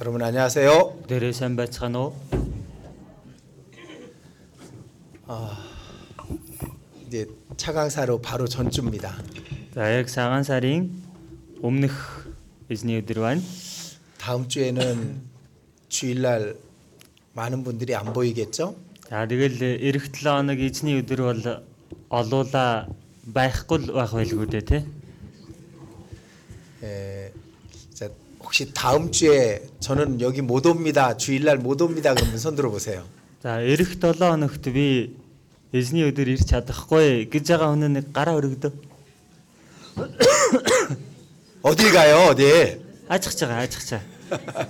여러분 안녕하세요. Дээрээ сайн байцгаана уу? 이제 차강사로 바로 전주입니다. За яг сагаан сарын өмнөх эзний өдөр байна. 다음 주에는 주일날 많은 분들이 안 보이겠죠? За тэгэл эх 7 хоног эзний өдөр бол олуула байхгүй л байх байлгүй дээ тий. 에, 예, 자, 혹시 다음 주에 저는 여기 못 옵니다. 주일날 못 옵니다. 그러면 손 들어보세요. За эх 7 хоногт би эзний өдөр ирч чадахгүй гэж байгаа хүн нэг гараа өргөдөө. 어딜 가요? 어디? Ажихч байгаа ажихч байгаа.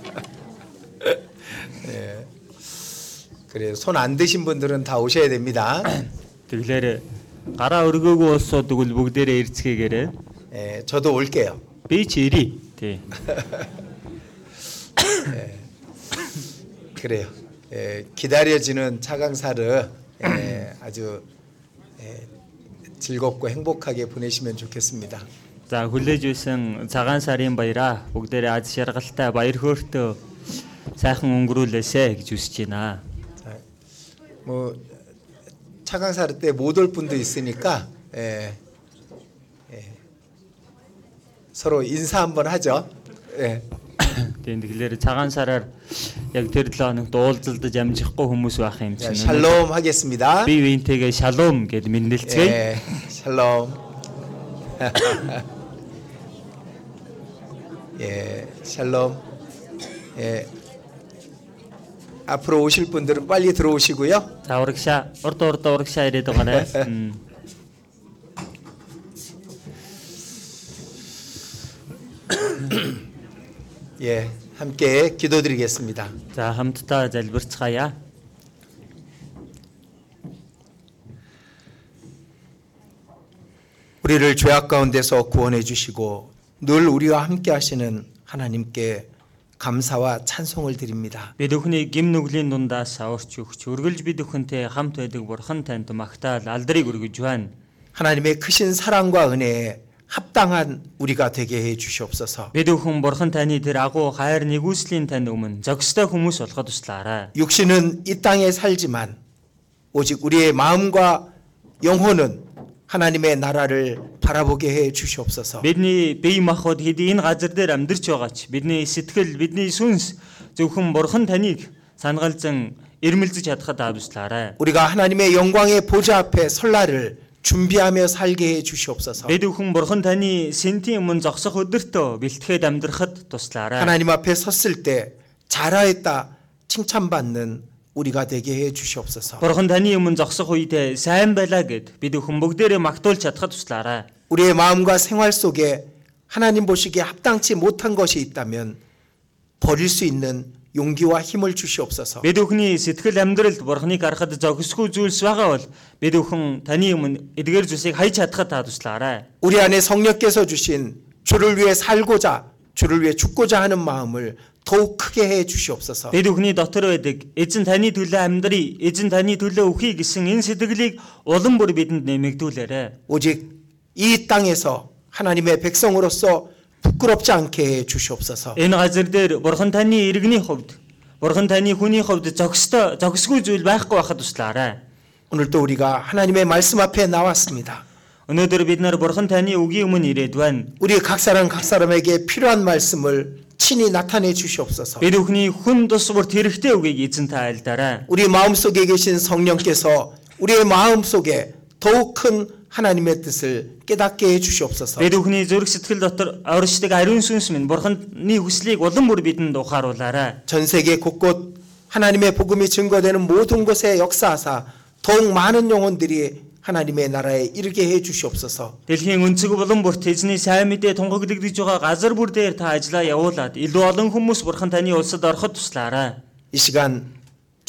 그래 손 안 드신 분들은 다 오셔야 됩니다. Тэглээр гараа өргөөгүй болсоо тэгвэл бүгдээрээ ирцгээгээрээ 에, 예, 저도 올게요. би ч ирий. Тий. 그래요. 에, 기다려지는 차강사를 에, 아주 에, 즐겁고 행복하게 보내시면 좋겠습니다. За хүлээж байсан цагаан сарын баяраа бүгдээрээ аз шаргалтай баяр хөөртөө сайхан өнгөрүүлээсэ гэж үсэж байна. 자, 뭐 차강사를 때 못 올 분도 있으니까 예, 에, 에, 서로 인사 한번 하죠. 예. Тийм тэгэхээр цагаан сараар яг тэр 7 хоногт уулзалдаж амжихгүй хүмүүс байх юм 자, 예, чинь. 샬롬 하겠습니다. Би винтэйгээ шалом гэд мэндэлцгээе. 예, 샬롬. 예, 샬롬. 예. 앞으로 오실 분들은 빨리 들어오시고요. За урагшаа урд урд урагшаа ирээд байгаарай. Мм. 예, 함께 기도드리겠습니다. За хамтдаа залбирцгаая. 우리를 죄악 가운데서 구원해 주시고 늘 우리와 함께 하시는 하나님께 감사와 찬송을 드립니다. Бид өхний гим нүглийн дундаас аварч өгч үргэлж бид өхөнтэй хамт байдаг бурхан танд магтаал алдрыг өргөж байна. 하나님의 크신 사랑과 은혜에 합당한 우리가 되게 해 주시옵소서. Бид өхөн бурхан таны тэр агуу хайр нэгүслийн тань өмнө зогстой хүмүүс болоход туслаарай. 육신은 이 땅에 살지만 오직 우리의 마음과 영혼은 하나님의 나라를 바라보게 해 주시옵소서. Бидний бие махбод хэд энэ газар дээр амьдарч байгаа ч бидний сэтгэл, бидний сүнс зөвхөн бурхан таныг санагалзан ирмэлзэж чадхад авчлаарай. 우리가 하나님의 영광의 보좌 앞에 설날을 준비하며 살게 해 주시옵소서. Бид өхөн бурхан таны сэнтийн өмнө зогсох өдөртөө бэлтгэхэд амьдрахад туслаарай. 하나님 앞에 섰을 때 잘하였다 칭찬받는 우리가 되게 해 주시옵소서. Бурхан таны өмнө зогсох үед сайн байлаа гэд бид өхөн бүгдээрээ магтуулж чадхад туслаарай. 우리의 마음과 생활 속에 하나님 보시기에 합당치 못한 것이 있다면 버릴 수 있는 용기와 힘을 주시옵소서. Бид өхний сэтгэл амьдралд бурхны гарахад зогсгүй зүйлс байгаа бол бид өхөн таны өмнө эдгээр зүйлсийг хайж чадхад та туслаарай. 우리 안에 성령께서 주신 주를 위해 살고자 주를 위해 죽고자 하는 마음을 더욱 크게 해 주시옵소서. Бид өхний дотор байдаг эзэн таны төлөө амьдрий, эзэн таны төлөө үхий гэсэн энэ сэтгэлийг улам бүр бидэнд нэмэгдүүлээрэ. 오직 이 땅에서 하나님의 백성으로서 부끄럽지 않게 해 주시옵소서. Энэ газар дээр бурхан таны иргэний хувьд, бурхан таны хүний хувьд зогстой, зогсгүй зүйл байхгүй байхад туслаарай. 오늘 또 우리가 하나님의 말씀 앞에 나왔습니다. Өнөөдөр бид нар бурхан таны үгийн өмнө ирээд байна. 우리 각 사람 각 사람에게 필요한 말씀을 친히 나타내 주시옵소서. Бид өхний хүн тус бүрт хэрэгтэй үгийг эзэн та айлдаарай. 우리 마음속에 계신 성령께서 우리의 마음속에 더욱 큰 하나님의 뜻을 깨닫게 해 주시옵소서. Бид бүхний зөрг сэтгэл дотор оршдог ариун сүнс минь бурханы хүслийг улам бүр бидэнд ухааруулаарай. 전 세계 곳곳 하나님의 복음이 증거되는 모든 곳에 역사하사 더욱 많은 영혼들이 하나님의 나라에 이르게 해 주시옵소서. Дэлхийн өнцөг болон бүрт эзний сайн мэдээ тунгаглагдж байгаа газар бүр дээр та ажиллаа явуулаад илүү олон хүмүүс бурхан таны улсад ороход туслаарай. 이 시간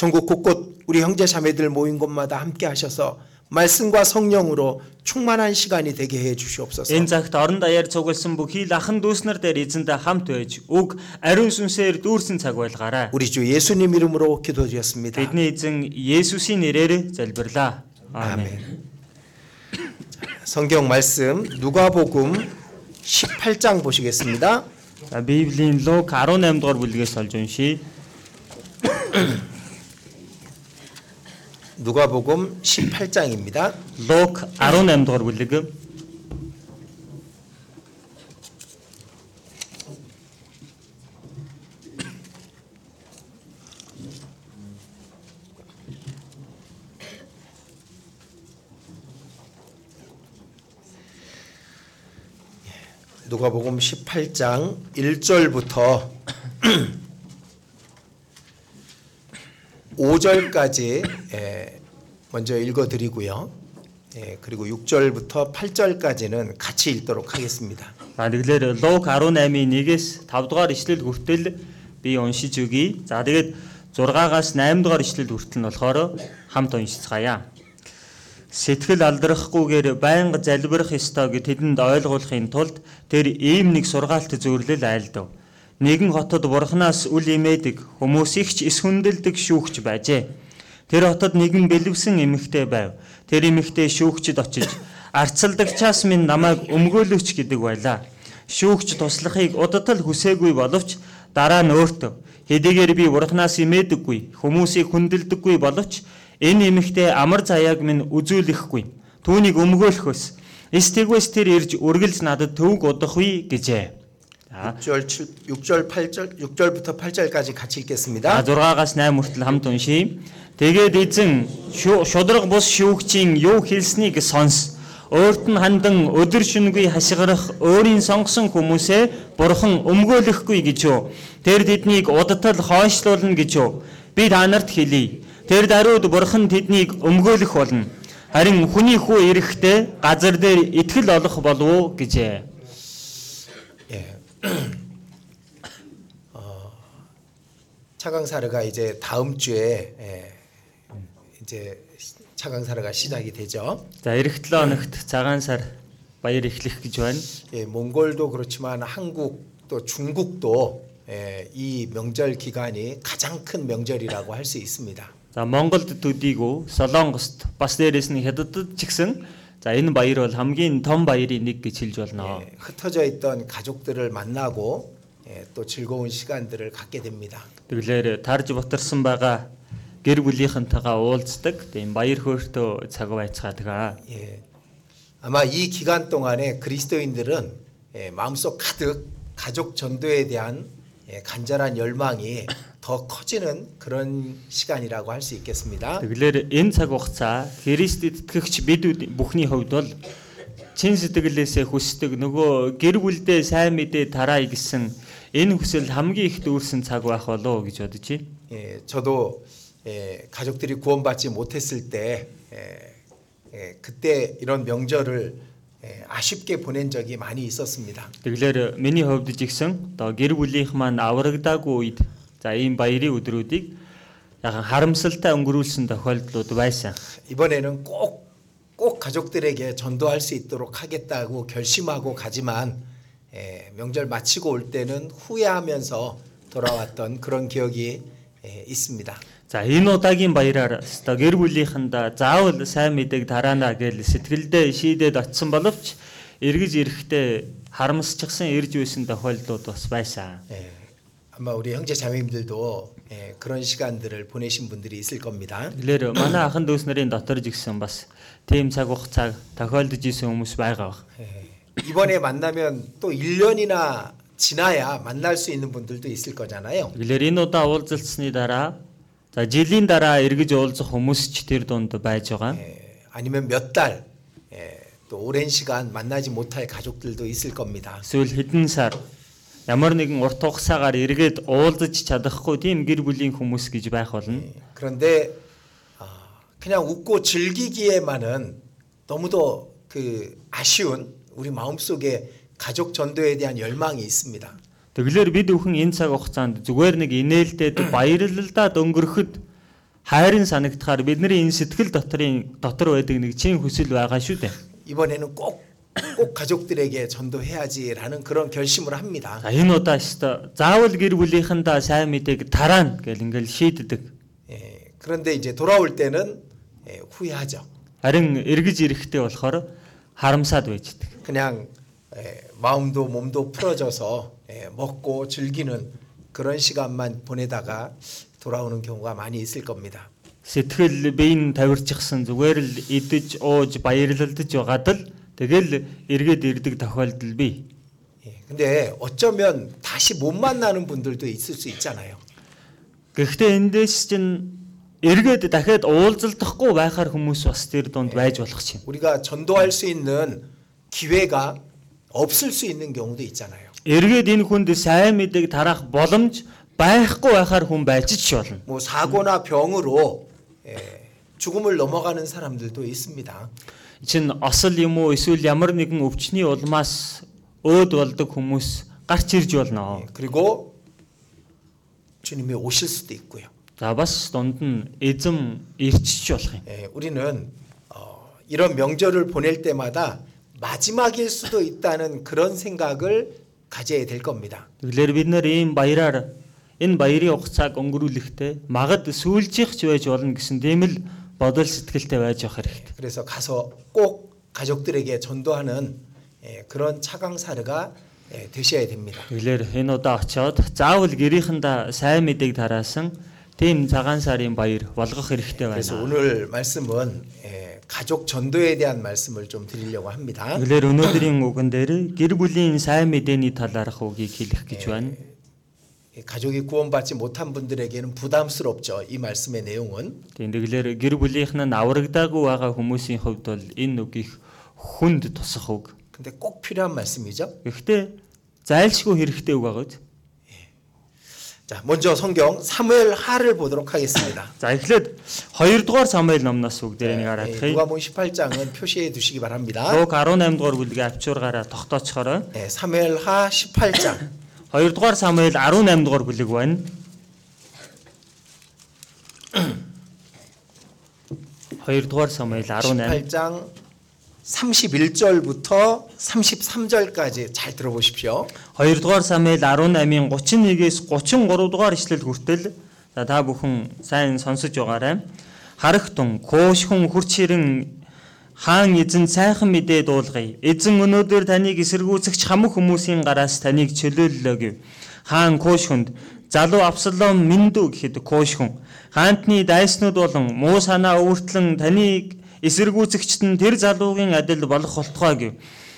전국 곳곳 우리 형제 자매들 모인 곳마다 함께 하셔서 말씀과 성령으로 충만한 시간이 되게 해 주시옵소서. Энэ цагт орон даяар цугласан бүхий л ахын дүүснэр дээр эзэнтэй хамт байж үг ариун сүнсээр дүүрсэн цаг байлгаарай. 우리 주 예수님 이름으로 기도드렸습니다. Бидний эзэн Есүсийн нэрээр залбирлаа. Аамен. 아멘. 성경 말씀 누가복음 18장 보시겠습니다. За Библийн Лук 18 дугаар бүлгээс олж уншийе. 누가복음 18장입니다. Лук 18 дугаар бүлэг. 누가복음 18장 1절부터 5절까지 예, 먼저 읽어 드리고요. 예, 그리고 6절부터 8절까지는 같이 읽도록 하겠습니다. За тэгэлэр Лук 18-ийн 1-ээс 5 дугаар ишлэл хүртэл би уншиж өгье. За тэгээд 6-аас 8 дугаар ишлэл хүртэл нь болохоор хамт уншицгаая. Сэтгэл алдрахгүйгээр байнга залбирах ёстой гэж тэдэнд ойлгуулахын тулд тэр ийм нэг сургаалт зөвлөл айлдав. Нэгэн хотод бурхнаас үл имээдэг хүмүүс ихч эс хүндэлдэг шүүгч байжээ. Тэр хотод нэгэн бэлэвсэн эмэгтэй байв. Тэр эмэгтэй шүүгчд очиж арцалдагчаас минь намайг өмгөөлөөч гэдэг байлаа. Шүүгч туслахыг удатал хүсээгүй боловч дараа нь өөртөө хэдийгээр би урхнаас имээдэггүй хүмүүсийг хүндэлдэггүй боловч энэ эмэгтэй амар заяаг минь үзүүлэхгүй. Түүнийг өмгөөлөхөөс эс тэгвэс тэр ирж үргэлж надад төвг удахгүй гэжээ. За 6절 6절 8절 6절부터 8절까지 같이 읽겠습니다. 아, 6-аас 8 хүртэл хамт уншийе. Тэгээд эзэн шу- шудраг бус шүүгчийн юу хэлснийг сонс. Өөрт нь хандан өдөр шөнөгүй хашгирах өөрийн сонгосон хүмүүсээ бурхан өмгөөлөхгүй гэж юу? Тэр тэднийг удтал хойшлуулна гэж юу? Би та нарт хэлий. Тэр даруйд бурхан тэднийг өмгөөлөх болно. Харин хүний хүү эрэхтэй газар дээр итгэл олох болов уу гэжээ. 예. 어, 차강사르가 이제 다음 주에 예, 이제 차강사르가 시작이 되죠. За эрэх 7 хоногт цагаан сар баяр эхлэх гэж байна. 예, 몽골도 그렇지만 한국 또 중국도 예, 이 명절 기간이 가장 큰 명절이라고 할 수 있습니다. За Монголд төдийгүй Солонгост бас дээрэс нь Хятадд ч гэсэн за энэ баяр бол хамгийн том баярын нэг гэж хэлж болно. 예, 흩어져 있던 가족들을 만나고 예, 또 즐거운 시간들을 갖게 됩니다. Тэгэлэр тарж бутарсан байгаа гэр бүлийнхэнтэйгээ уулздаг. Тэгээ энэ баяр хөөртөө цаг байцгаадаг. аа. 예. 아마 이 기간 동안에 그리스도인들은 예, 마음속 가득 가족 전도에 대한 예, 간절한 열망이 더 커지는 그런 시간이라고 할 수 있겠습니다. Тэгэлэр энэ цаг хугацаа Христэд итгэгч бид үд- бүхний хувьд бол чин сэтгэлээсээ хүсдэг нөгөө гэр бүлдээ сайн мэдээ тараая гэсэн энэ хүсэл хамгийн их дүүрсэн цаг байх болов уу гэж бодож байна. 예, 저도 예, 가족들이 구원받지 못했을 때 예, 예, 그때 이런 명절을 예, 아쉽게 보낸 적이 많이 있었습니다. Тэгэлэр миний хувьд ч ихсэн одоо гэр бүлийнх маань аврагдаагүй үед за ийм баярын өдрүүдийг яхан харамсалтай өнгөрүүлсэн тохиолдлууд байсан. 이번에는 꼭, 꼭 가족들에게 전도할 수 있도록 하겠다고 결심하고 가지만 예, 명절 마치고 올 때는 후회하면서 돌아왔던 그런 기억이 예, 있습니다. За энэ удаагийн баяраар одоо гэр бүлийнхэндээ заавал сайн мэдээг тараана гэж сэтгэлдээ шийдээд очисон боловч эргэж ирэхдээ харамсчихсан ирж байсан тохиолдлууд бас байсан. 예, 아마 우리 형제 자매님들도 예, 그런 시간들을 보내신 분들이 있을 겁니다. Тэгэлэр манай ахын дүүс нарын дотор жигсэн бас тийм цаг хугацаа тохиолдож исэн хүмүүс байгаа баг. 예, 이번에 만나면 또 1년이나 지나야 만날 수 있는 분들도 있을 거잖아요. Тэгэлэр энэ удаа уулзалцсны дараа за жилийн дараа эргэж уулзах хүмүүс ч тэр дунд байж байгаа. 예, 아니면 몇 달, 예, 또 오랜 시간 만나지 못할 가족들도 있을 겁니다. Эсвэл хэдэн сар ямар нэгэн урт хугацаагаар эргээд уулзаж чадахгүй тийм гэр бүлийн хүмүүс гэж байх болно. 예. 그런데 아, 그냥 웃고 즐기기에만은 너무도 그 아쉬운 우리 마음속에 가족 전도에 대한 열망이 있습니다. Тэгэлэр бид бүхэн энэ цаг хугацаанд зүгээр нэг инээлтэд баярлалдаад өнгөрөхөд хайрын санагдахаар бидний энэ сэтгэл дотрын дотор байдаг нэг чин хүсэл байгаа шүү дээ. 이번에는 꼭 꼭 가족들에게 전도해야지라는 그런 결심을 합니다. За энэ удаа өстө заавал гэр бүлийнхэндээ сайн мэдээг тараана гэл ингээл шийддэг. 예, 그런데 이제 돌아올 때는 예, 후회하죠. Харин эргэж ирэхдээ болохоор харамсаад байждаг. 그냥 예, 마음도 몸도 풀어져서 예, 먹고 즐기는 그런 시간만 보내다가 돌아오는 경우가 많이 있을 겁니다. Сэтгэл биеийн тавирчихсан зүгээр л идэж ууж баярлалдаж байгаад л тэгэл эргээд ирдэг тохиолдол бий. 예, 근데 어쩌면 다시 못 만나는 분들도 있을 수 있잖아요. Гэхдээ эндээс чинь эргээд дахиад уулзалдахгүй байхаар хүмүүс бас тэр донд байж болох чинь. 우리가 전도할 수 있는 기회가 없을 수 있는 경우도 있잖아요. Эргээд энэ хүнд сайн мэдээг тарах боломж байхгүй байхаар хүн байж ч болно. 뭐 사고나 병으로 예, 죽음을 넘어가는 사람들도 있습니다. Чин осол юм уу эсвэл ямар нэгэн өвчний улмаас өөд болдог хүмүүс гарч ирж болно. 예, 그리고 주님이 오실 수도 있고요. За бас дунд нь эзэм ирчж болох юм. 예, 우리는 어, 이런 명절을 보낼 때마다 마지막일 수도 있다는 그런 생각을 가져야 될 겁니다. Тэгэлэр бид нэр ийм баяраар энэ баярын хугацааг өнгөрүүлэхдээ магад сүүлжих ч байж болно гэсэн тийм л бодол сэтгэлтэй байж явах хэрэгтэй. 그래서 가서 꼭 가족들에게 전도하는 예, 그런 차강사르가 예, 되셔야 됩니다. Тэгэлэр энэ удаа очиод заавал гэрийнхэндээ сайн мэдээг тараасан тийм цагаан сарын баяр болгох хэрэгтэй 그래서 байна. 오늘 말씀은 예, 가족 전도에 대한 말씀을 좀 드리려고 합니다. Тэгэлэр өнөөдрийн үгэн дээр гэр бүлийн сайн мэдээний талаарх үгийг хэлэх гэж байна. 예, 가족이 구원받지 못한 분들에게는 부담스럽죠. 이 말씀의 내용은 Тийм тэгэлэр гэр бүлийнх нь аврагдаагүй байгаа хүмүүсийн хувьд бол энэ үг их хүнд тусах үг. 근데 꼭 필요한 말씀이죠. Гэхдээ зайлшгүй хэрэгтэй үг байгаа биз? 자, 먼저 성경 사무엘 하를 보도록 하겠습니다. За эхлээд 2 дугаар самбай номноос үг дээр 예, нэг харагдах юм. 누가복음 18장은 표시해 두시기 바랍니다. Луг 18 дугаар бүлгийн авчуургаараа тогтоочхорой. 예, 사무엘하 18장 2 дугаар самбай 18 дугаар бүлэг байна. 2 дугаар самбай 18 18장 31절부터 33절까지 잘 들어보십시오. 2 дугаар самбай 18-ийн 31-ээс 33 дугаар ишлэл хүртэл за та бүхэн сайн сонсож байгаарай. Харахтун Куш хүн хурц ширэн хаан эзэн сайхан мэдээ дуулгая. Эзэн өнөөдөр таныг эсэргүүцэгч хамаг хүмүүсийн гараас таныг чөлөөллөө гэв. Хаан Куш хүнд залуу Абсалом миндүү гэхэд Куш хүн хаантны дайснууд болон муу санаа өвөртлөн таныг эсэргүүцэгчт нь тэр залуугийн адил болох болтугай гэв.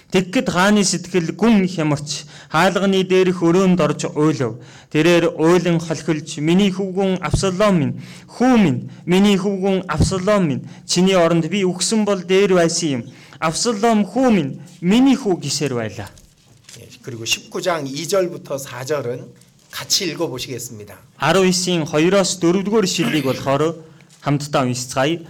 Тэгэхэд хааны сэтгэл гүн хямарч хаалганы дээрх өрөөнд орж уйлав. Тэрээр уйлан холхилж миний хөвгүн Абсалом минь хүү минь миний хөвгүн Абсалом минь чиний оронд би үхсэн бол дээр байсан юм. Абсалом хүү минь миний хүү гисээр байлаа. 예, 그리고 19장 2절부터 4절은 같이 읽어 보시겠습니다. 19-ийн 2-оос 4-р шиллийг болохоор хамтдаа уншицгаая.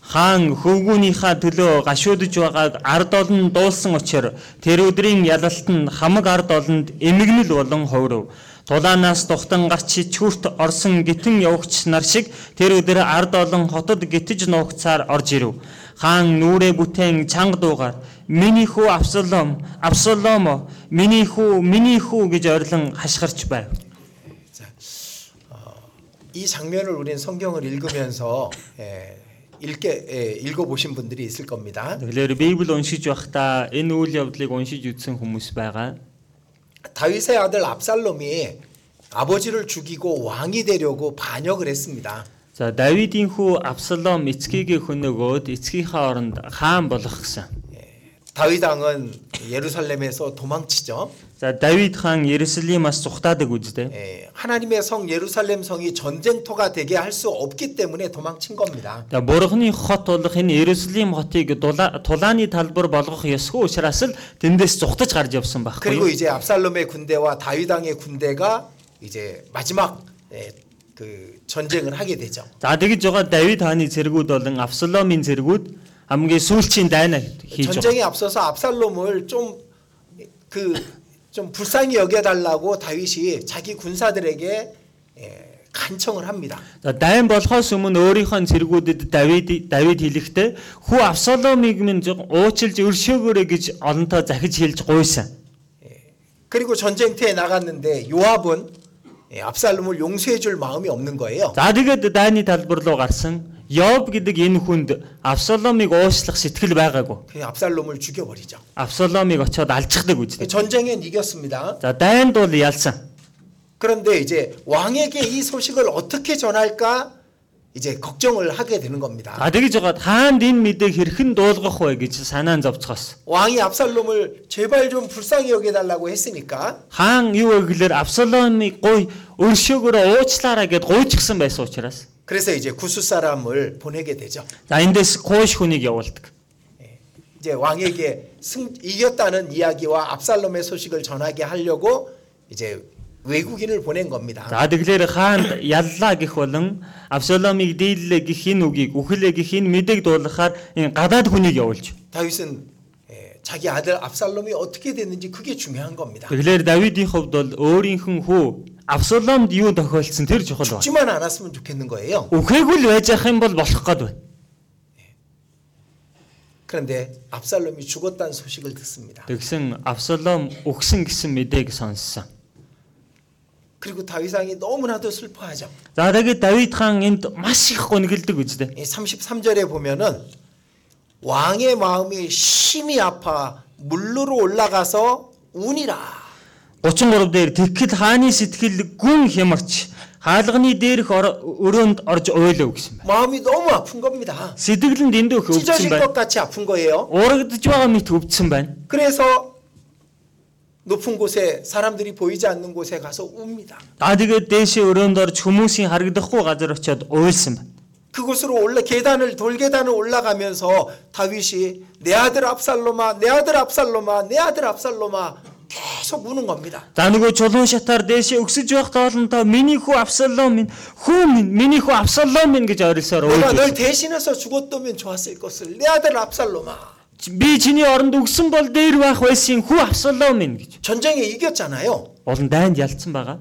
Хаан хөвгүүнийхаа төлөө гашуудж байгааг ард олон дуулсан учраа тэр өдрийн ялалт нь хамаг ард олонд эмгэнэл болон хувирв. Тулаанаас тухтан гарч чичгүрт орсон гитэн явагч нар шиг тэр өдөр ард олон хотод гитэж нуугцаар орж ирв. Хаан нүрээ бүтээн чанга дуугаар миний хүү Абсалом Абсаломо миний хүү миний хүү гэж орилон хашгирч байв. 이 장면을 우리는 성경을 읽으면서 예, 읽게 예, 읽어 보신 분들이 있을 겁니다. Тэгэлэр Библи уншиж байхдаа энэ үйл явдлыг уншиж үзсэн хүмүүс байгаа. 다윗의 아들 압살롬이 아버지를 죽이고 왕이 되려고 반역을 했습니다. За Давидын хүү Абсалом эцгийг хөнөөгөөд эцгийнхаа оронд хаан болох гэсэн. 다윗 왕은 예루살렘에서 도망치죠. За Давид хаан Ерүсэлимаас зүхтаадаг үздэй. 예, 하나님의 성 예루살렘 성이 전쟁터가 되게 할 수 없기 때문에 도망친 겁니다. За Бурхны хот болох энэ Ерүсэлим хотыг дула- тулааны талбар болгох ёсгүй учраас л тэндээс зүхтаж гарч явсан байхгүй 그리고 юу? 이제 압살롬의 군대와 다윗 왕의 군대가 이제 마지막 예, 그 전쟁을 하게 되죠. За тэгж байгаа Давид хааны зэргүүд болон Абсаломын зэргүүд хамгийн сүүлчийн дайна хийж байгаа. 전쟁에 앞서서 압살롬을 좀 그 좀 불쌍히 여겨달라고 다윗이 자기 군사들에게 예, 간청을 합니다. За дайн болохоос өмнө өөрийнхөө цэргүүдэд Давид Давид хэлэхдээ хүү Авсаломыг минь зөв уучлж өршөөгөөрэй гэж олонтоо захиж хэлж гуйсан. 그리고 전쟁터에 나갔는데 요압은 예, 압살롬을 용서해줄 마음이 없는 거예요. За тэгээд дайны талбар руу гарсан. Йоб гэдэг энэ хүнд Авсаломыг уушлах сэтгэл байгаагүй. 그 압살롬을 죽여버리죠. Авсаломыг очиод алчдаг 그 үздэг. 전쟁엔 이겼습니다. За дайнд бол ялсан. 그런데 이제 왕에게 이 소식을 어떻게 전할까 이제 걱정을 하게 되는 겁니다. А тэгж жагаад хаанд энэ мэдээ хэрхэн дуулгах вэ гэж санаан зовцохоос. 왕이 압살롬을 제발 좀 불쌍히 여겨달라고 했으니까 Хаан юу вэ гэхээр Авсаломыг гой өршөөгөөрөө уучлаарай гэд гуйчихсан байсан учраас. 그래서 이제 구수 사람을 보내게 되죠. За эндээс Куш хүнийг явуулдаг. 이제 왕에게 승, 이겼다는 이야기와 압살롬의 소식을 전하게 하려고 이제 외국인을 보낸 겁니다. За тэгэлэр хаанд яллаа гэх болон Авсаломыг дийллээ гэх энэ үгийг үхлээ гэх энэ мэдээг дуулгахаар энэ гадаад хүнийг явуулж. 다윗은 예, 자기 아들 압살롬이 어떻게 됐는지 그게 중요한 겁니다. Тэгэлэр Давидын хувьд бол өөрийнх нь хүү Авсаломд юу тохиолдсон тэр чухал байна. 죽지만 않았으면 좋겠는 거예요. Үхээгүй л байж ах юм бол болох гээд байна. 그런데 압살롬이 죽었다는 소식을 듣습니다. 그 Тэгсэн Авсалом өгсөн гэсэн мэдээг сонссон. 그리고 다윗 왕이 너무나도 슬퍼하죠. За тэгээд Давид хаан энд маш их гонглдог үстэ. 33절에 보면은 왕의 마음이 심히 아파 물로로 올라가서 우니라. 33 дээр тэгэхэд хааны сэтгэл гүн хямарч хаалганы дээрх ор- өрөөнд орж уйлаа гэсэн байна. 마음이 너무 아픈 겁니다. Сэтгэлэнд эндөөх өвдсөн 찢어질 байна. 것 같이 아픈 거예요. урагдж байгаа мэт өвдсөн байна. 그래서 높은 곳에 사람들이 보이지 않는 곳에 가서 웁니다. Аа тэгээд дээшээ өрөөнд орж хүмүүсийн харагдахгүй газар очиод уйлсан байна. 그곳으로 올라 계단을 돌계단을 올라가면서 다윗이 내 아들 압살롬아 내 아들 압살롬아 내 아들 압살롬아 계속 우는 겁니다. За нөгөө чулуун шатаар дээшээ өксөж байх тоолонтой миний хүү Авсалом минь хүү минь миний хүү Авсалом минь гэж орилсоор 내가 널 уйлж. 대신해서 죽었다면 좋았을 것을 내 아들 압살롬아 Би чиний оронд өгсөн бол дээр байх байсан хүү Авсалом минь гэж. 전쟁에 이겼잖아요. Олон дайнд ялцсан байгаа.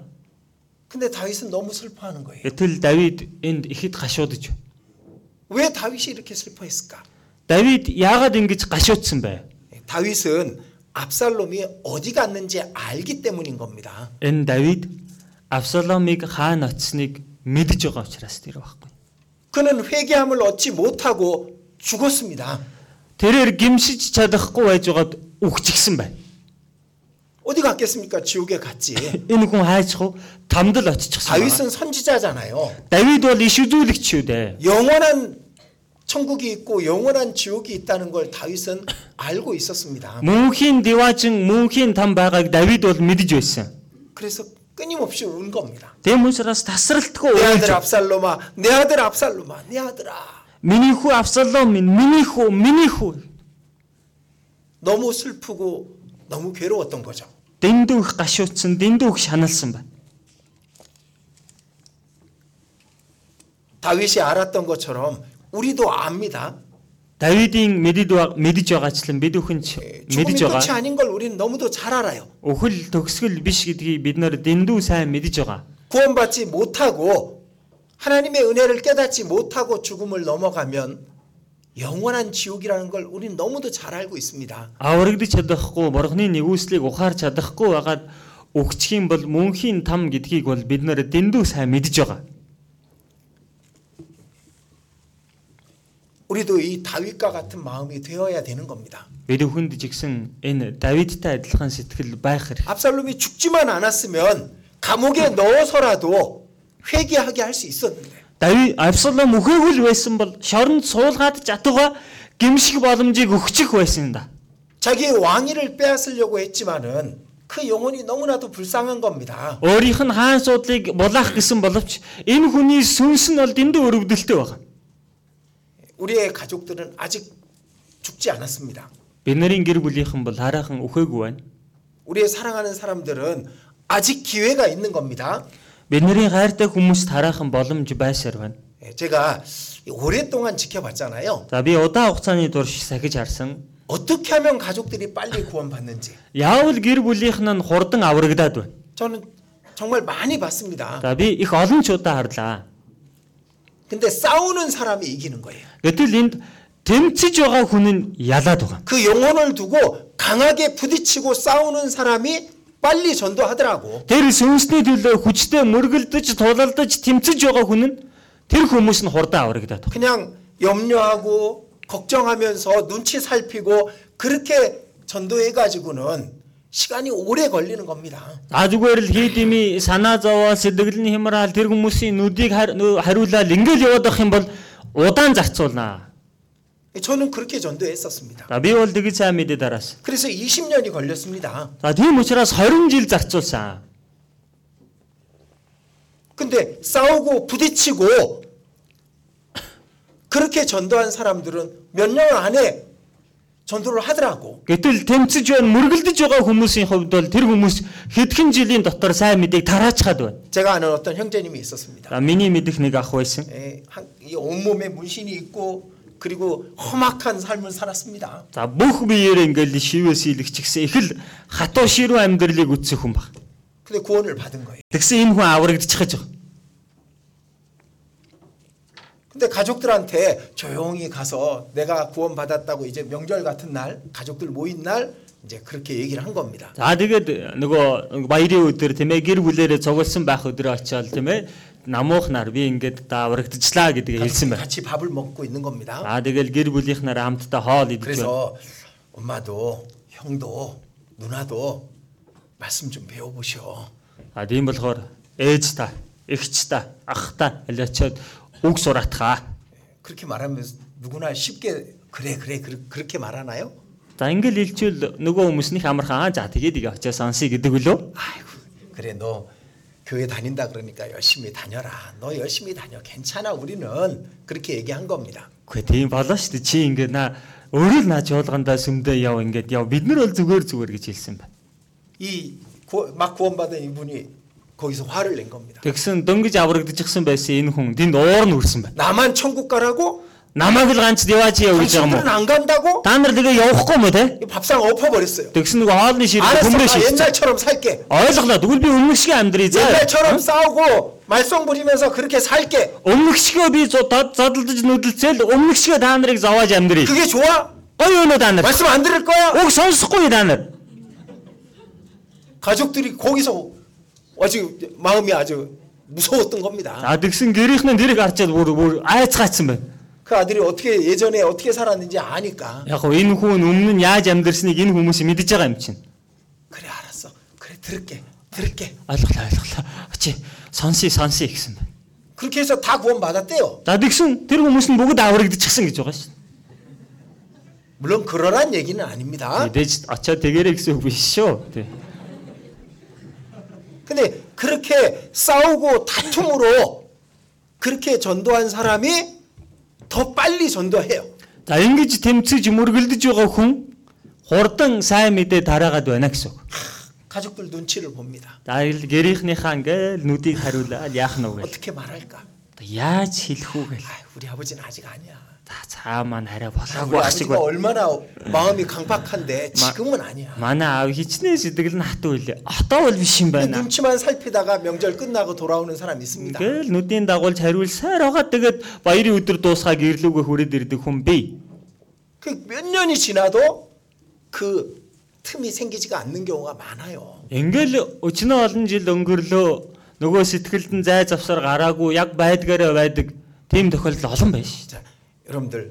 근데 다윗은 너무 슬퍼하는 거예요. Гэтэл Давид энд ихэд гашуудж. байна. 왜 다윗이 이렇게 슬퍼했을까? Давид яагаад ингэж гашуудсан бэ? 다윗은 압살롬이 어디 갔는지 알기 때문인 겁니다. Энэ Давид Авсаломыг хаан оцсныг мэдж байгаа учраас тэр байхгүй. 그는 회개함을 얻지 못하고 죽었습니다. Тэрээр гимшиж чадахгүй байжгаад үхчихсэн байна. 어디 갔겠습니까? 지옥에 갔지. Энэ хүн хайчих уу? Тамдал очичихсан. байна. 다윗은 선지자잖아요. Давид бол иш үзүүлэгч шүү дээ. 영원한 천국이 있고 영원한 지옥이 있다는 걸 다윗은 알고 있었습니다. Мөнхийн диваачин мөнхийн там байгааг Давид бол мэдж байсан. 그래서 끊임없이 운 겁니다. Тэм учраас тасралтгүй 내 아들 уйлж. 압살롬아, 내 아들 압살롬아, 내 아들아. Миний хүү Авсалом минь, миний хүү, миний хүү 너무 슬프고 너무 괴로웠던 거죠. дэндүүх гашуутсан, дэндүүх шаналсан байна. 다윗이 알았던 것처럼 우리도 압니다. Давидын мэдд ба- мэдж байгаачлан бид бүхэн ч 예, 죽음이 끝이 мэдж байгаа. 아닌 걸 우리는 너무도 잘 알아요. Өхөл төгсгөл биш гэдгийг бид нэр дэндүү сайн мэдж байгаа. 구원받지 못하고 하나님의 은혜를 깨닫지 못하고 죽음을 넘어가면 영원한 지옥이라는 걸 우리는 너무도 잘 알고 있습니다. аврагдаж чадахгүй бурхны нэгүслийг ухаарч чадахгүй байгаад өгчих юм бол мөнхийн там гэдгийг бол бид нэр дэндүү сайн мэдж байгаа. 우리도 이 다윗과 같은 마음이 되어야 되는 겁니다. Бид бүхэнд жигсэн энэ Давидтай адилхан сэтгэл байх хэрэг. 압살롬이 죽지만 않았으면 감옥에 넣어서라도 회개하게 할 수 있었는데 Давид Авсалом өхөөгөл байсан бол шоронд суулгаад жатуга гимших боломжийг өгчих байсан да. 자기의 왕위를 빼앗으려고 했지만은 그 영혼이 너무나도 불쌍한 겁니다. Өөрийнх нь хаан суудлыг булаах гэсэн боловч энэ хүний сүнс нь бол дэндүү өрөвдөлттэй байгаа. 우리의 가족들은 아직 죽지 않았습니다. Бид нарын гэр бүлийнхэн бол хараахан өхөөгүй байна. 우리의 사랑하는 사람들은 아직 기회가 있는 겁니다. Бид нарын хайртай хүмүүст хараахан боломж байсаар байна. 예, 제가 오랫동안 지켜봤잖아요. За би удаан хугацааны турш сахиж харсан. 어떻게 하면 가족들이 빨리 구원받는지 Яавал гэр бүлийнх нь хурдан аврагдаад байна. 저는 정말 많이 봤습니다. За би их олон ч удаа харлаа. 근데 싸우는 사람이 이기는 거예요. Гэтэл энд тэмцэж байгаа хүн нь ялаад байгаа. 그 영혼을 두고 강하게 부딪히고 싸우는 사람이 빨리 전도하더라고. Тэр сүнсний төлөө хүчтэй мөргөлдөж, тулалдаж тэмцэж байгаа хүн нь Тэр хүмүүс нь хурдан аврагдаад. байна. 그냥 염려하고 걱정하면서 눈치 살피고 그렇게 전도해 가지고는 시간이 오래 걸리는 겁니다. А зүгээр л хий дими санаа зовоо сэтгэлний хямрал тэр хүмүүсийн нүдийг хар- нөө- хариулаад ингээл яваад авах юм бол удаан зарцуулнаа. 저는 그렇게 전도했었습니다. За би бол тэгж сайн мэдээ дараас. 그래서 20년이 걸렸습니다. За тийм учраас 20 жил зарцуулсан. 근데 싸우고 부딪히고 그렇게 전도한 사람들은 몇 년 안에 전도를 하더라고. Гэтэл тэмцэж байна, мөргөлдөж байгаа хүмүүсийн хувьд бол тэр хүмүүс хэдхэн жилийн дотор сайн мэдээг тараачхад байна. 제가 아는 어떤 형제님이 있었습니다. За миний мэдих нэг ах байсан. 예, 한- 이 온몸에 문신이 있고 그리고 험악한 삶을 살았습니다. За бүх биеэр ингээл шивээс илэгч гисэн их л хатуу ширүү амьдралыг үтсэн хүн баг. 근데 구원을 받은 거예요. Тэгсэн энэ хүн аврагдчихэж байгаа. 근데 가족들한테 조용히 가서 내가 구원받았다고 이제 명절 같은 날 가족들 모인 날 이제 그렇게 얘기를 한 겁니다. За тэгээд нөгөө баярын өдөр тийм ээ гэр бүлээрээ цугласан байх өдрөө очиод тийм ээ намуух нар би ингээд даврагдчихлаа гэдгийг хэлсэн байна. 같이 밥을 먹고 있는 겁니다. За тэгэл гэр бүлийнх нараа хамтдаа хоол 그렇죠. идэж байна. 그래서 엄마도 형도 누나도 말씀 좀 배워보시오. А тийм болохоор ээж та, эгч та, ах та аль очиод үг суратхаа. 그렇게 말하면 누구나 쉽게 그래 그래 그래, 그렇게 말하나요? За ингээл илжүүл нөгөө хүмүүснийх амархан аа за тэгээд игээ очиод сонсъё гэдэг үлөө. 아이고 그래 너 교회 다닌다 그러니까 열심히 다녀라. 너 열심히 다녀 괜찮아 우리는 그렇게 얘기한 겁니다. Үгүй тийм болоо шүү дээ. Чи ингээд наа өөрөө л наа чуулгандаа сүмдээ яв ингээд яв. Бид нар бол зүгээр зүгээр гэж хэлсэн байна. 이 막 구원받은 이분이 거기서 화를 낸 겁니다. Тэгсэн дөнгөж аврагдчихсан байсан энэ хүн тэнд уур нь үрсэн байна. 나만 천국 가라고? Намайг л ганц яваач яв гэж байгаа юм 당신들은 уу? 안 간다고? Та нар тэгээ явахгүй юм уу те? 이 밥상 엎어버렸어요. Тэгсэн нөгөө хоолны шир 알았어, хүмрээ 나 шилжсэн. 옛날처럼 살게. Ойлголоо. Тэгвэл би өмнөх шиг амьдрий заа. 옛날처럼 싸우고 말썽 부리면서 그렇게 살게. Өмнөх шигөө би зо- дод- задлаж нүдэлцээл өмнөх шигэ та нарыг зовоож амьдрий. 그게 좋아? Гой өнөө та нар. 말씀 안 들을 거야? Уг сонсохгүй та нар. 가족들이 거기서 아주 마음이 아주 무서웠던 겁니다. За тэгсэн гэрийнхнээ дэрэг арчаад бүр бүр айцгаацсан байна. 그 아들이 어떻게 예전에 어떻게 살았는지 아니까. Яг гоо энэ хүн өмнө нь яаж амьдэрснийг энэ хүмүүс мэдэж байгаа юм чинь. 그래 알았어. 그래 들을게. 들을게. Ойлголоо ойлголоо. Очи сонсий сонсий гэсэн байна. 그렇게 해서 다 구원 받았대요. За тэгсэн тэр хүмүүс нь бүгд аврагдчихсан гэж байгаа шин. 물론 그러란 얘기는 아닙니다. Мэдээж очиад тэгэрэй гэсэн үг биш шүү. Тий. 근데 그렇게 싸우고 다툼으로 그렇게 전도한 사람이 더 빨리 전도해요. За ингэж тэмцэж мөргөлдөж байгаа хүн хурдан сайн мэдээ дараагаад байна гэсэн үг. 가족들 눈치를 봅니다. За ил гэрийнхнийхаа ингээл нүдийг хариулаад яах нь вэ? 어떻게 말할까? Яаж хэлэх үү гэл. 아, 우리 아버지는 아직 아니야. За цаа маань 우리 арай болоогүй ах шиг 아버지가 байна. 얼마나 마음이 강박한데 지금은 아니야. Манай аав хичнээн сэтгэл нь хатуу илээ. Отоо бол биш юм 근데 그 байна. 눈치만 살피다가 명절 끝나고 돌아오는 사람 있습니다. Ингээл нүдийн дагуулж хариулсаар байгаа тэгээд баярын өдөр дуусгаа гэрлүүгээ хүрээд ирдэг хүн би. 그 몇 년이 지나도 그 틈이 생기지가 않는 경우가 많아요. Ингээл өчнөө олон жил өнгөрлөө нөгөө сэтгэлд нь зай завсар гараагүй яг байдгаараа байдаг. Тийм тохиолдол олон байна шүү. 자, 여러분들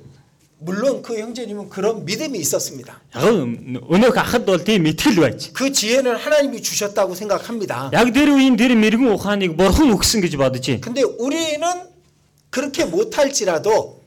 물론 그 형제님은 그런 믿음이 있었습니다. Яг өн- өнөөх ахад бол тийм ихтгэл байж. 그 지혜는 하나님이 주셨다고 생각합니다. Яг тэр үеийн тэр мэрэгэн ухааныг бурхан өгсөн гэж бодож байна. 근데 우리는 그렇게 못할지라도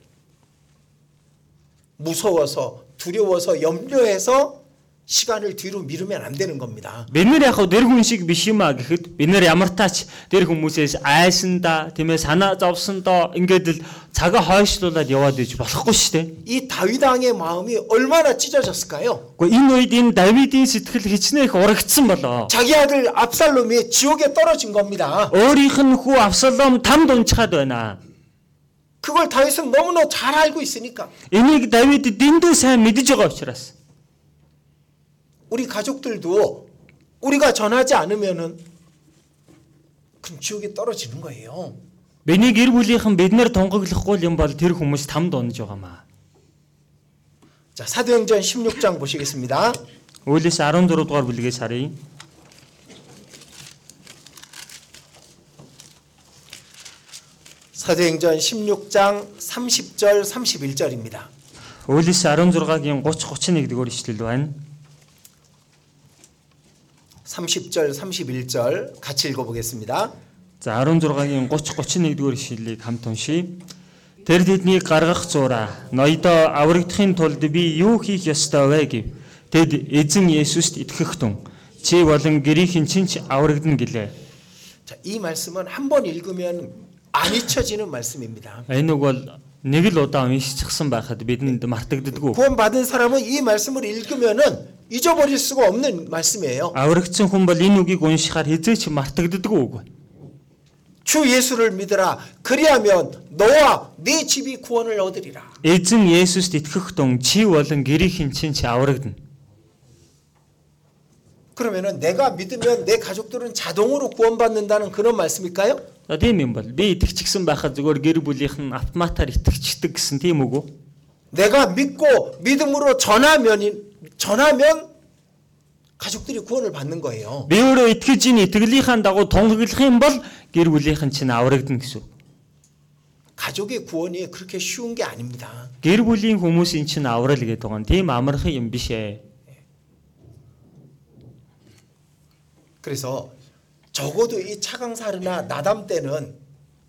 무서워서 두려워서 염려해서 시간을 뒤로 미루면 안 되는 겁니다. Бид нэр яг хав тэр хүн шиг биш юм а гэхэд бид нэр ямар тач тэр хүмүүсээс айсандаа тийм ээ санаа зовсондоо ингээд л цагаа хойшлуулад яваад иж болохгүй шүү дээ. 이 다윗 왕의 마음이 얼마나 찢어졌을까요? Гэхдээ энэ үед энэ Давидын сэтгэл хичнээх урагдсан болоо. 자기 아들 압살롬이 지옥에 떨어진 겁니다. Өөрийнх нь хүү Авсалом тамд унчхаад байна. 그걸 다윗은 너무나 잘 알고 있으니까 Энийг Давид дэндүү сайн мэдэж байгаа учраас 우리 가족들도 우리가 전하지 않으면은 그럼 지옥에 떨어지는 거예요. Биний гэр бүлийнхэн бид нэр тунгаглахгүй юм бол тэр хүмүүс тамд унаж байгаамаа. 자, 사도행전 16장 보시겠습니다. Үйлс 16 дугаар бүлгээс харъя. 사도행전 16장 30절 31절입니다. Үйлс 16-гийн 30 31-р ишлэл байна. 30절 31절 같이 읽어보겠습니다. За 16-гийн 30 31-р ишлэлийг хамт уншийе. Тэр тэднийг гаргах зуураа ноёдоо аврагдахын тулд би юу хийх ёстой вэ гэв. Тэд эзэн Есүст итгэх тун. Чи болон гэрийнхэн чинь ч аврагдана гэлээ. 자, 이 말씀은 한 번 읽으면 안 잊혀지는 말씀입니다. Энэ үг бол нэг л удаа уншчихсан байхад бидэнд мартагддаггүй. 구원받은 사람은 이 말씀을 읽으면은 잊어버릴 수가 없는 말씀이에요. Аврагдсан хүн бол энэ үгийг уншихаар хизээч мартагддаггүй үг байна. 주 예수를 믿으라. 그리하면 너와 네 집이 구원을 얻으리라. Эзэн Есүст итгэх тун чи болон гэрийнхэн чинь ч аврагдана. 그러면은 내가 믿으면 내 가족들은 자동으로 구원받는다는 그런 말씀일까요? За тийм юм бол би итгэчихсэн байхад зүгээр гэр бүлийнх нь автоматар итгэчихдэг гэсэн тийм үг үү? 내가 믿고 믿음으로 전하면 전하면 가족들이 구원을 받는 거예요. Би өөрөө итгэж ийн итгэлийнхаа дагуу тунхаглах юм бол гэр бүлийнх нь чинь аврагдана гэсэн. үг. 가족의 구원이 그렇게 쉬운 게 아닙니다. Гэр бүлийн хүмүүсийн чинь аврал гэдэг байгаа нь тийм амархан юм биш ээ. 그래서 적어도 이 차강사르나 나담 때는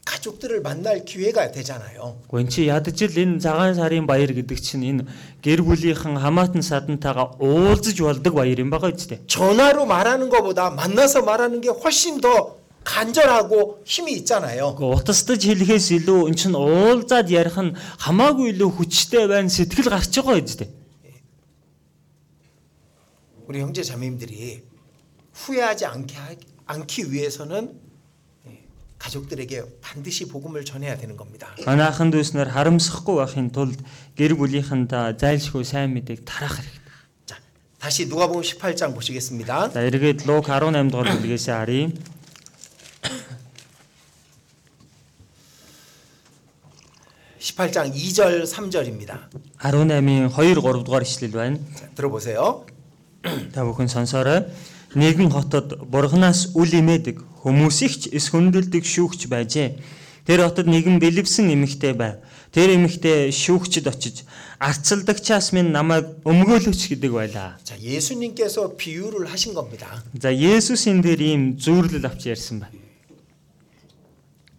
가족들을 만날 기회가 되잖아요. Гүн чи ядаж л энэ цагаан сарын баяр гэдэг чинь энэ гэр бүлийнхэн хамаатан садантайгаа уулзаж болдог баяр юм байгаа үст дээ. 전화로 말하는 것보다 만나서 말하는 게 훨씬 더 간절하고 힘이 있잖아요. Гэхдээ утасдаж хэлэхээс илүү эн чинь уулзаад ярих нь хамаагүй илүү хүчтэй байна сэтгэл гарч байгаа үст дээ. 우리 형제 자매님들이 후회하지 않게 하- 않기 위해서는 예, 가족들에게 반드시 복음을 전해야 되는 겁니다. Манайхан дүүснэр харамсахгүй байхын тулд гэр бүлийнхэнтэй зайлшгүй сайн мэдээг тараах хэрэгтэй. 자, 다시 누가복음 18장 보시겠습니다. За эргээд Лук 18 дугаар бүлгээс харъя. 자, 18장 2절 3절입니다. 18-ийн 2 3 дугаар ишлэл байна. 들어보세요. Та бүхэн сонсоорой. Нэгэн хотод бурхнаас үл имээдэг хүмүүс ихч эс хөндлөлдөг шүүгч байжээ. Тэр хотод нэгэн бэлэвсэн эмэгтэй байв. Тэр эмэгтэй шүүгчд очиж арцалдагчаас минь намайг өмгөөлөч гэдэг байлаа. 자, 예수님께서 비유를 하신 겁니다. За Есүс энэ дээр ийм зүйрлэл авч ярьсан байна.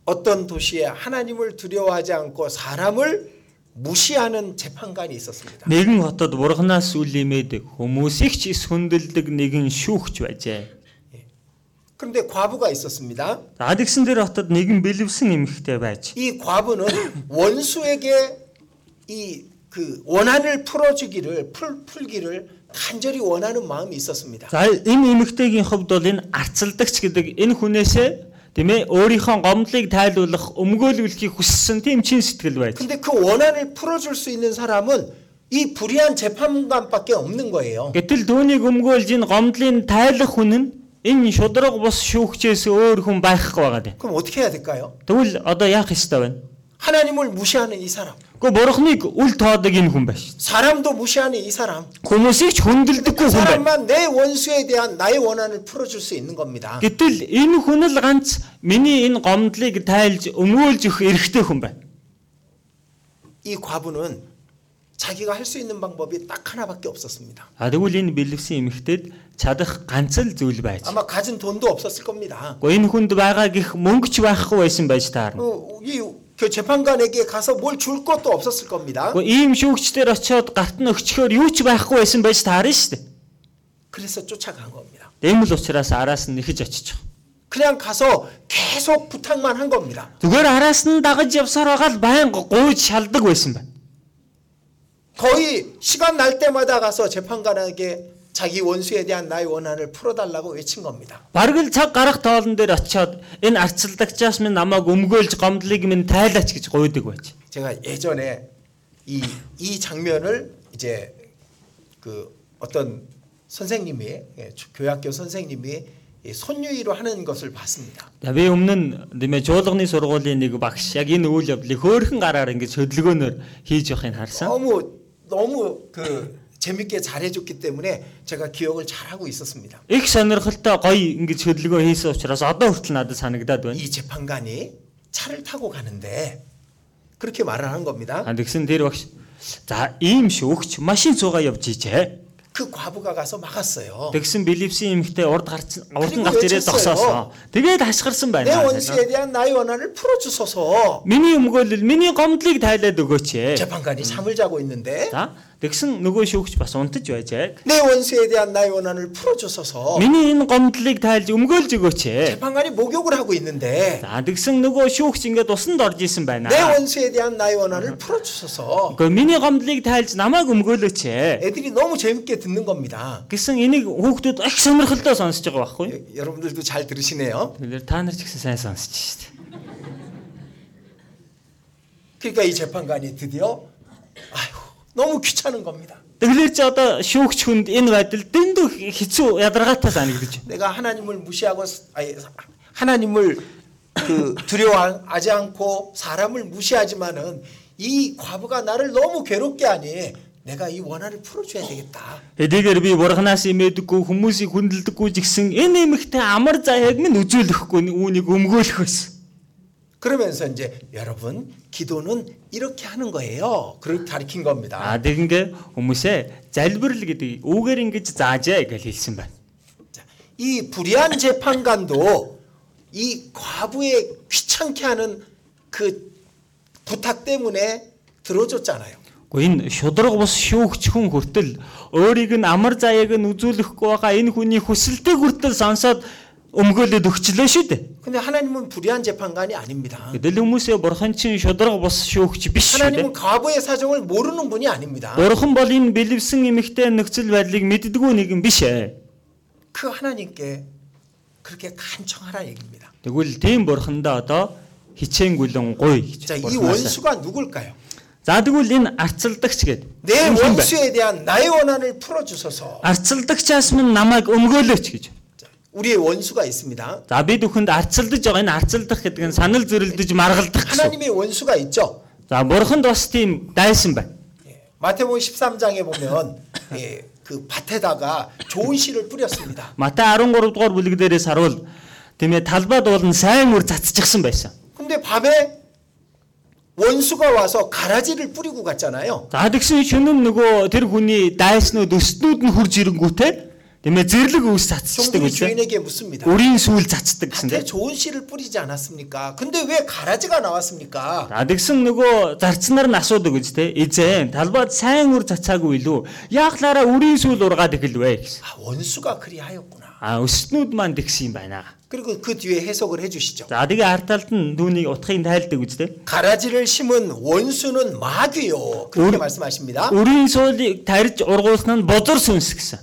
어떤 도시에 하나님을 두려워하지 않고 사람을 무시하는 재판관이 있었습니다. Нэгэн хотод бурхнаас үл имээдэг хүмүүс ихч эс хөндлөлдөг нэгэн шүүгч байжээ. 그런데 과부가 있었습니다. За тэгсэн тэр хотод нэгэн бэлэвсэн эмэгтэй байж 이 과부는 원수에게 이 그 원한을 풀어주기를 풀, 풀기를 간절히 원하는 마음이 있었습니다. За энэ эмэгтэйгийн хувьд бол энэ арцалдагч гэдэг энэ хүнээсээ тийм ээ өөрийнхөө гомдлыг тайлуулах, өмгөөлүүлэхийг хүссэн тийм чин сэтгэл байж. 근데 그 원한을 풀어줄 수 있는 사람은 이 불의한 재판관밖에 없는 거예요. Гэтэл түүнийг өмгөөлж энэ гомдлын тайлах хүн нь энэ шудраг бус шүүгчээс өөр хүн байхгүй байгаа дээ. 그럼 어떻게 해야 될까요? Тэгвэл одоо яах ёстой вэ? 하나님을 무시하는 이 사람, Гэхдээ бурхныг үл тоодог энэ хүн байж. 사람도 무시하는 이 사람, 그 Хүмүүсийг ч хүндэлдэггүй хүн 사람만 байна. 내 원수에 대한 나의 원한을 풀어줄 수 있는 겁니다. Гэтэл энэ хүн л ганц миний энэ гомдлыг тайлж өмгөөлж өгөх эрхтэй хүн байна. 이 과부는 자기가 할 수 있는 방법이 딱 하나밖에 없었습니다. А тэгвэл энэ бэлэвсэн эмэгтэд чадах ганц л зүйл байж. 아마 가진 돈도 없었을 겁니다. Гэхдээ энэ хүнд байгаа гих мөнгөч байхгүй байсан байж таарна. 어, 이, 그 재판관에게 가서 뭘 줄 것도 없었을 겁니다. Гэхдээ ийм шүүгчдэр очиод гарт нь өчгөхөөр юу ч байхгүй байсан байж таарна шүү дээ. 그래서 쫓아간 겁니다. Дэмэл учраас араас нь нэхэж очиж. 그냥 가서 계속 부탁만 한 겁니다. Зүгээр араас нь дагаж явсаар байгаа л байнга гууж шалдаг байсан байна. 거의 시간 날 때마다 가서 재판관에게 자기 원수에 대한 나의 원한을 풀어달라고 외친 겁니다. Бараг л цаг гарах тоолн дээр очиод энэ арцалдагчаас минь намайг өмгөөлж гомдлыг минь тайлаач гэж гуйдаг байж. 제가 예전에 이, 이 장면을 이제 그 어떤 선생님이 예, 주- 교학교 선생님이 이 손유의로 하는 것을 봤습니다. За би өмнө нь нэмэ чуулганы сургуулийн нэг багш яг энэ үйл явдлыг хөөрхөн гараар ингэж хөдөлгөөнөөр хийж явахыг харсан. 너무 너무 그 재밌게 잘해줬기 때문에 제가 기억을 잘하고 있었습니다. Их сонирхолтой гоё ингэж хөдөлгөөн хийсэн учраас одоо хүртэл надад санагдаад байна. 이 재판관이 차를 타고 가는데 그렇게 말을 한 겁니다. А тэгсэн тэр багш за ийм ш өгч машин цуугаа явж ижээ. 그 과부가 가서 막았어요. Тэгсэн Билипсийн эмэгтэй урд гарц урд нь Тэрийг гарч ирээд өчилсөн. зогсоосон. Тэгээд хашгирсан 내 байна. 원수에 대한 나의 원한을 풀어주소서. Миний өмгөөлөл миний гомдлыг тайлаад өгөөч. ээ. 재판관이 잠을 자고 있는데 За тэгсэн нөгөө шүүгч бас унтаж байжээ. 내 원수에 대한 나의 원한을 풀어주소서. Миний энэ гомдлыг тайлж өмгөөлж өгөөч. ээ. 재판관이 목욕을 하고 있는데 За тэгсэн нөгөө шүүгч ингээд усанд орж исэн байна. 내 원수에 대한 나의 원한을 풀어주소서. Гэхдээ миний гомдлыг тайлж намайг өмгөөлөөч. ээ. 애들이 너무 재밌게 듣는 겁니다. Гэсэн энийг хүүхдүүд их сонирхолтой сонсож байгаа байхгүй. 예, 여러분들도 잘 들으시네요. Тэгвэл та нар ч гэсэн сайн сонсож штэ. 그러니까 이 재판관이 드디어 아휴 너무 귀찮은 겁니다. Тэгэлэр чи одоо шүүгч хүнд энэ байдал дэндүү хэцүү ядаргаатай санагдаж байна. 내가 하나님을 무시하고 아니, 하나님을 그 두려워하지 않고 사람을 무시하지만은 이 과부가 나를 너무 괴롭게 하니 내가 이 원한을 풀어줘야 되겠다. Эдгээр би бурхнаас имээдэггүй хүмүүсийг хүндэлдэггүй ч гэсэн энэ эмэгтэй амар заяаг минь үзүүлэхгүй үүнийг өмгөөлөх байсан. 그러면서 이제 여러분 기도는 이렇게 하는 거예요. 그렇게 가르친 겁니다. Аа тэгингээ хүмүүсээ залбирал гэдэг үүгээр ингэж заажээ гэж хэлсэн байна. 자, 이 불의한 재판관도 이 과부의 귀찮게 하는 그 부탁 때문에 들어줬잖아요. Гэхдээ энэ шудраг бус шүүгч хүн хүртэл өөрийг нь амар заяаг нь үзүүлэхгүй байгаа энэ хүний хүсэлтийг хүртэл сонсоод өмгөөлөд өгчлөө шүү дээ. 근데 하나님은 불의한 재판관이 아닙니다. Гэтэл хүмүүсээ бурхан чинь шудраг бус шүүгч биш шүү 하나님은 дээ. 과부의 사정을 모르는 분이 아닙니다. Бурхан бол энэ бэлэвсэн эмэгтэй нөхцөл байдлыг мэддгүү нэгэн биш ээ. 그 하나님께 그렇게 간청하라 얘기입니다. Тэгвэл тийм бурхандаа одоо хичээнгүлэн гуй гэж 자, 이 бурханаас. 원수가 누굴까요? За тэгвэл энэ арцалдагч гээд. 내 원수에 대한 나의 원한을 풀어주소서. Арцалдагчаас минь намайг өмгөөлөөч гэж. 자, 우리의 원수가 있습니다. За бид бүхэнд арцалдаж байгаа энэ арцалдах гэдэг нь санал зөрөлдөж маргалдах гэсэн. 하나님의 원수가 있죠. За бурханд бас тийм дайсан байна. 예, 마태복음 13장에 보면 예, 그 밭에다가 좋은 씨를 뿌렸습니다. Матай 13 дугаар бүлэг дээрээс харуул тийм ээ талбайд уулын сайн үр цацчихсан байсан. 근데 밤에 원수가 와서 가라지를 뿌리고 갔잖아요. За тэгсэн шөнө нөгөө тэр хүний дайснууд өснүүд нь хурж ирэнгүүтэй тийм ээ зэрлэг үс 종들이 цацчихдаг гэж байна. 주인에게 묻습니다. үрийн сүүл цацдаг гэсэн 밭에 тийм. 좋은 씨를 뿌리지 않았습니까? 근데 왜 가라지가 나왔습니까? За тэгсэн нөгөө зарцнаар нь асуудаг үз тийм. Эзэн талбайд сайн үр цацаагүй илүү. Яахлаараа үрийн сүүл ургаад эхэлвэ гэсэн. 아, 원수가 그리하였구나. А өснүүд маань тэгсэн юм байна. 그리고 그 뒤에 해석을 해주시죠. За тэгээ ард талд нь түүний утгыг тайлдаг үз тийм. 가라지를 심은 원수는 마귀요. 그렇게 음. 말씀하십니다. Үрийн суулыг тарьж ургуулсан нь бузар сүнс гэсэн.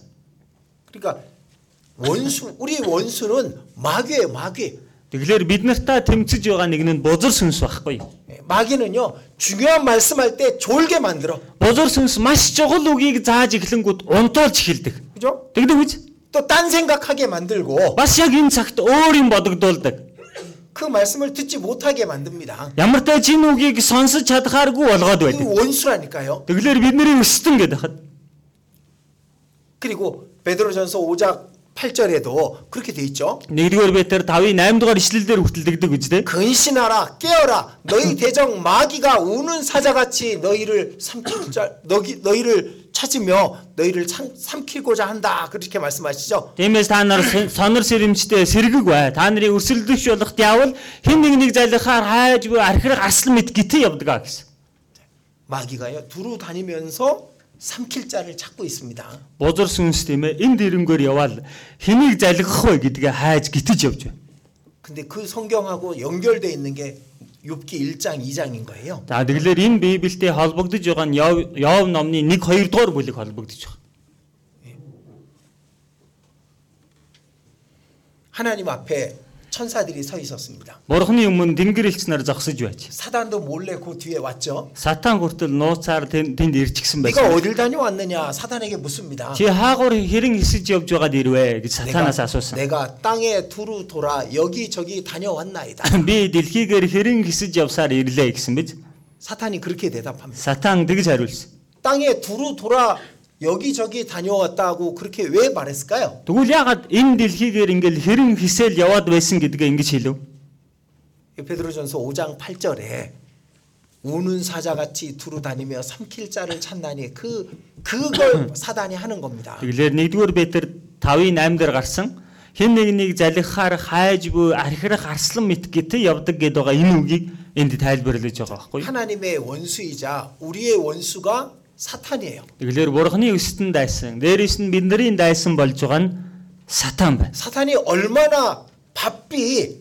그러니까 원수, 우리 원수는 마귀예요, 마귀. Тэгэлэр бид нартаа тэмцэж байгаа нэг нь бузар сүнс байхгүй. 예, 마귀는요 중요한 말씀할 때 졸게 만들어, Бузар сүнс маш чухал үгийг зааж эхлэнгүүт унтуулж эхэлдэг. 그죠? Тэгдэг үз? 또 딴 생각하게 만들고 Бас яг энэ цагт өөр юм бодогдуулдаг. 그 말씀을 듣지 못하게 만듭니다. Ямар тач энэ үгийг сонсож чадхааргүй болгоод 그 байдаг. 원수라니까요. Тэгэлэр бидний өстөн гэдэг хад. 그리고 베드로전서 5장 8절에도 그렇게 돼 있죠. 1-р Петр 5-ийн 8 дугаар ишлэлээр хүртэлдэгдэг гэж дээ. 근신하라 깨어라 너희 대적 마귀가 우는 사자같이 너희를 삼킬자 너기, 너희를 찾으며 너희를 참, 삼키고자 한다 그렇게 말씀하시죠. Тиймээс та нар сэн- сонор сэрэмжтэй сэргэг бай. Та нарын өрсөлдөгч болох диавол хэн нэг нэг залхаар хайж буй архирах аслан мэд гитэ явдаг аа гэсэн. 마귀가요 두루 다니면서 삼킬 자를 찾고 있습니다. Бузар сүнс тийм ээ энэ дэрэмгээр яваал хэнийг залгах вэ гэдгээ хайж гитэж явж байна. 근데 그 성경하고 연결돼 있는 게 욥기 1장 2장인 거예요. За тэгэлэр энэ Библиэтэй холбогдож байгаа нь Йов Йов номны 1 2 дугаар бүлэг холбогдож байгаа. 하나님 앞에 천사들이 서 있었습니다. Бурхны өмнө тэнгэр элчнэр зогсож байж. 사단도 몰래 그 뒤에 왔죠. Сатан хүртэл нууцаар тэн- тэнд ирчихсэн 네가 байсан. 어딜 다녀왔느냐 사단에게 묻습니다. Чи хаагур хэрэн эсэж явж байгаад ирвэ гэж 내가, сатанаас асуусан. 내가 땅에 두루 돌아 여기저기 다녀왔나이다. Би дэлхийгээр хэрэн эсэж явсаар ирлээ гэсэн биз? 사탄이 그렇게 대답합니다. Сатан тэгж хариулсан. 땅에 두루 돌아 여기저기 다녀왔다고 그렇게 왜 말했을까요? Тэгвэл ягаад энэ дэлхийгээр ингээл хэрэн хисэл яваад байсан гэдгээ ингэж хэлв? 베드로전서 5장 8절에 우는 사자같이 두루 다니며 삼킬 자를 찾나니 그 그걸 사단이 하는 겁니다. Тэгэлэр 1-р Петр 5:8 дээр гарсан хэн нэгнийг залхихаар хайж буй архирах арслан мэт гэтэ явдаг гэдээ байгаа энэ үгийг энд тайлбарлаж байгаа байхгүй. юу? 하나님의 원수이자 우리의 원수가 사탄이에요. Тэгэлэр бурхны өстөнд дайсан. Дээрээс нь бидний дайсан болж байгаа нь сатан байна. 사탄이 얼마나 바삐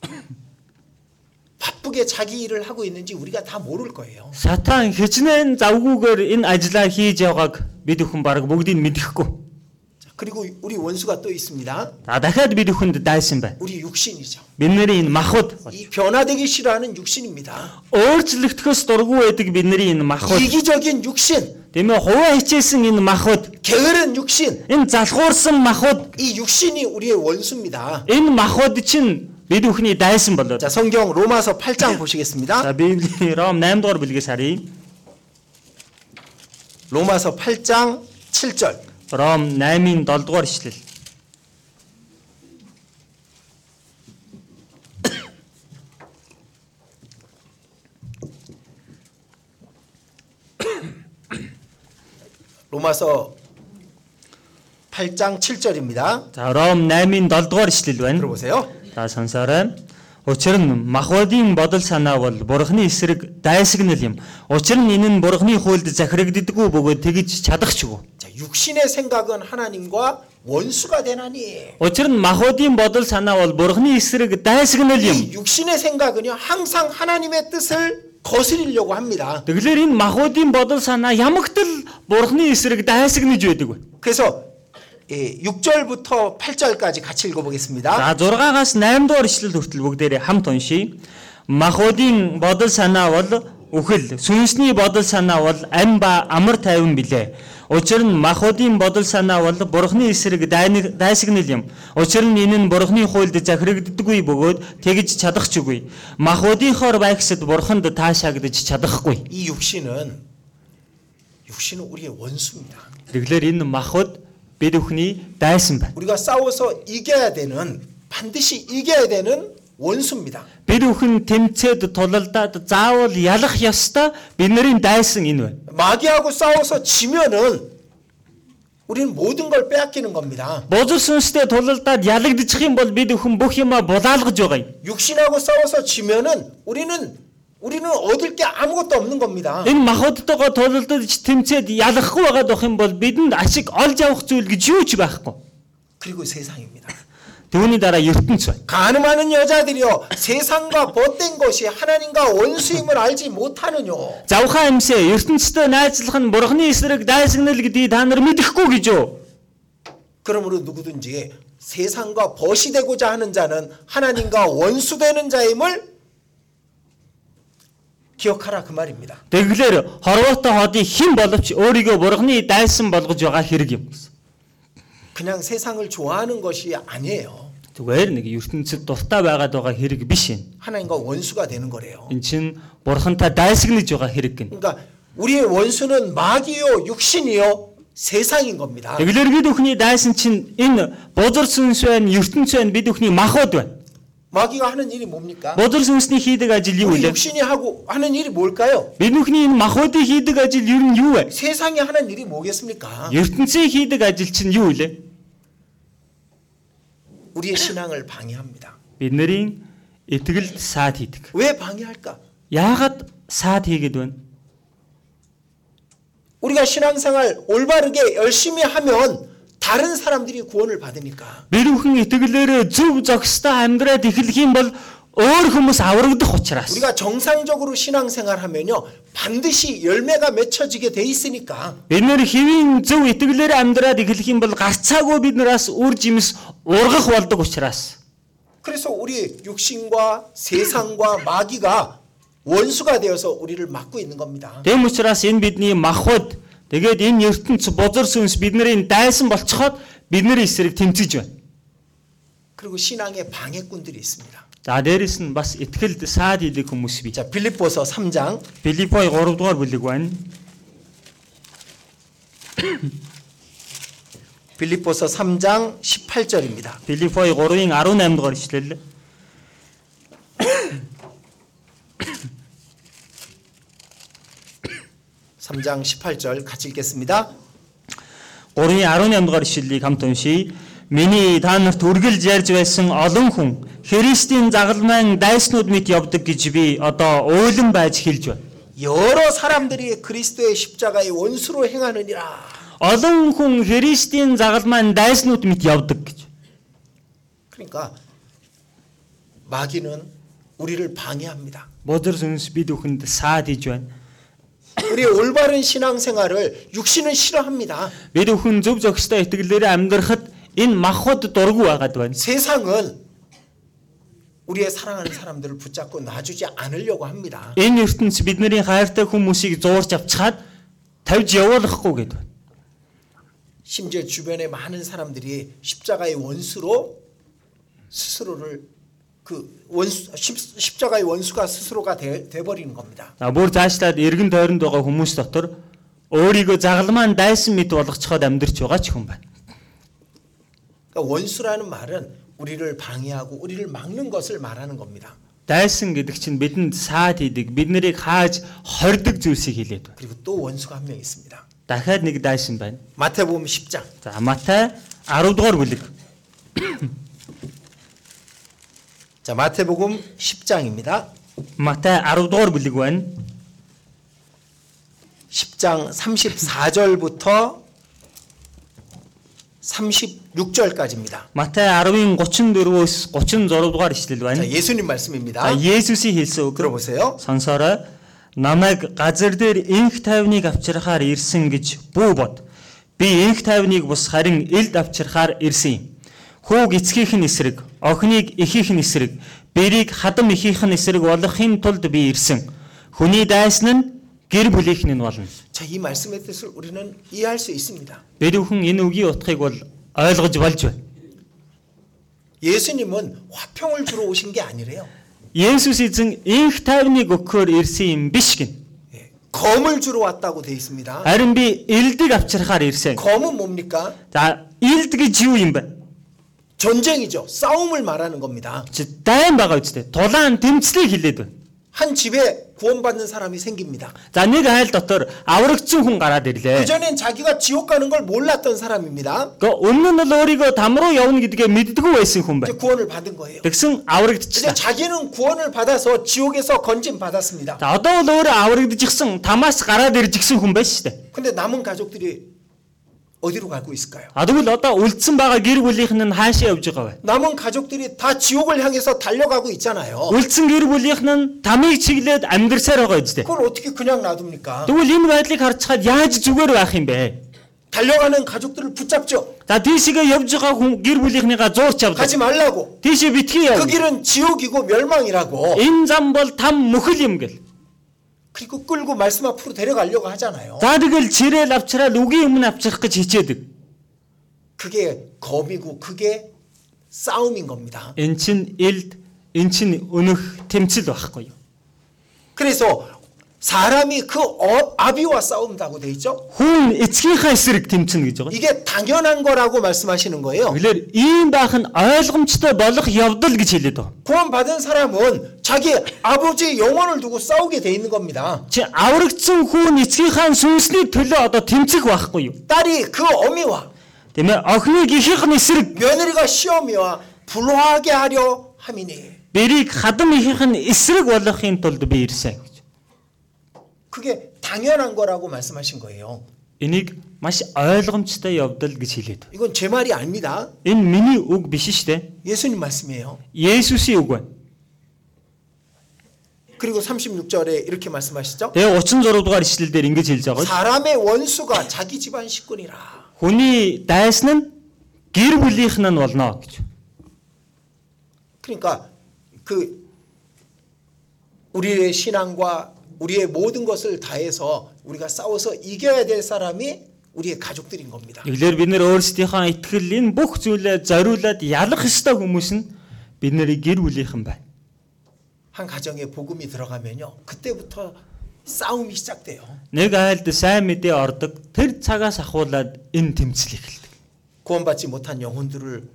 바쁘게 자기 일을 하고 있는지 우리가 다 모를 거예요. Сатан хичнээн завгүйгээр энэ ажлаа хийж байгааг бид бүхэн баг бүгдийг мэдэхгүй. 자, 그리고 우리 원수가 또 있습니다. За дахиад бид бүхэнд дайсан байна. 우리 육신이죠. Бидний энэ махуд 이 변화되기 싫어하는 육신입니다. 아, өөрчлөгдөхөс дургүй байдаг бидний энэ махуд 이기적인 육신, тэмээ хуваа хичээсэн энэ махуд 게으른 육신, энэ залхуурсан махуд 이 육신이 우리의 원수입니다. энэ махуд чинь бид бүхний дайсан болоод 자, 성경 로마서 8장 보시겠습니다. за библийн ром 8 дугаар бүлгээс харъя 로마서 8장 7절. ром 8-ын 7 дугаар ишлэл 로마서 8장 7절입니다. за ром 8-ын 7 дугаар ишлэл байна 들어보세요. за сонсоорой Учир нь махвадын бодол санаа бол бурхны эсрэг дайсагнал юм. Учир нь энэ нь бурхны хуульд захирагддаггүй бөгөөд тэгж чадахчгүй. 자, 육신의 생각은 하나님과 원수가 되나니. Учир нь махвадын бодол санаа бол бурхны эсрэг дайсагнал юм. 이 육신의 생각은요, 항상 하나님의 뜻을 거스리려고 합니다. Тэгэлэр энэ махуудын бодол санаа ямагт л бурхны эсрэг дайсагнаж байдаг вэ? 그래서 6절부터 8절까지 같이 읽어보겠습니다. За 6-аас 8 дугаар ишлэл хүртэл бүгдээрээ хамт уншийе. Махуудын бодол санаа бол үхэл, сүнсний бодол санаа бол ам ба амар тайван билээ. Учир нь махуудын бодол санаа бол бурхны эсрэг дайны- дайсагнал юм. Учир нь энэ нь бурхны хуульд захирагддаггүй бөгөөд тэгж чадахчгүй. Махуудынхоор байхсад бурханд таашаагдж чадахгүй. 이 육신은 육신은 우리의 원수입니다. Тэгэлэр энэ махуд бид бүхний дайсан байна. 우리가 싸워서 이겨야 되는 반드시 이겨야 되는 원수입니다. Бид бүхэн тэмцээд тулалдаад заавал ялах ёстой бид нарын дайсан энэ байна. 마귀하고 싸워서 지면은 우리는 모든 걸 빼앗기는 겁니다. Бузар сүнстэй тулалдаад ялагдчих юм бол бид бүхэн бүх юмаа булаалгаж байгаа юм. 육신하고 싸워서 지면은 우리는 우리는 얻을 게 아무것도 없는 겁니다. Энэ махуудтайгаа тулалдаж тэмцээд ялахгүй байгаад бох юм бол бидэнд ашиг олж авах зүйл гэж юу ч байхгүй. 그리고 세상입니다. Түүний дараа ертөнц байна. 가늠하는 여자들이여 세상과 벗된 것이 하나님과 원수임을 알지 못하느뇨. Завхаа эмсээ ертөнцтэй найзлах нь бурхны эсрэг дайсагнал гэдгийг та нар мэдэхгүй гэж юу? 그러므로 누구든지 세상과 벗이 되고자 하는 자는 하나님과 원수 되는 자임을 기억하라 그 말입니다. Тэглэр хорвоотой хоодын хэн боловч өөрийгөө бурхны дайсан болгож байгаа хэрэг юм. 그냥 세상을 좋아하는 것이 아니에요. Зүгээр нэг ертөнцид дуртай байгаад байгаа хэрэг биш энэ. 하나님과 원수가 되는 거래요. Энд чинь бурхантай дайсагнаж байгаа хэрэг гэнэ. 그러니까 우리의 원수는 마귀요 육신이요 세상인 겁니다. Тэгэлэр бид бүхний дайсан чинь энэ бузар сүнс байна, ертөнц байна, бид бүхний махуд байна. 마귀가 하는 일이 뭡니까? Бузар сүнсний хийдэг ажил юу 우리 вэ? 육신이 하고 하는 일이 뭘까요? Бид бүхний энэ махуудын хийдэг ажил ер нь юу вэ? 세상이 하는 일이 뭐겠습니까? 예. ертөнцийн хийдэг ажил чинь юу вэ? 우리의 신앙을 방해합니다. Бид нарын итгэлд саад хийдэг. 왜 방해할까? Яагаад саад хийгээд байна? 우리가 신앙생활 올바르게 열심히 하면 다른 사람들이 구원을 받으니까. Бид бүхэн итгэлээр зөв зохистой амьдраад эхлэх юм бол өөр хүмүүс аврагдах учраас 우리가 정상적으로 신앙생활 하면요. 반드시 열매가 맺혀지게 돼 있으니까. бид нэр хэвийн зөв итгэлээр амьдраад эхлэх юм бол гарцаагүй биднээс үр жимс ургах болдог учраас 그래서 우리 육신과 세상과 마귀가 원수가 되어서 우리를 막고 있는 겁니다. Тэм учраас энэ бидний махвад тэгээд энэ ертөнц бузар сүнс бидний дайсан болцоход бидний эсрэг тэмцэж байна. 그리고 신앙의 방해꾼들이 있습니다. За дээрэс нь бас ихтгэлд саад хийдэг хүмүүс бий. 자, 빌립보서 3장 Филиппой 3 дугаар бүлэг байна. 빌립보서 3장 18절입니다. Филиппой 3-ын 18 дугаар ишлэл. 3장 18절 같이 읽겠습니다. 3:18 дугаар ишлэлийг хамт уншийе. Миний та нарт үргэлж ярьж байсан олон хүн Христийн загалмайн дайснууд мэт явдаг гэж би одоо уйлан байж хэлж байна. 여러 사람들이 그리스도의 십자가의 원수로 행하느니라. Олон хүн Христийн загалмайн дайснууд мэт явдаг гэж. 그러니까 마귀는 우리를 방해합니다. Бодор сүнс бид бүхэнд саад хийж байна. 우리의 올바른 신앙생활을 육신은 싫어합니다. Бид бүхэн зөв зөвхөстэй итгэлээр амьдрахад энэ махуд дургу байгаад байна. 세상은 우리의 사랑하는 사람들을 붙잡고 놔주지 않으려고 합니다. Энэ ертөнц бидний хайртай хүмүүсийг зуурч авчихад тавьж явуулахгүй гэдэг байна. 심지어 주변에 많은 사람들이 십자가의 원수로 스스로를 그 원수 십, 십자가의 원수가 스스로가 돼, 돼버리는 겁니다. За бүр цаашлаад эргэн тойронд байгаа хүмүүс дотор өөрийгөө загалмаан дайсан мэт болгоцоход амьдрч байгаа ч хүн байна. 그러니까 원수라는 말은 우리를 방해하고 우리를 막는 것을 말하는 겁니다. Дайсан гэдэг чинь бидэнд саад хийдэг, бид нарыг хааж хордог зүйлсийг хэлээд байна. 그리고 또 원수가 한 명 있습니다. Дахиад нэг дайсан байна. 마태복음 10장 За Матай 10 дугаар бүлэг. 자 마태복음 10장입니다. Матай 10 дугаар бүлэг байна. 10장 34절부터 36절까지입니다. Матай 10-ын 34-өөс 36 дугаар ишлэл байна. 자 예수님 말씀입니다. За Есүсийн хэлсэн үг 들어보세요. сонсороо намайг газар дээр инх тайвныг авчирхаар ирсэн гэж бүү бод. Би инх тайвныг бус харин элд авчирхаар ирсэн юм. Хүүг эцгийнх нь эсрэг, охиныг эхийнх нь эсрэг, бэрийг хадам эхийнх нь эсрэг болохын тулд би ирсэн. Хүний дайсан нь гэр бүлийнх нь болно. 자이 말씀의 뜻을 우리는 이해할 수 있습니다. Бид бүхэн энэ үгийн утгыг бол ойлгож болж байна. 예수님은 화평을 주러 오신 게 아니래요. Есүс эзэн инх тайвныг өгөхөөр ирсэн юм биш гин. 예, 검을 주러 왔다고 돼 있습니다. Харин би элдэг авчирхаар ирсэн. 검은 뭡니까? За элд гэж юу юм бэ? 전쟁이죠. 싸움을 말하는 겁니다. чи дайн байгаа үстэй. Тулаан тэмцлийг хилээд байна. 한 집에 구원받는 사람이 생깁니다. За нэг айл дотор аврагдсан хүн гараад ирлээ. 그전엔 자기가 지옥 가는 걸 몰랐던 사람입니다. Гэхдээ өмнө нь л өөрийгөө там руу явна гэдгээ мэддгүй байсан хүн 이제 байна. 구원을 받은 거예요. 이제 Тэгсэн аврагдчихлаа. 자기는 구원을 받아서 지옥에서 건짐 받았습니다. За одоо бол өөрөө аврагдчихсан, тамаас гараад ирж гисэн хүн байна шүү дээ. 근데 남은 가족들이 어디로 가고 있을까요? А тэгвэл одоо үлдсэн байгаа гэр бүлийнх нь хаашаа явж байгаа вэ? 남은 가족들이 다 지옥을 향해서 달려가고 있잖아요. Үлдсэн гэр бүлийнх нь тамыг чиглээд амьдсаар байгаа үстэй. 그걸 어떻게 그냥 놔둡니까? Тэгвэл энэ байдлыг харцгаад яаж зүгээр байх юм бэ? 달려가는 가족들을 붙잡죠. За тийшгээ явж байгаа хүн гэр бүлийнхнийгаа зуурч авдаг. 가지 말라고. Тийшээ битгий яв. 그 길은 지옥이고 멸망이라고. Энэ зам бол там мөхөл юм гэл. 그리고 끌고 말씀 앞으로 데려가려고 하잖아요. За тэгэл чирээл авчраад үгийн өмнө авчрах гэж хичээдэг. 그게 검이고 그게 싸움인 겁니다. Эн чин элд, эн чин өнөх тэмцэл байхгүй юу? 그래서 사람이 그 어- 아비와 싸운다고 돼 있죠. Хүн эцгийнхаа эсрэг тэмцэнэ гэж байгаа. 이게 당연한 거라고 말씀하시는 거예요. Тэгэлэр ийм байх нь ойлгомжтой болох явдал гэж хэлээд байгаа. 구원받은 사람은 자기 아버지의 영혼을 두고 싸우게 돼 있는 겁니다. Чи аврагдсан хүн эцгийнхаа сүнсний төлөө одоо тэмцэх байхгүй юу? 딸이 그 어미와 Тийм ээ. Охиныг ихийнх нь эсрэг, 며느리가 시어미와 불화하게 하려 함이니 бэрийг хадам ихийнх нь эсрэг болохын тулд би ирсэн гэж. 그게 당연한 거라고 말씀하신 거예요. Энийг маш ойлгомжтой явдал гэж хэлээд байна. 이건 제 말이 아닙니다. Энэ миний үг биш шүү дээ. 예수님 말씀이에요. Есүсийн үг байна. 그리고 36절에 이렇게 말씀하시죠. Тэгээ 36 дугаар ишлэл дээр ингэж хэлж байгаа. 사람의 원수가 자기 집안 식구니라. Хүний дайсан нь гэр бүлийнх нь болно гэж. 그러니까 그 우리의 신앙과 우리의 모든 것을 다해서 우리가 싸워서 이겨야 될 사람이 우리의 가족들인 겁니다. Эглэр бид нэр өөрсдийнхөө итгэл энэ бүх зүйлээ зориулаад ялах ёстой хүмүүс нь бид нэрийг гэр бүлийнхэн байна. 한 가정에 복음이 들어가면요. 그때부터 싸움이 시작돼요. Нэг айлд сайн мэдээ ордог. Тэр цагаас ахуулаад энэ тэмцэл эхэлдэг. 구원받지 못한 영혼들을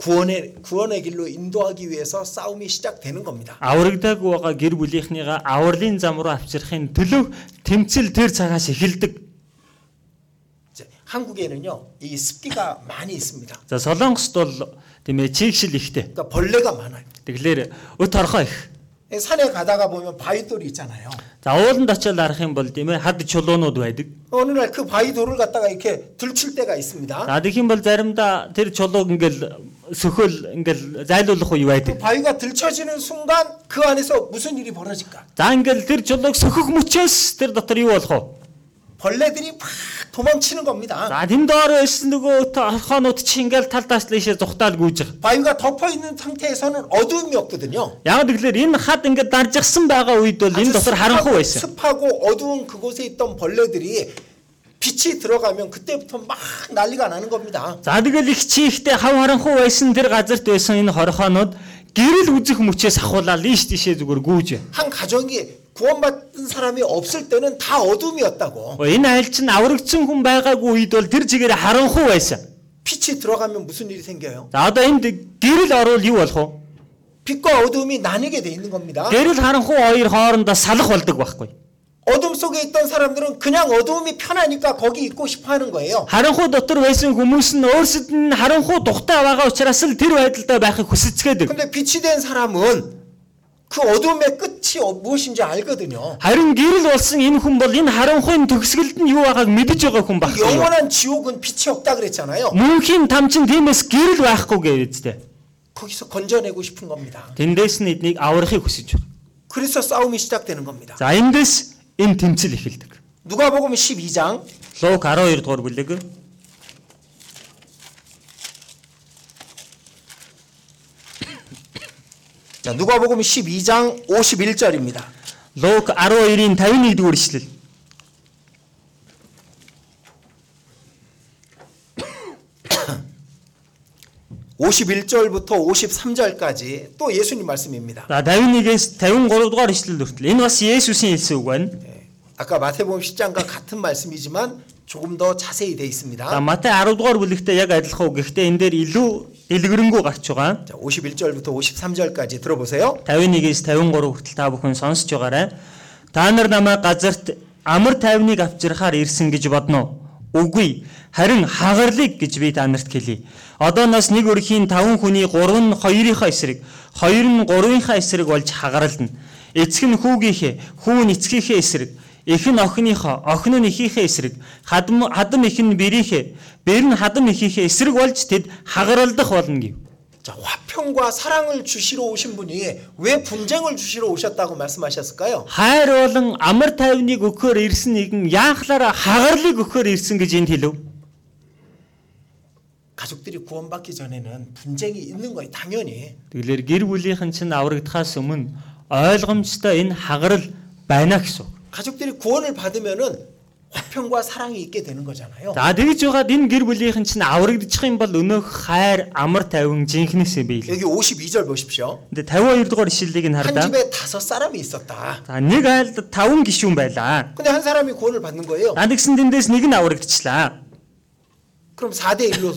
구원의 구원의 길로 인도하기 위해서 싸움이 시작되는 겁니다. аврагдаагүй байгаа гэр бүлийнхнийгаа авралын зам руу авчирхын төлөө тэмцэл тэр цагаас эхэлдэг. 이제 한국에는요 이 습기가 많이 있습니다. За Солонгост бол тийм ээ чигшил ихтэй. 그러니까 벌레가 많아요. Тэглээр өт орхоо их. 산에 가다가 보면 바위돌이 있잖아요. За ууланд очиад арах юм бол тийм ээ хад чулуунууд байдаг. 어느 날 그 바위돌을 갖다가 이렇게 들칠 때가 있습니다. За тэгэх юм бол заримдаа тэр чулууг ингээл сөхөл ингээл зайлуулах уу 그 юу байдаг. 바위가 들쳐지는 순간 그 안에서 무슨 일이 벌어질까? За ингээл тэр чулууг сөхөх мөчөөс тэр дотор юу болох вэ? 벌레들이 막 도망치는 겁니다. За тэм доор байсан нөгөө өт орхоонууд чи ингээл тал таслаашаа зүхтаал гүйж байгаа. 바위가 덮어 있는 상태에서는 어두움이 없거든요. Яг тэгэхээр энэ хад ингээд даржигсан байгаа үед бол 아주 энэ дотор харанхуй 습하고, байсан. 습하고 어두운 그곳에 있던 벌레들이 빛이 들어가면 그때부터 막 난리가 나는 겁니다. За тэгэл их чи ихтэй хав харанхуй байсан тэр газарт байсан энэ хорхоонууд гэрэл үзэх мөчөөс ахуулаад ийш тийшээ зүгээр гүйж. 한 가정이 구원받은 사람이 없을 때는 다 어둠이었다고. Энэ айл чинь аврагдсан хүн байгаагүй үед бол тэр чигээр харанхуй байсан. 빛이 들어가면 무슨 일이 생겨요? За одоо энд гэрэл орвол юу болох вэ? 빛과 어둠이 나뉘게 돼 있는 겁니다. Гэрэл харанхуй хоёр хоорондоо салах болдог байхгүй. 어둠 속에 있던 사람들은 그냥 어둠이 편하니까 거기 있고 싶어 하는 거예요. Харанхуй дотор байсан хүмүүс нь өөрсөд нь харанхуй духтаа байгаа учраас л тэр байдалтай байхыг хүсэцгээдэг. 근데 빛이 된 사람은 그 어둠의 끝이 어- 무엇인지 알거든요. Харин гэрэл болсон энэ хүн бол энэ харанхуйн төгсгөлд нь юу байгааг мэдэж байгаа хүн байхгүй. юу? 영원한 지옥은 빛이 없다 그랬잖아요. Мөнхийн там чинь тиймээс гэрэл байхгүй гэвэдтэй. 거기서 건져내고 싶은 겁니다. Тэндээс нь эднийг аврахыг хүсэж байна. 그래서 싸움이 시작되는 겁니다. За эндээс энэ тэмцэл эхэлдэг. 누가복음 12장 Лук 12 дугаар бүлэг. 자, 누가복음 12장 51절입니다. Лук 12-ийн 51 дугаар ишлэл. 오십일 절부터 오십삼 절까지또 예수님 말씀입니다. За 51-ээс 53 дугаар ишлэл хүртэл. Энэ бас Есүсийн хэлсэн үг байна. 예, 아까 마태복음 10장과 같은 말씀이지만 조금 더 자세히 돼 За 있습니다. Матай 10 дугаар бүлэгтээ яг адилхан үг. Гэхдээ энэ дээр илүү дэлгэрэнгүй гарч байгаа. 자, 51절부터 53절까지 들어보세요. 51-ээс 53 хүртэл та бүхэн сонсож байгаарай. Та нар намайг газарт амар тайвныг авчирхаар ирсэн гэж бодно уу? Үгүй, харин хагарлыг гэж би та нарт хэлье. Одоо нас нэг өрхийн 5 хүний 3 нь 2-ийнхаа эсрэг, 2 нь 3-ийнхаа эсрэг болж хагарална. Эцэг нь хүүгийнхээ, хүү нь эцгийнхээ эсрэг, эх нь охиныхоо, охин нь эхийнхээ эсрэг, хадам хадам эх нь бэрийнхээ, бэр нь хадам эхийнхээ эсрэг болж тэд хагаралдах болно гэв. 자, 화평과 사랑을 주시러 오신 분이 왜 분쟁을 주시러 오셨다고 말씀하셨을까요? Хайр болон амар тайвныг өгөхөөр ирсэн нэгэн яахлаараа хагарлыг өгөхөөр ирсэн гэж энд хэлв. 가족들이 구원받기 전에는 분쟁이 있는 거예요. 당연히. Тэгэлэр гэр бүлийнхэн чинь аврагдахаас өмнө ойлгомжтой энэ хагарл байна гэсэн. үг. 가족들이 구원을 받으면은 화평과 사랑이 있게 되는 거잖아요. За тэгж байгаад энэ гэр бүлийнхэн чинь аврагдчих юм бол өнөөх хайр амар тайван жинхнээсээ биелээ. 여기 52절 보십시오. Тэгээ 52 дугаар ишлэлийг нь 한 хардаа. 집에 다섯 사람이 있었다. За нэг айлд 5 гишүүн байлаа. 근데 한 사람이 구원을 받는 거예요. За тэгсэн тэндээс нэг нь аврагдчихлаа. 그럼 4대 1로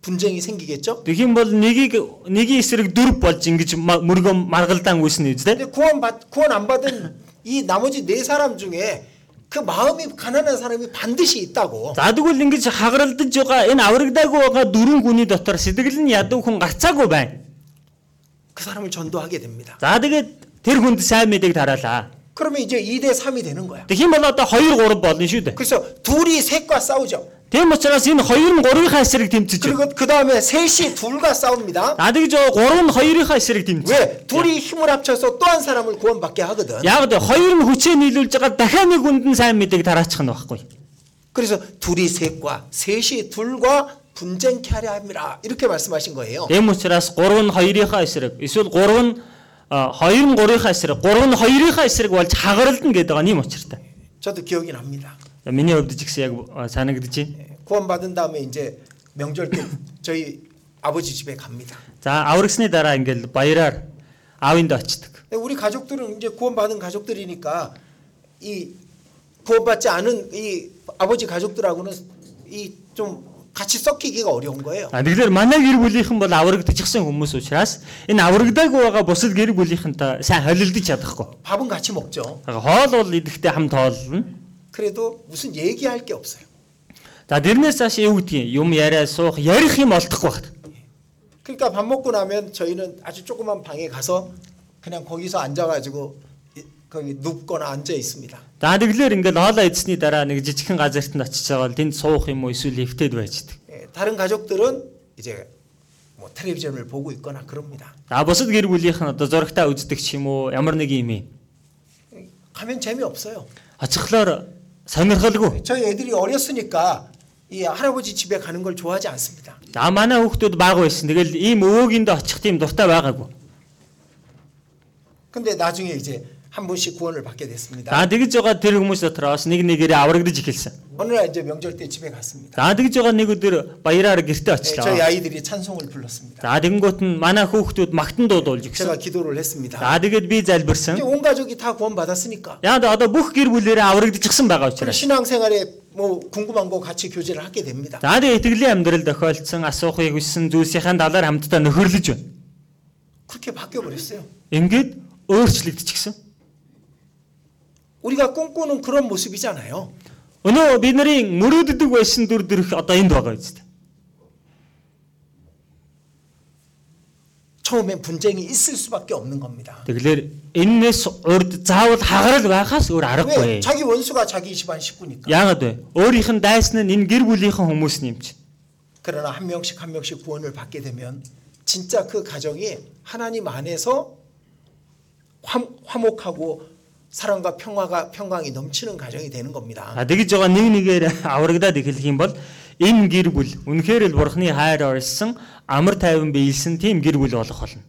분쟁이 생기겠죠? Тэгэх юм бол нэгийг нэгийн эсрэг дөрв болж ингэж ма- мөргөн маргалдаан үйснэ үздэ. 근데 구원 받 구원 안 받은 이 나머지 네 사람 중에 그 마음이 가난한 사람이 반드시 있다고. За тэгвэл ингэж хагаралдаж байгаа энэ аврагдаагүй байгаа дөрвөн хүний дотор сэтгэл нь ядуу хүн гарцаагүй байна. 그 사람을 전도하게 됩니다. За тэгээд тэр хүнд сайн мэдээг тараалаа. 그러면 이제 2대 3이 되는 거야. Тэгэх юм бол одоо 2 3 болно шүү дээ. 그래서 둘이 셋과 싸우죠. Тийм учраас энэ 2 нь 3-ийнхаа эсрэг тэмцэж. 그리고 그 다음에 셋이 둘과 싸웁니다. За тэгж 3 нь 2-ийнхаа эсрэг тэмцэж. 왜? 둘이 힘을 합쳐서 또 한 사람을 구원받게 하거든. Яг л 2 нь хүчээ нийлүүлж байгаа дахиад нэг хүнд нь сайн мэдээг тараачих нь байхгүй. 그래서 둘이 셋과 셋이 둘과 분쟁케 하려 합니다. 이렇게 말씀하신 거예요. Тийм учраас 3 нь 2-ийнхаа эсрэг эсвэл 3 нь 2 нь 3-ийнхаа эсрэг 3 нь 2-ийнхаа эсрэг болж хагаралдана гэдэг байгаа нэм учиртай. 저도 기억이 납니다. 네, Миний хувьд ч гэсэн яг а, санагдчих. 구원받은 다음에 이제 명절 때 저희 아버지 집에 갑니다. За аврагсны дараа ингээл баяраар аавынд очдөг. 근데 예, 우리 가족들은 이제 구원받은 가족들이니까 이 구원받지 않은 이 아버지 가족들하고는 이 좀 같이 섞이기가 어려운 거예요. А тэгэхээр манай гэр бүлийнхэн бол аврагдчихсан хүмүүс учраас энэ аврагдаагүй байгаа бусад гэр бүлийнхэнтэй сайн холилдож чадахгүй. 밥은 같이 먹죠. Ага, Хоол бол идэхтэй хамт хооллно. 그래도 무슨 얘기할 게 없어요. За тэрнээс цааш юу гэдгийг юм яриа суух ярих юм олдохгүй байна. 그러니까 밥 먹고 나면 저희는 아주 조그만 방에 가서 그냥 거기서 앉아가지고 이- 거기 눕거나 앉아 있습니다. За тэгэлэр ингээд хоолоо идсэний дараа нэг жижигхэн газарт нь очиж байгаа бол тэнд суух юм уу эсвэл лифтэд байждаг. 예, 다른 가족들은 이제 뭐 텔레비전을 보고 있거나 그럽니다. За бусад гэр бүлийнхэн одоо зөрөгтэй үздэг ч юм уу ямар нэг юм юм. 가면 재미없어요. Очихлоор сонирхолгүй. 저희 애들이 어렸으니까 이 할아버지 집에 가는 걸 좋아하지 않습니다. За манай хүүхдүүд баг байсан. Тэгэл ийм өвөөгөндөө очих тийм дуртай байгаагүй. 근데 나중에 이제 한 분씩 구원을 받게 됐습니다. За тэгж байгаа тэр хүмүүс дотроос нэг нэгээрээ аврагдаж эхэлсэн. 어느 날 이제 명절 때 집에 갔습니다. За тэгж байгаа нэг өдөр баяраар 예, гэрте 저희 очлаа. 아이들이 찬송을 불렀습니다. За тэгэнгүүт нь манай хүүхдүүд магтан дуудуулж 제가 өгсөн. 기도를 했습니다. За тэгээд би 이제 залбирсан. 온 가족이 다 구원 받았으니까 Яг л одоо бүх гэр бүлээрээ аврагдчихсан байгаа 그리고 учраас. 신앙생활에 뭐 궁금한 거 같이 교제를 하게 됩니다. За тэгээд итгэлийн амьдрал тохиолдсон асуухыг хүссэн зүйлсийн талаар хамтдаа нөхөрлөж байна. 그렇게 바뀌어 버렸어요. Ингээд өөрчлөгдчихсэн. 우리가 꿈꾸는 그런 모습이잖아요. Өнөө бид нарын мөрөөддөг байсан дүр төрх одоо энд байгаа биз дээ. 처음엔 분쟁이 있을 수밖에 없는 겁니다. Тэгэлэр энээс урд заавал хагарал байхаас өөр 왜? аргагүй. 자기 원수가 자기 집안 식구니까. Яагаад вэ? Өөрийнх нь дайсан нь энэ гэр бүлийнхэн хүмүүс нь юм чинь. 그러나 한 명씩 한 명씩 구원을 받게 되면 진짜 그 가정이 하나님 안에서 화, 화목하고 사랑과 평화가 평강이 넘치는 가정이 되는 겁니다. А тэгж байгаа нэг нэгээр аврагдаад эхлэх юм бол энэ гэр бүл үнэхээр л бурхны хайр орсон амар тайван биелсэн тийм гэр бүл болох болно.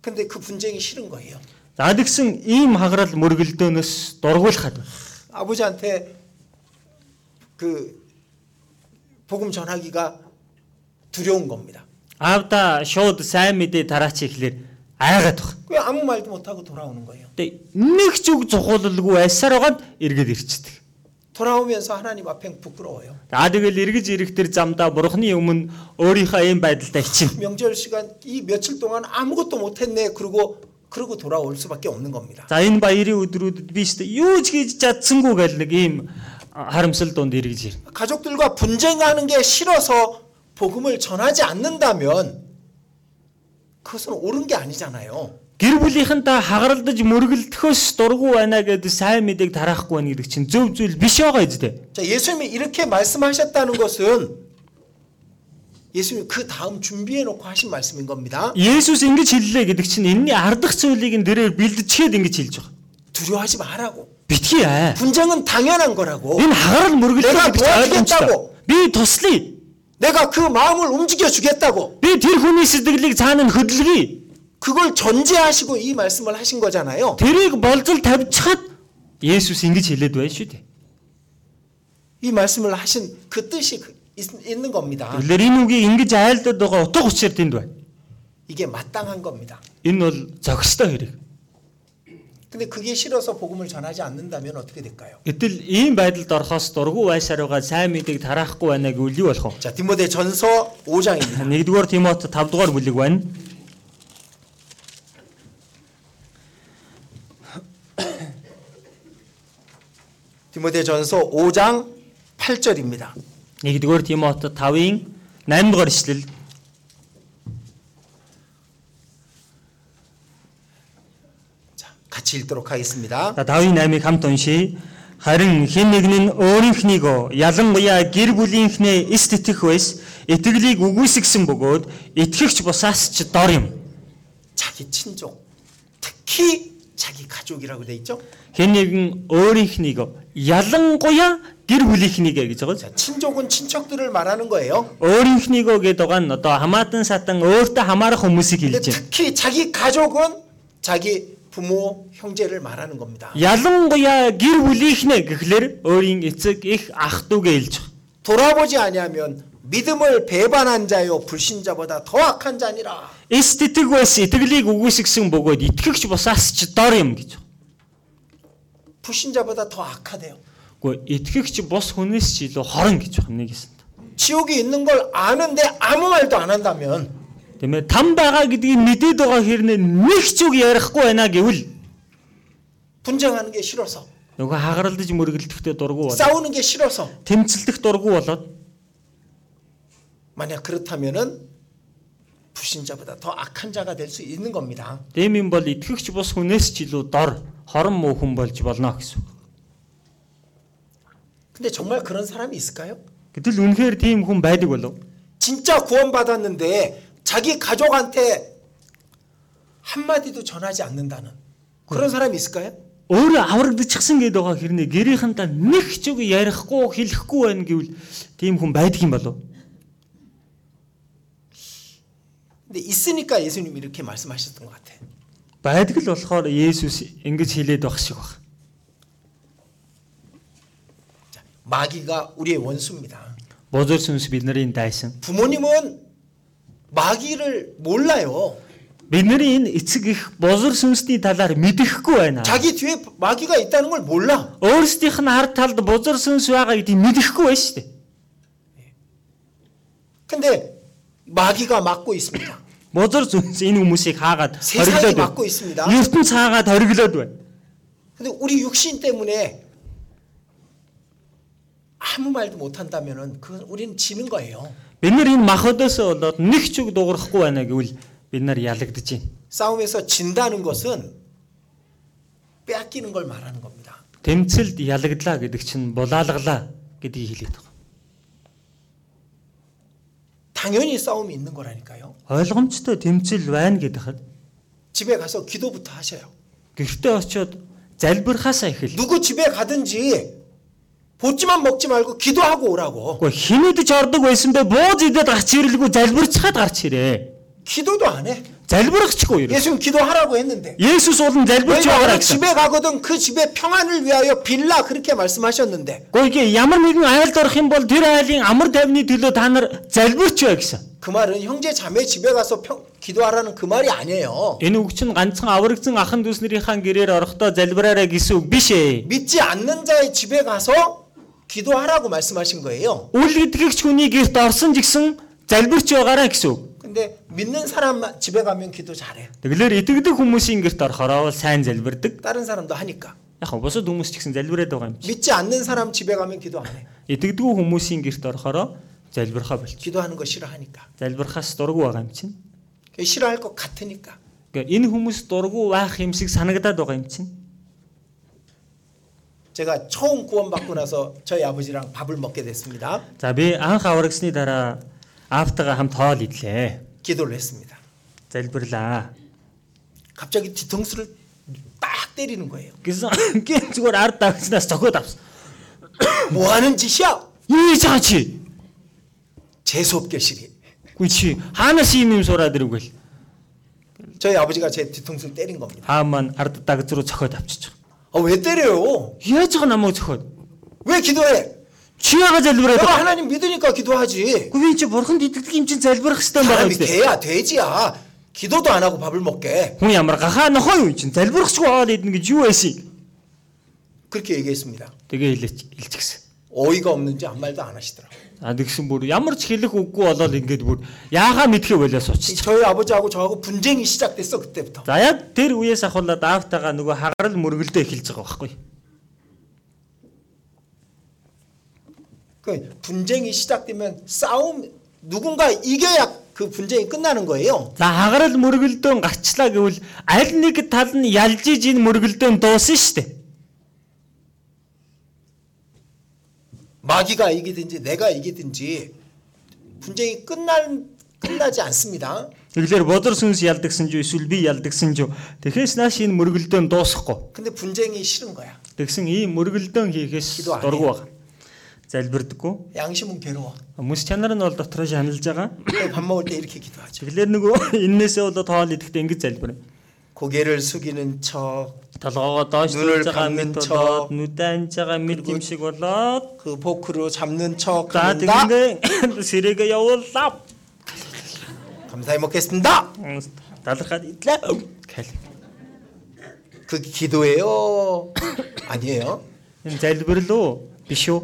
근데 그 분쟁이 싫은 거예요. За тэгсэн ийм хагарал мөргөлдөөнөөс дургуулхад байна. 아버지한테 그 복음 전하기가 두려운 겁니다. Аавда шууд сайн мэдээ тараач ихлээр айгаад баг. 그 아무 말도 못 하고 돌아오는 거예요. Тэг нэг ч үг зохиолгүй айсаар байгаад эргээд ирчдэг. 돌아오면서 하나님 앞에 부끄러워요. За тэгэл эргэж ирэх тэр замдаа бурхны өмнө өөрийнхөө ийм байдалтай ичин. 명절 시간 이 며칠 동안 아무것도 못 했네. 그러고 그러고 돌아올 수밖에 없는 겁니다. За энэ баярын өдрүүдэд би ч юу ч хийж чадсангүй гэл нэг ийм харамсал дунд эргэж ирнэ. 가족들과 분쟁하는 게 싫어서 복음을 전하지 않는다면 그것은 옳은 게 아니잖아요. Гэр бүлийнхэнтэй хагаралдаж мөргөлдөхөөс дургу байна гэдэг сайн мэдээг тараахгүй байна гэдэг чинь зөв зүйл биш байгаа юм дээ. 자, 예수님이 이렇게 말씀하셨다는 것은 예수님이 그 다음 준비해 놓고 하신 말씀인 겁니다. Есүс ингэж хэллээ гэдэг чинь энэний ардах зүйлийг нь дэрээр бэлдчихэд ингэж хэлж байгаа. 두려워하지 말라고. Битгий аа. 분쟁은 당연한 거라고. Энэ хагарал Яагаад мөргөлдөх гэж ойлгомжтой. ойлгомжтой? Би туслая. 내가 그 마음을 움직여 주겠다고. Би тэр хүний сэтгэлийг цаана нь хөдөлгөе. 그걸 전제하시고 이 말씀을 하신 거잖아요. Тэрийг болзол тавьчихад Есүс ингэж хэлээд байна шүү дээ. 이 말씀을 하신 그 뜻이 그- 있- 있는 겁니다. Тэгэлэр энэ үгийг ингэж айлдаад байгаа утга учир тэнд байна. 이게 마땅한 겁니다. Энэ бол зохистой хэрэг. 근데 그게 싫어서 복음을 전하지 않는다면 어떻게 될까요? Гэтэл ийм байдалд орохоос дургу байсаар байгаа сайн мэдээг тараахгүй байна гэвэл юу болох вэ? 자, 디모데 전서 5장입니다. 1-р Тимот 5-р бүлэг байна. 디모데 전서 5장 8절입니다. 1-р Тимот 5-ын 8-р эшлэл. 자, 같이 읽도록 하겠습니다. За 5-ын 8-ыг хамт уншийе. Харин хэн нэгэн нь өөрийнхнийг ялангуяа гэр бүлийнхнээ эс тэтгэх байс итгэлийг үгүйсгсэн бөгөөд итгэгч бусаас ч дор юм. 자기 친족, 특히 자기 가족이라고 돼 있죠? Хэн нэгэн өөрийнхнийг ялангуяа гэр бүлийнхнийгээ гэж байгаа. 자, 친족은 친척들을 말하는 거예요. өөрийнхнийгөө гэдэг байгаа нь одоо хамаатан сатан өөртөө хамаарах хүмүүсийг 근데 хэлж байна. 특히 자기 가족은 자기 부모, 형제를 말하는 겁니다. Ялангуяа гэр бүлийнхнээ гэхлээр өөрийн эцэг их ах дүүгээ хэлж байгаа. 돌아보지 아니하면 믿음을 배반한 자요 불신자보다 더 악한 자니라. Эс тэтг байсан итгэлийг үгүйсгсэн бөгөөд итгэгч бусаас ч дор юм гэж. 불신자보다 더 악하대요. Гэхдээ итгэгч бус хүнээс ч илүү хорон гэж байна нэг юм. 지옥이 있는 걸 아는데 아무 말도 안 한다면 Тийм ээ. Там байгаа гэдгийг мэдээд байгаа хэрнээ нэг ч үг ярихгүй байна гэвэл 분쟁하는 게 싫어서 нөгөө хагаралдаж мөргөлдөхтэй дургу болоод 싸우는 게 싫어서 тэмцэлдэх дургу болоод 만약 그렇다면은 불신자보다 더 악한 자가 될 수 있는 겁니다. тийм юм бол итгэгч бус хүнээс ч илүү дор хорон муу хүн болж болно гэсэн. үг. 근데 정말 그런 사람이 있을까요? Гэтэл үнэхээр тийм хүн байдаг болов. 진짜 구원받았는데 자기 가족한테 한마디도 전하지 않는다는 그런 사람이 있을까요? Өөрөө аврагдчихсан гэдэг байгаа хэрнээ гэрийнхэнтэй нэг ч үг ярихгүй хэлэхгүй байна гэвэл тийм хүн байдаг юм болов. 근데 있으니까 예수님이 이렇게 말씀하셨던 것 같아. Байдаг л болохоор Есүс ингэж хэлээд байх шиг байна. 자, 마귀가 우리의 원수입니다. Бузар сүнс бид нарын дайсан. 부모님은 마귀를 몰라요. Бид нарын энэ эцэг их бузар сүнсний талаар мэдэхгүй байна. 자기 뒤에 마귀가 있다는 걸 몰라. Өөрсдийнх нь ард талд бузар сүнс байгаа гэдгийг мэдэхгүй байна шүү дээ. 근데 마귀가 막고 있습니다. Бузар зүнс энэ хүмүүсийг хаагаад 세상이 хориглоод 막고 байна. 있습니다. ертөнц хаагаад хориглоод байна. 근데 우리 육신 때문에 아무 말도 못 한다면은 그건 우리는 지는 거예요. Бид нар энэ мах өдөөсөө болоод нэг ч үг дуугарахгүй байна гэвэл бид нар ялагдаж байна. 싸움에서 진다는 것은 빼앗기는 걸 말하는 겁니다. Тэмцэлд ялагдлаа гэдэг чинь булаалглаа гэдгийг хэлээд байгаа. 당연히 싸움이 있는 거라니까요. Ойлгомжтой тэмцэл байна гэдэг хад 집에 가서 기도부터 하셔요. гэртээ очиод залбирхаасаа эхэл. 누구 집에 가든지 보지만 먹지 말고 기도하고 오라고. Уу хинэдэж ордог байсан бэ бууз идээд гарч ирэлгүй залбирцгаад гарч ирээ. 기도도 안 해. 그렇죠. Залбирхчгүй юу? 예수님 기도하라고 했는데. Есүс бол нь залбирч 너희가 어느 байгаа гэсэн. 집에 가거든 그 집에 평안을 위하여 빌라 그렇게 말씀하셨는데 Гэхдээ ямар нэгэн айлд орох юм бол тэр айлын амар тайвны төлөө та нар залбирч бай гэсэн. 그 말은 형제 자매 집에 가서 평, 기도하라는 그 말이 아니에요. Энэ үг чинь ганцхан аврагдсан ахын дүүснэрийнхаа гэрээр орохдоо залбираарай гэсэн үг биш ээ. 믿지 않는 자의 집에 가서 기도하라고 말씀하신 거예요. Үл гэдгийгч хүний гэрт орсон гэсэн залбирч байгаарай гэсэн үг. 근데 믿는 사람 집에 가면 기도 잘해. Тэгэлэр итгэдэг хүмүүсийн гэрт орохороо бол сайн залбирдаг. 다른 사람도 하니까. Яг нь бусад хүмүүс ч гэсэн залбираад байгаа юм чи. 믿지 않는 사람 집에 가면 기도 안 해. Итгэдэг хүмүүсийн гэрт орохороо залбирхаа болчих. 기도하는 거 싫어하니까. Залбирхаас дургу байгаа юм чинь. 싫어할 것 같으니까. Гэхдээ энэ хүмүүс дургу байх юм шиг санагдаад байгаа юм чинь. 제가 처음 구원받고 나서 저희 아버지랑 밥을 먹게 됐습니다. За би анх аврагсны дараа аавтайгаа хамт хоол идлээ. 기도를 했습니다. Залбирлаа. 갑자기 뒤통수를 딱 때리는 거예요. Гэсэн гин зүгээр ард дагснаас цохиод авсан. 뭐 하는 짓이야? Юу яж байгаа чи? 재수없게 시리. Гү чи хаанаас ийм юм сураад ирвэл 저희 아버지가 제 뒤통수를 때린 겁니다. хаа маань ард дагз руу цохиод авчиж 아, 왜 때려요? байгаа. Яаж байгаа намайг цохиод? 왜 기도해? Чи яга залбираад 내가 байгаа. 하나님 믿으니까 기도하지. Гү би чи бурханд итгэдэг юм чин залбирах хэрэгтэй юм байгаа 사람이 юм дээ. 개야 돼지야. 기도도 안 하고 밥을 먹게. Хүн ямар гахаа нохоо юу чин залбирахчгүй хоол идэх гэж юу байсан юм? 그렇게 얘기했습니다. Тэгээ хэлээч илчгсэн. 어이가 없는지 아무 말도 안 하시더라고. 요 А тэгсэн бүр ямар ч хэлэх үггүй болоод ингээд бүр яага мэдхий болоо суучих. 저희 아버지하고 저하고 분쟁이 시작됐어 그때부터. За яг тэр үеэс ахуулаад аавтайгаа нөгөө хагарал мөргөлдөө эхэлж байгаа байхгүй. 그 분쟁이 시작되면 싸움 누군가 이겨야 그 분쟁이 끝나는 거예요. За хагарал мөргөлдөөн гарчлаа гэвэл аль нэг тал нь ялж иж энэ мөргөлдөөн дуусна шүү дээ. 마귀가 이기든지 내가 이기든지 분쟁이 끝날 끝나지 않습니다. Тэгэлэр бодор сүнс ялдагсан ч эсвэл би ялдагсан ч тэгэхээс нааш энэ мөргөлдөөн дуусахгүй. 근데 분쟁이 싫은 거야. Тэгсэн ийм мөргөлдөөн хийхээс Хэдүү аа. дургу байгаа. Залбирдаггүй. 양심은 괴로워. Мөс чанар нь бол дотроо шаналж байгаа. 그래서 밥 먹을 때 이렇게 기도하죠. Тэгэлэр нөгөө эннээсээ болоод тоол идэхдээ ингэж залбирна. 고개를 숙이는 척, Толгоогоо доош Нүрээр зүүж байгаа гамнын мэд чоп. болоод нүдэн анж байгаа мэд юм шиг болоод 그 포크로 잡는 척 за 한다. тэгэндээ сэрэгээ явууллаа. 감사히 먹겠습니다. Далархаад идлээ. Гэл. 그 기도예요. 아니에요. Энэ залбир лөө биш үү?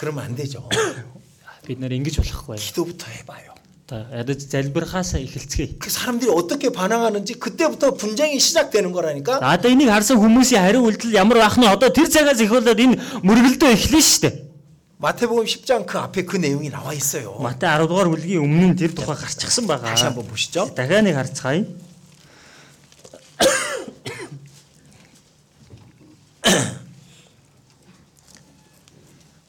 그러면 안 되죠. Бид нэр ингэж болохгүй. 기도부터 해봐요. Одоо ядаж залбирхаасаа эхэлцгээе. 그 사람들이 어떻게 반항하는지 그때부터 분쟁이 시작되는 거라니까. За одоо энийг харсан хүмүүсийн хариу үйлдэл ямар байх нь одоо тэр цагаас их болоод энэ мөргөлдөө эхлэн штэ. 마태복음 10장 그 앞에 그 내용이 나와 있어요. Матай 10 дугаар бүлгийн өмнө нь тэр тухай гарчихсан байгаа. 다시 한번 보시죠. Дахиад нэг харцгаая.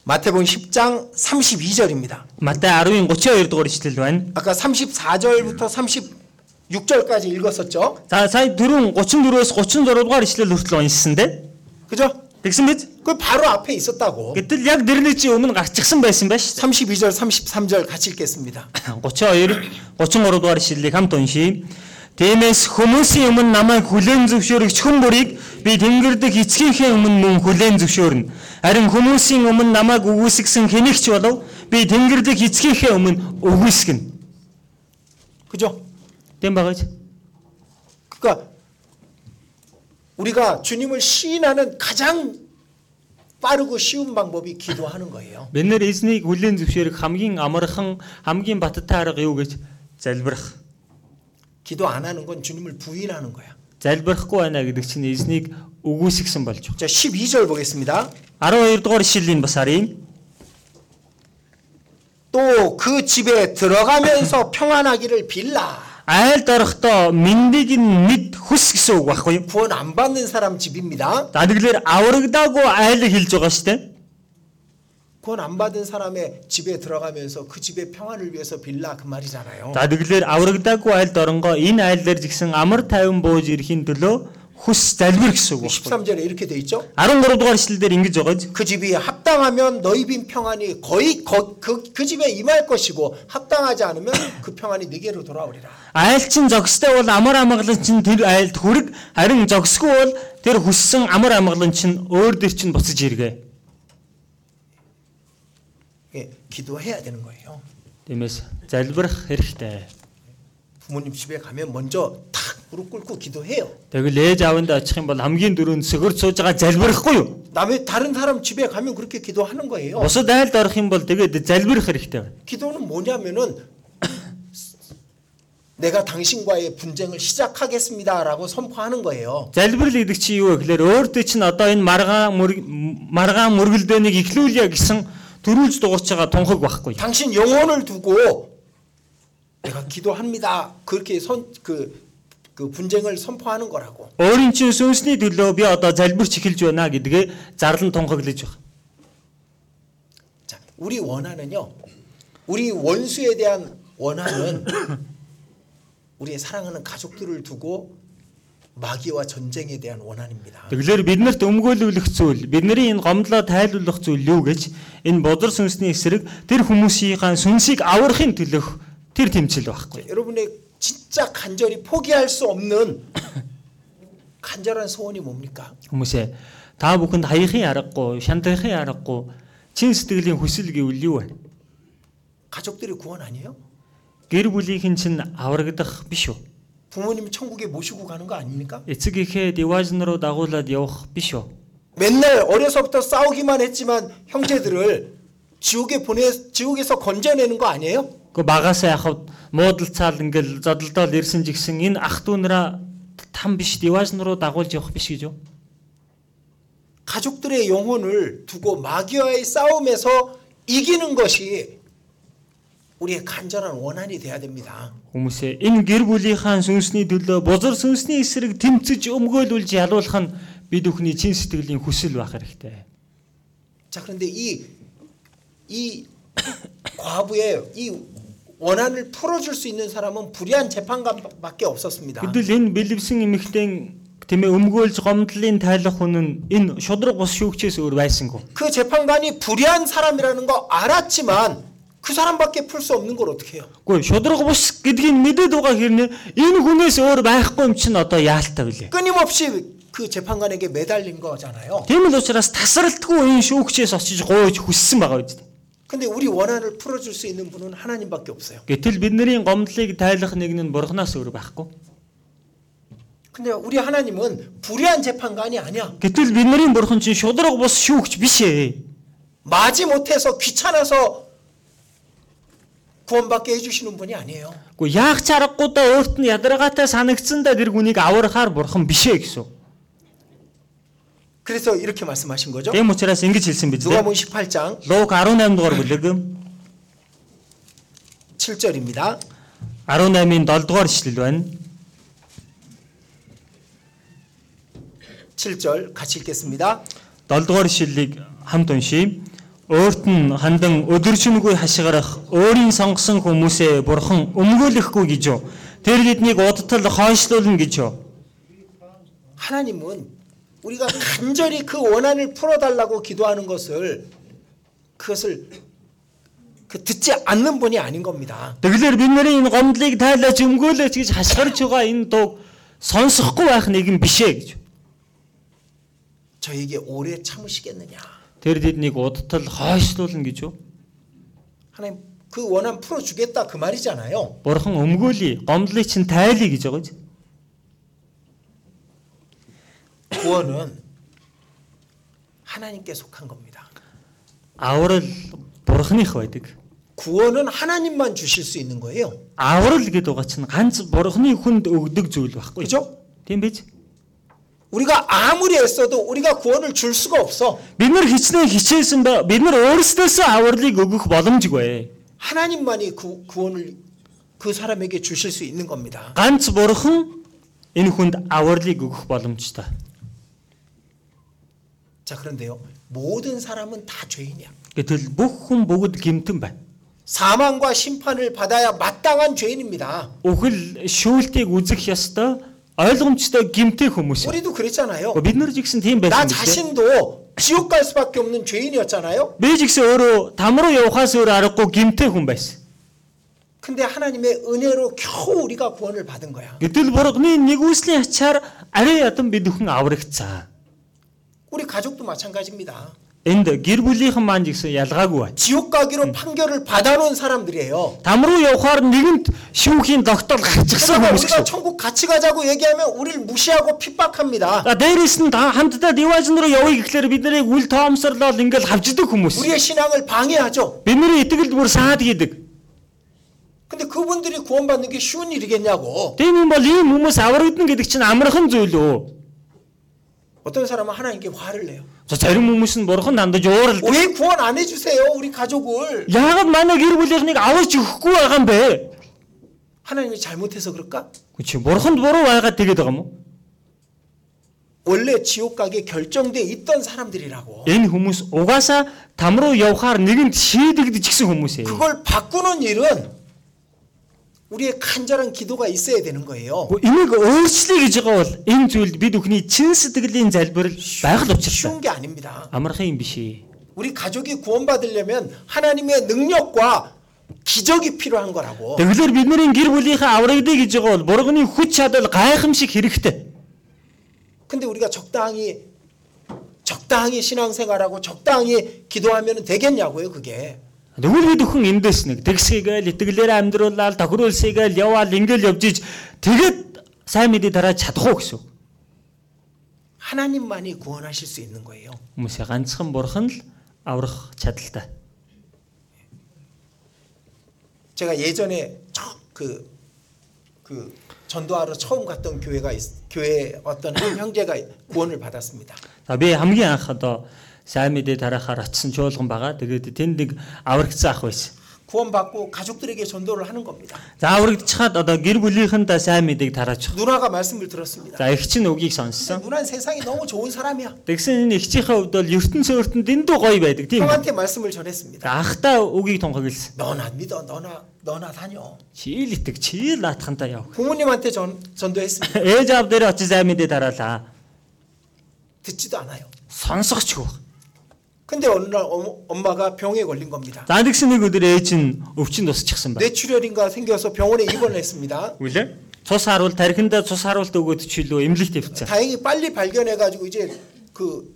마태복음 10장 32절입니다. Матай 10-ын 32 дугаар ишлэл байна. 아까 34절부터 36절까지 읽었었죠. За сая дөрөв 34-өөс 36 дугаар ишлэл хүртэл уншсан дээ. 그죠? Тэгсэн биз? 그 바로 앞에 있었다고. Гэтэл яг дэрний чи өмнө гарчихсан байсан ба ш. 32절, 33절 같이 읽겠습니다. 32 33 дугаар ишлэлийг хамт уншийе. Тиймээс хүмүүсийн өмнө намайг хүлээн зөвшөөрөгч хүн бүрийг би тэнгэр дэх эцгийнхээ өмнө мөн хүлээн зөвшөөрнө. Харин хүмүүсийн өмнө намайг үгүйсгсэн хэнийгч болов би тэнгэр дэх эцгийнхээ өмнө үгүйсгэнэ. 그죠? Тэм багаж. 그러니까 우리가 주님을 시인하는 가장 빠르고 쉬운 방법이 기도하는 거예요. Бид нэр эзнийг хүлээн зөвшөөрөх хамгийн амархан, хамгийн баттай арга юу гэж залбирах. 기도 안 하는 건 주님을 부인하는 거야. Залбирахгүй байна гэдэг чинь эзнийг үгүйсгсэн болж 자, 12절 보겠습니다. байна. 12 дугаар ишлэлийн бас харъя. 또 그 집에 들어가면서 평안하기를 빌라. Айл дорхдоо мэндийг нь мэд хүс гэсэн үг байхгүй юу? 구원 안 받는 사람 집입니다. За тэгэлэр аврагдаагүй айл хэлж байгаа шүү дээ. 구원 안 받은 사람의 집에 들어가면서 그 집의 평안을 위해서 빌라 그 말이잖아요. За тэгэлэр аврагдаагүй айл доронгоо энэ айл дээр жигсэн амар тайван бууж ирэхин төлөө хүс залбир гэсэн үг байхгүй юу? 13절에 이렇게 돼 있죠. 13 дугаар ишлэлээр ингэж байгаа биз? 그 집이 합당하면 너희 빈 평안이 거의 거, 그, 그 집에 임할 것이고 합당하지 않으면 그 평안이 네게로 돌아오리라. Айлчин зогстой бол амар амгалан чинь тэр айлд хүрэг харин зогсгүй бол тэр хүссэн амар амгалан чинь өөр дээр чинь буцаж иргэ. 예, 기도해야 되는 거예요. Тиймээс залбирах хэрэгтэй. 부모님 집에 가면 먼저 탁 무릎 꿇고 기도해요. Тэгэл ээж ааванд очих юм бол хамгийн дөрөнд сөхөр сууж байгаа залбирахгүй юу? 남의 다른 사람 집에 가면 그렇게 기도하는 거예요. Бусад айлд орох юм бол тэгээд залбирах хэрэгтэй байна. 기도는 뭐냐면은 내가 당신과의 분쟁을 시작하겠습니다라고 선포하는 거예요. Залбирал гэдэг чи юу вэ гэхээр өөртөө чинь одоо энэ маргаан мөр- маргаан мөргөлдөөнийг ихлүүлье гэсэн төрүүлж дуурч байгаа тунхаг байхгүй. 당신 영혼을 두고 내가 기도합니다. 그렇게 선 그 그 분쟁을 선포하는 거라고. Өөрийн чинь сүнсний төлөө би одоо залбирч эхэлж байна гэдгээ зарлан тунхаглаж байна. 자, 우리 원한은요. 우리 원수에 대한 원한은 우리의 사랑하는 가족들을 두고 마귀와 전쟁에 대한 원한입니다. Тэгэлэр бид нарт өмгөөлүүлэх зүйл, бидний энэ гомдлоо тайлбарлах зүйл юу гэж энэ бодор сүнсний эсрэг тэр хүмүүсийн сүнсийг аврахын төлөх тэр тэмцэл байхгүй. 여러분의 진짜 간절히 포기할 수 없는 간절한 소원이 뭡니까? Хүмүүсээ та бүхэнд хаяхын аргагүй, шантахын аргагүй чин сэтгэлийн хүсэл гэвэл юу вэ? 가족들의 구원 아니에요? Гэр бүлийнхэн чинь аврагдах биш үү? 부모님이 천국에 모시고 가는 거 아닙니까? Эцэг эхээ диважн руу дагуулад явах биш үү? 맨날 어려서부터 싸우기만 했지만 형제들을 지옥에 보내 지옥에서 건져내는 거 아니에요? Гэхдээ багаасаа яхав муудалцаал ингээл зодолдоол ирсэн жигсэн энэ ах дүүнраа там биш диважн руу дагуулж явах биш гэж юу? 가족들의 영혼을 두고 마귀와의 싸움에서 이기는 것이 우리의 간절한 원한이 돼야 됩니다. Хүмүүсээ энэ гэр бүлийнхаа сүнсний төлөө бузар сүнсний эсрэг тэмцэж өмгөөлүүлж ялуулах нь бид бүхний чин сэтгэлийн хүсэл байх хэрэгтэй. 자, 그런데 이, 이 과부의 이 원한을 풀어줄 수 있는 사람은 불의한 재판관밖에 없었습니다. Гэтэл энэ бэлэвсэн эмэгтэй тийм ээ өмгөөлж гомдлын тайлах хүн нь энэ шудраг бус шүүгчээс өөр байсангүй. 그 재판관이 불의한 사람이라는 거 알았지만 그 사람밖에 풀 수 없는 걸 어떻게 해요? Гэхдээ шудраг бус гэдгийг мэдээд байгаа хэрнээ энэ хүнээс өөр байхгүй юм чинь одоо яалтаа билээ. 끊임없이 그 재판관에게 매달린 거잖아요. Тийм л учраас тасралтгүй энэ шүүгчээс очиж гоож хүссэн байгаа үед. 근데 우리 원한을 풀어줄 수 있는 분은 하나님밖에 없어요. Гэтэл бидний гомдлыг тайлах нэг нь бурхнаас өөр байхгүй. 근데 우리 하나님은 불의한 재판관이 아니야. Гэтэл бидний бурхан чинь шудраг бус шүүгч биш ээ. 마지 못해서 귀찮아서 구원받게 해주시는 분이 아니에요. Гэхдээ яах ч аргагүй да өөрт нь ядаргаатай санагдсан да тэр хүнийг аврахаар бурхан биш ээ гэсэн. 그래서 이렇게 말씀하신 거죠. Тэм учраас ингэж хэлсэн биз дээ. 누가복음 18장 Луг 18 дугаар бүлэг 7절입니다. 18-ийн 7 дугаар ишлэл байна. 7절 같이 읽겠습니다. 7 дугаар ишлэлийг хамт уншийе. Өөрт нь хандан өдөржингүй хашгирах өөрийн сонгосон хүмүүсээ бурхан өмгөөлөхгүй гэж юу? Тэр тэднийг удтал хойшлуулна гэж юу? 하나님은 우리가 간절히 그 원한을 풀어달라고 기도하는 것을 그것을 그 듣지 않는 분이 아닌 겁니다. Тэгэлэр бид нарын энэ гомдлыг тайлаж өмгөөлөөч гэж хашгирч байгаа энэ дуу сонсохгүй байх нэгэн бишээ гэж. 저에게 오래 참으시겠느냐? Тэр тэднийг удтал хойшлуулна гэж юу? 하나님 그 원한 풀어주겠다 그 말이잖아요. Бурхан өмгөөлье, гомдлыг чинь тайлъя гэж байгаа гэж. 구원은 하나님께 속한 겁니다. Аврал бурханых байдаг. 구원은 하나님만 주실 수 있는 거예요. Аврал гэдэг байгаа чинь ганц бурханы хүнд өгдөг зүйл байхгүй. 그죠? Тийм биз? 그렇죠? 우리가 아무리 애써도 우리가 구원을 줄 수가 없어. Бид нар хичнээн хичээсэн ба бид нар өөрсдөөсөө авралыг өгөх боломжгүй. 하나님만이 구, 구원을 그 사람에게 주실 수 있는 겁니다. Ганц бурхан энэ хүнд авралыг өгөх боломжтой. 자, 그런데요. 모든 사람은 다 죄인이야. Гэтэл бүх хүн бүгд гэмтэн байна. 사망과 심판을 받아야 마땅한 죄인입니다. Үхэл шүүлтийг үзэх ёстой ойлгомжтой гэмтэх хүмүүс. 우리도 그랬잖아요. Гэхдээ Бид нар ч гэсэн тийм 나 байсан биз дээ. 자신도 지옥 갈 수밖에 없는 죄인이었잖아요. Би ч гэсэн өөрөө там руу явахаас өөр аргагүй гэмтэх хүн байсан. 근데 하나님의 은혜로 겨우 우리가 구원을 받은 거야. Гэтэл бурхны нэгүслийн ачаар арай ядан бид бүхэн аврагцсан. 우리 가족도 마찬가지입니다. Энд гэр бүлийнхэн маань ч гэсэн ялгаагүй байна. 지옥 가기로 판결을 받아놓은 사람들이에요. Там руу явахаар нэгэнт шүүхийн доктор гарчихсан 그러니까 хүмүүс 우리가 гэсэн. 천국 같이 가자고 얘기하면 우리를 무시하고 핍박합니다. А дээрээс нь та- хамтдаа диважн руу явъя гэхлээр бид нарыг үл тоомсорлол ингээл хавждаг хүмүүс. 우리의 신앙을 방해하죠. Бидний итгэлд бүр саад гэдэг. 근데 그분들이 구원받는 게 쉬운 일이겠냐고. Тийм юм бол ийм хүмүүс аврагдана гэдэг чинь амархан зүйл үү? 어떤 사람은 하나님께 화를 내요. За зарим хүмүүс нь бурхан намдаж ууралдаг. 왜 구원 안 해주세요, 우리 가족을? Яагаад манай гэр бүлийнхнийг аварч өгөхгүй байгаа юм бэ? 하나님이 잘못해서 그럴까? Гүн чи бурханд буруу байгаад тэгээд байгаа юм уу? 원래 지옥 가게 결정돼 있던 사람들이라고. Энэ хүмүүс угаасаа там руу явхаар нэгэнт шийдэгдэжсэн хүмүүс ээ. 그걸 바꾸는 일은 우리의 간절한 기도가 있어야 되는 거예요. Гэхдээ Энийг өөрчлөе гэж байгаа бол энэ зүйлд бид бүхний чин сэтгэлийн залбирал байх л учиртай. 쉬운 게 아닙니다. Амархан юм биш ээ. 우리 가족이 구원받으려면 하나님의 능력과 기적이 필요한 거라고. Тэгэлэр бидний гэр бүлийнхээ аврагдъя гэж байгаа бол бурганы хүч чадал гайхамшиг хэрэгтэй. 근데 우리가 적당히 적당히 신앙생활하고 적당히 기도하면 되겠냐고요, 그게. Тэгвэл бид бүхэн эндээс нэг тэгсгийгээл итгэлээр амьдруулаад тохируулсгийгээл яваал ингээл явж иж тэгэд сайн мэдээ дараа чадах уу гэсэн. 하나님만이 구원하실 수 있는 거예요. Хүмүүсээ ганцхан бурхан л аврах чадaltaй. 제가 예전에 그그 그 전도하러 처음 갔던 교회가 있- 교회 어떤 한 형제가 구원을 받았습니다. За би хамгийн анх одоо сайн мэдээ тарахаар очсон чуулган байгаа. Тэгээд тэнд нэг аврагдсан ах байсан. 구원받고 가족들에게 전도를 하는 겁니다. За аврагдчихад одоо гэр бүлийнхэндээ сайн мэдээг тараачих. 누나가 말씀을 들었습니다. За эгч нь үгийг 근데 сонссон. 누나는 세상이 너무 좋은 사람이야. Тэгсэн энэ эгчийнхээ хувьд бол ертөнцийн өртөнд дэндүү гоё байдаг тийм үү? 형한테 말씀을 전했습니다. За ахтаа үгийг тунхагласан. 너나 믿어, 너나 너나 다녀. Чийл итг, чийл наатахантай яв. 부모님한테 전 전도했습니다. Ээж аав дээр очиж сайн мэдээ тараалаа. 듣지도 않아요. Сонсохчгүй. 근데 어느 날 어머- 엄마가 병에 걸린 겁니다. За тэгсэн нэг өдөр ээж нь өвчин тусчихсан байна. 뇌출혈인가 생겨서 병원에 입원했습니다. Үлээ. Цус харуул тархиндаа цус харуулт өгөөд чилөө эмнэлэгт хэвцэн. 다행히 빨리 발견해가지고 이제 그,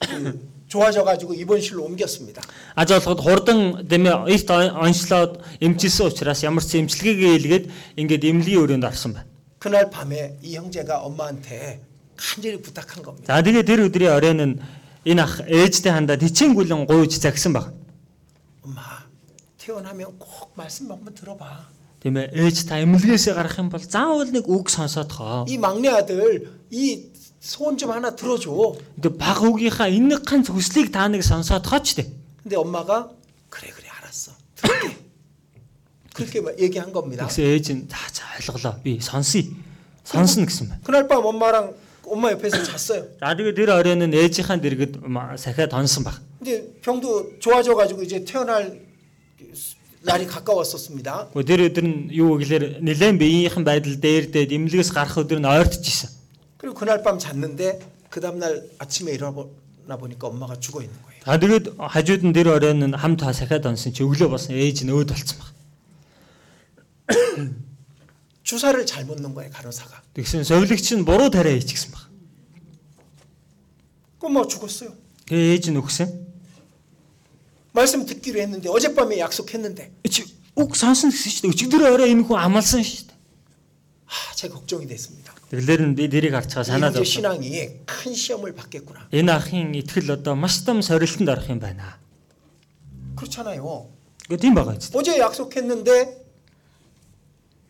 그 좋아져가지고 입원실로 옮겼습니다. Аз болоход хурдан дэмэ эрт онцлоод эмчилсэн учраас ямар ч эмчилгээгээ хийлгээд ингээд эмнэлгийн өрөөнд авсан байна. 그날 밤에 이 형제가 엄마한테 간절히 부탁한 겁니다. За тэгээ тэр өдрийн оройн нь энэ ах ээжтэй хандаад хичээнгүлэн гуйж загсан баг. 엄마 퇴원하면 꼭 말씀 한번 들어봐. Тийм ээ ээж та эмнэлгээс гарах юм бол заавал нэг үг сонсоод хоо. 이 막내 아들 이 소원 좀 하나 들어줘. Тэгээ баг үгийнхаа энэ ганц хүслийг та нэг сонсоод хооч тээ. 근데 엄마가 그래 그래 알았어. 들을게. 그렇게 막 얘기한 겁니다. Тэгсэн ээж нь за за ойлголоо. Би сонсъё. Сонсно гэсэн байна. 그날 밤 엄마랑 엄마 옆에서 잤어요. За тэгээд тэр оройн нь ээжийнхаа дэргэд ма- сахиад онсон баг. 근데 병도 좋아져가지고 이제 퇴원할 날이 가까웠었습니다. Гэхдээ тэр өдөр нь юу гэхээр нэлээд биеийнхэн байдал дээр дээд эмнэлгээс гарах өдөр нь ойртчихсэн. 그리고 그날 밤 잤는데 그 다음날 아침에 일어나 보니까 엄마가 죽어 있는 거예요. За тэгээд хажууд нь тэр оройн нь хамт та сахиад онсон чи өглөө болсон ээж нь өөд болсон баг. 주사를 잘못 넣은 거예요 간호사가. Тэгсэн совилогч нь буруу тариа хийчихсэн баг. 엄마가 죽었어요. Тэгээ ээж нь өгсөн. 말씀 듣기로 했는데 어젯밤에 약속했는데 Чи үг сонсно гэсэн шүү дээ. Өчигдөр орой энэ хүн амлсан шүү дээ. 아, 제 걱정이 됐습니다. Тэглэр нь би тэрийг харцгаа 이게 санаад 이제 байна. 신앙이 큰 시험을 받겠구나. Энэ ахын ихтгэл одоо маш том сорилтонд орох юм байна. 그렇잖아요. Гэхдээ тийм байгаа юм зү. 어제 약속했는데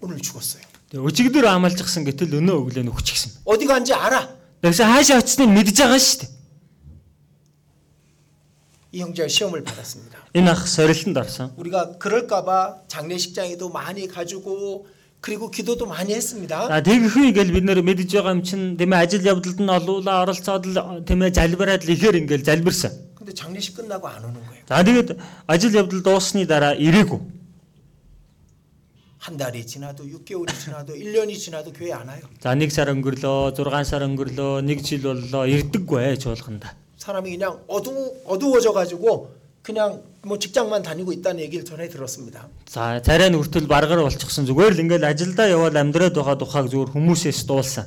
오늘 죽었어요. Тэгээ өчигдөр амлажчихсан гэтэл өнөө өглөө нь өгчихсэн. 어디 간지 알아. Тэгсэн хаашаа очихыг мэдж байгаа шүү дээ. 이 형제가 시험을 받았습니다. Энэ ах сорилтонд орсон. 우리가 그럴까봐 장례식장에도 많이 가지고 그리고 기도도 많이 했습니다. За тэгэхгүй гэл бид нэр мэдж байгаа юм чинь тийм ээ ажил явдалд нь олуулаа оролцоод л тийм ээ залбираад л ихээр ингээл залбирсан. 근데 장례식 끝나고 안 오는 거예요. За тэгээд ажил явдал дууссаны дараа ирээгүй. 한 달이 지나도 6개월이 지나도 1년이 지나도 교회 안 와요. За 1 сар өнгөрлөө, 6 сар өнгөрлөө, 1 жил боллоо ирдэггүй ээ чуулганда. 사람이 그냥 어두 어두워져 가지고 그냥 뭐 직장만 다니고 있다는 얘기를 전해 들었습니다. За царай нь хүртэл баргаар болчихсон зүгээр л ингээл ажилдаа яваад амьдраад байгаа тухайг зүгээр хүмүүсээс дуулсан.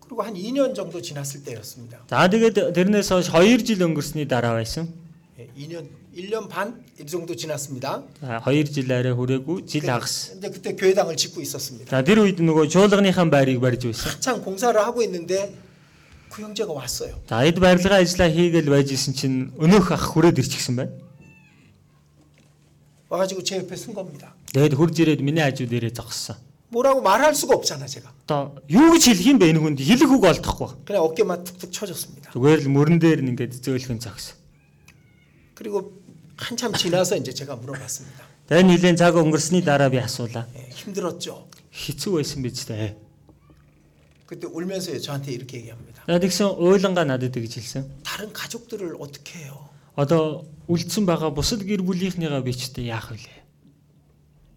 그리고 한 2년 정도 지났을 때였습니다. За тэгээд тэрнээс хойш 2 жил өнгөрсний дараа байсан. 예, 2년 1년 반 이 정도 지났습니다. За 2 жил арай хүрээгүй жил агас. 근데 그때 교회당을 짓고 있었습니다. За тэр үед нөгөө чуулганыхаа байрыг барьж байсан. 한창 공사를 하고 있는데 그 형제가 왔어요. За эд барилгын ажиллаа хийгээл байж исэн чинь өнөөх ах хүрээд ирчихсэн байна. 와가지고 제 옆에 쓴 겁니다. Тэгэд хурж ирээд миний хажууд ирээ зогссон. 뭐라고 말할 수가 없잖아 제가. Одоо юу гэж хэлэх юм бэ энэ хүнд хэлэх үг олдохгүй. 그냥 어깨만 툭툭 쳐줬습니다. Зүгээр л мөрөн дээр нь ингээд зөөлхөн зогс. 그리고 한참 지나서 이제 제가 물어봤습니다. Тэгээ нилийн цаг өнгөрсний дараа би асуулаа. 예, 힘들었죠. Хэцүү байсан биз дээ. 그때 울면서 저한테 이렇게 얘기합니다. За тэгсэн ойлонгаа надад гэж хэлсэн. 다른 가족들을 어떻게 해요? Одоо үлдсэн байгаа бусад гэр бүлийнхнийгаа бичтэй яах вүлээ.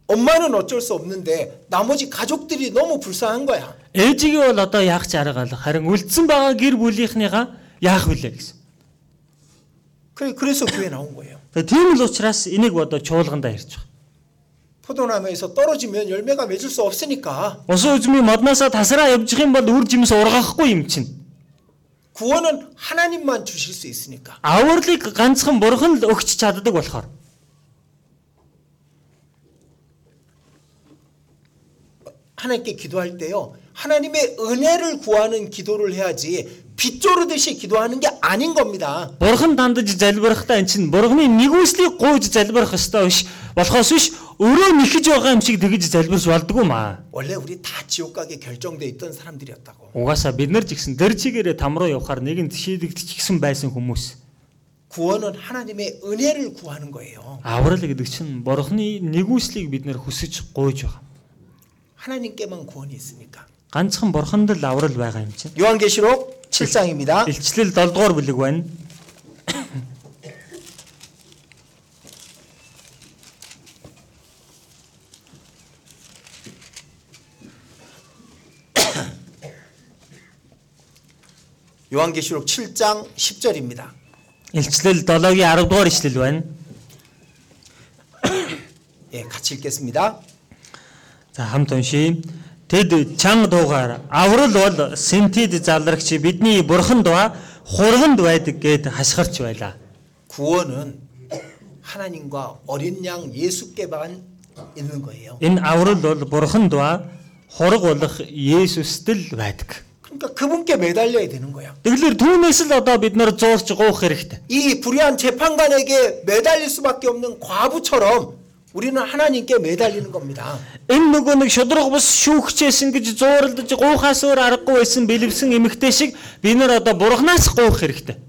엄마는 어쩔 수 없는데 나머지 가족들이 너무 불쌍한 거야. Ээжигээ бол одоо яах ч арга алга. Харин үлдсэн байгаа гэр бүлийнхнийгаа яах вүлээ гэсэн. 그래- 그래서 교회 나온 거예요. Тэгээ тийм л учраас энийг одоо чуулгандаа ярьж байгаа. 포도나무에서 떨어지면 열매가 맺을 수 없으니까 Усан үзмийн модноосоо тасраа явж их юм бол үр жимс ургахгүй юм чинь. 구원은 하나님만 주실 수 있으니까 Авралыг ганцхан бурхан л өгч чаддаг болохоор. 하나님께 기도할 때요 하나님의 은혜를 구하는 기도를 해야지 빗조르듯이 기도하는 게 아닌 겁니다. Бурхан дандаж залбирахдаа эн чинь бурханы нэгүслийг гуйж залбирах ёстой биш. Болохоос биш өрөө нэхэж байгаа юм шиг тэгж залбирч болдгоо маа. 원래 우리 다 지옥 가게 결정돼 있던 사람들이었다고 Угаасаа бид нар ч гэсэн дэр чигээрээ там руу явахаар нэгэн шийдэгдчихсэн байсан хүмүүс. 구원은 하나님의 은혜를 구하는 거예요. Аврал гэдэг чинь бурханы нэгүслийг бид нар хүсэж гуйж байгаа. 하나님께만 구원이 있으니까 Ганцхан бурханд л аврал байгаа юм чинь. 요한계시록 7장입니다. Илчлэл 7 дугаар бүлэг байна. 요한계시록 7장 10절입니다. Илчлэл 7-гийн 10 дугаар ишлэл байна. 예, 같이 읽겠습니다. За хамт уншийе. Тэд чанга дуугаар аврал бол синтед залрагч бидний бурханд ба хурганд байдаг гэд хашгирч байла. 구원은 하나님과 어린 양 예수께만 있는 거예요. Энэ аврал бол бурханд ба хург болох Есүст л байдаг. 그러니까 그러니까 그분께 매달려야 되는 거야. Тэгэлэр түүнээс л одоо бид нар зуурч гоох хэрэгтэй. 이 불의한 재판관에게 매달릴 수밖에 없는 과부처럼 우리는 하나님께 매달리는 겁니다. Энэ нөгөө нэг шудраг бус шүүгчээсэн гэж зууралдаж гоохаас өөр аргагүй байсан бэлэвсэн эмэгтэй шиг бид нар одоо бурхнаас гоох хэрэгтэй.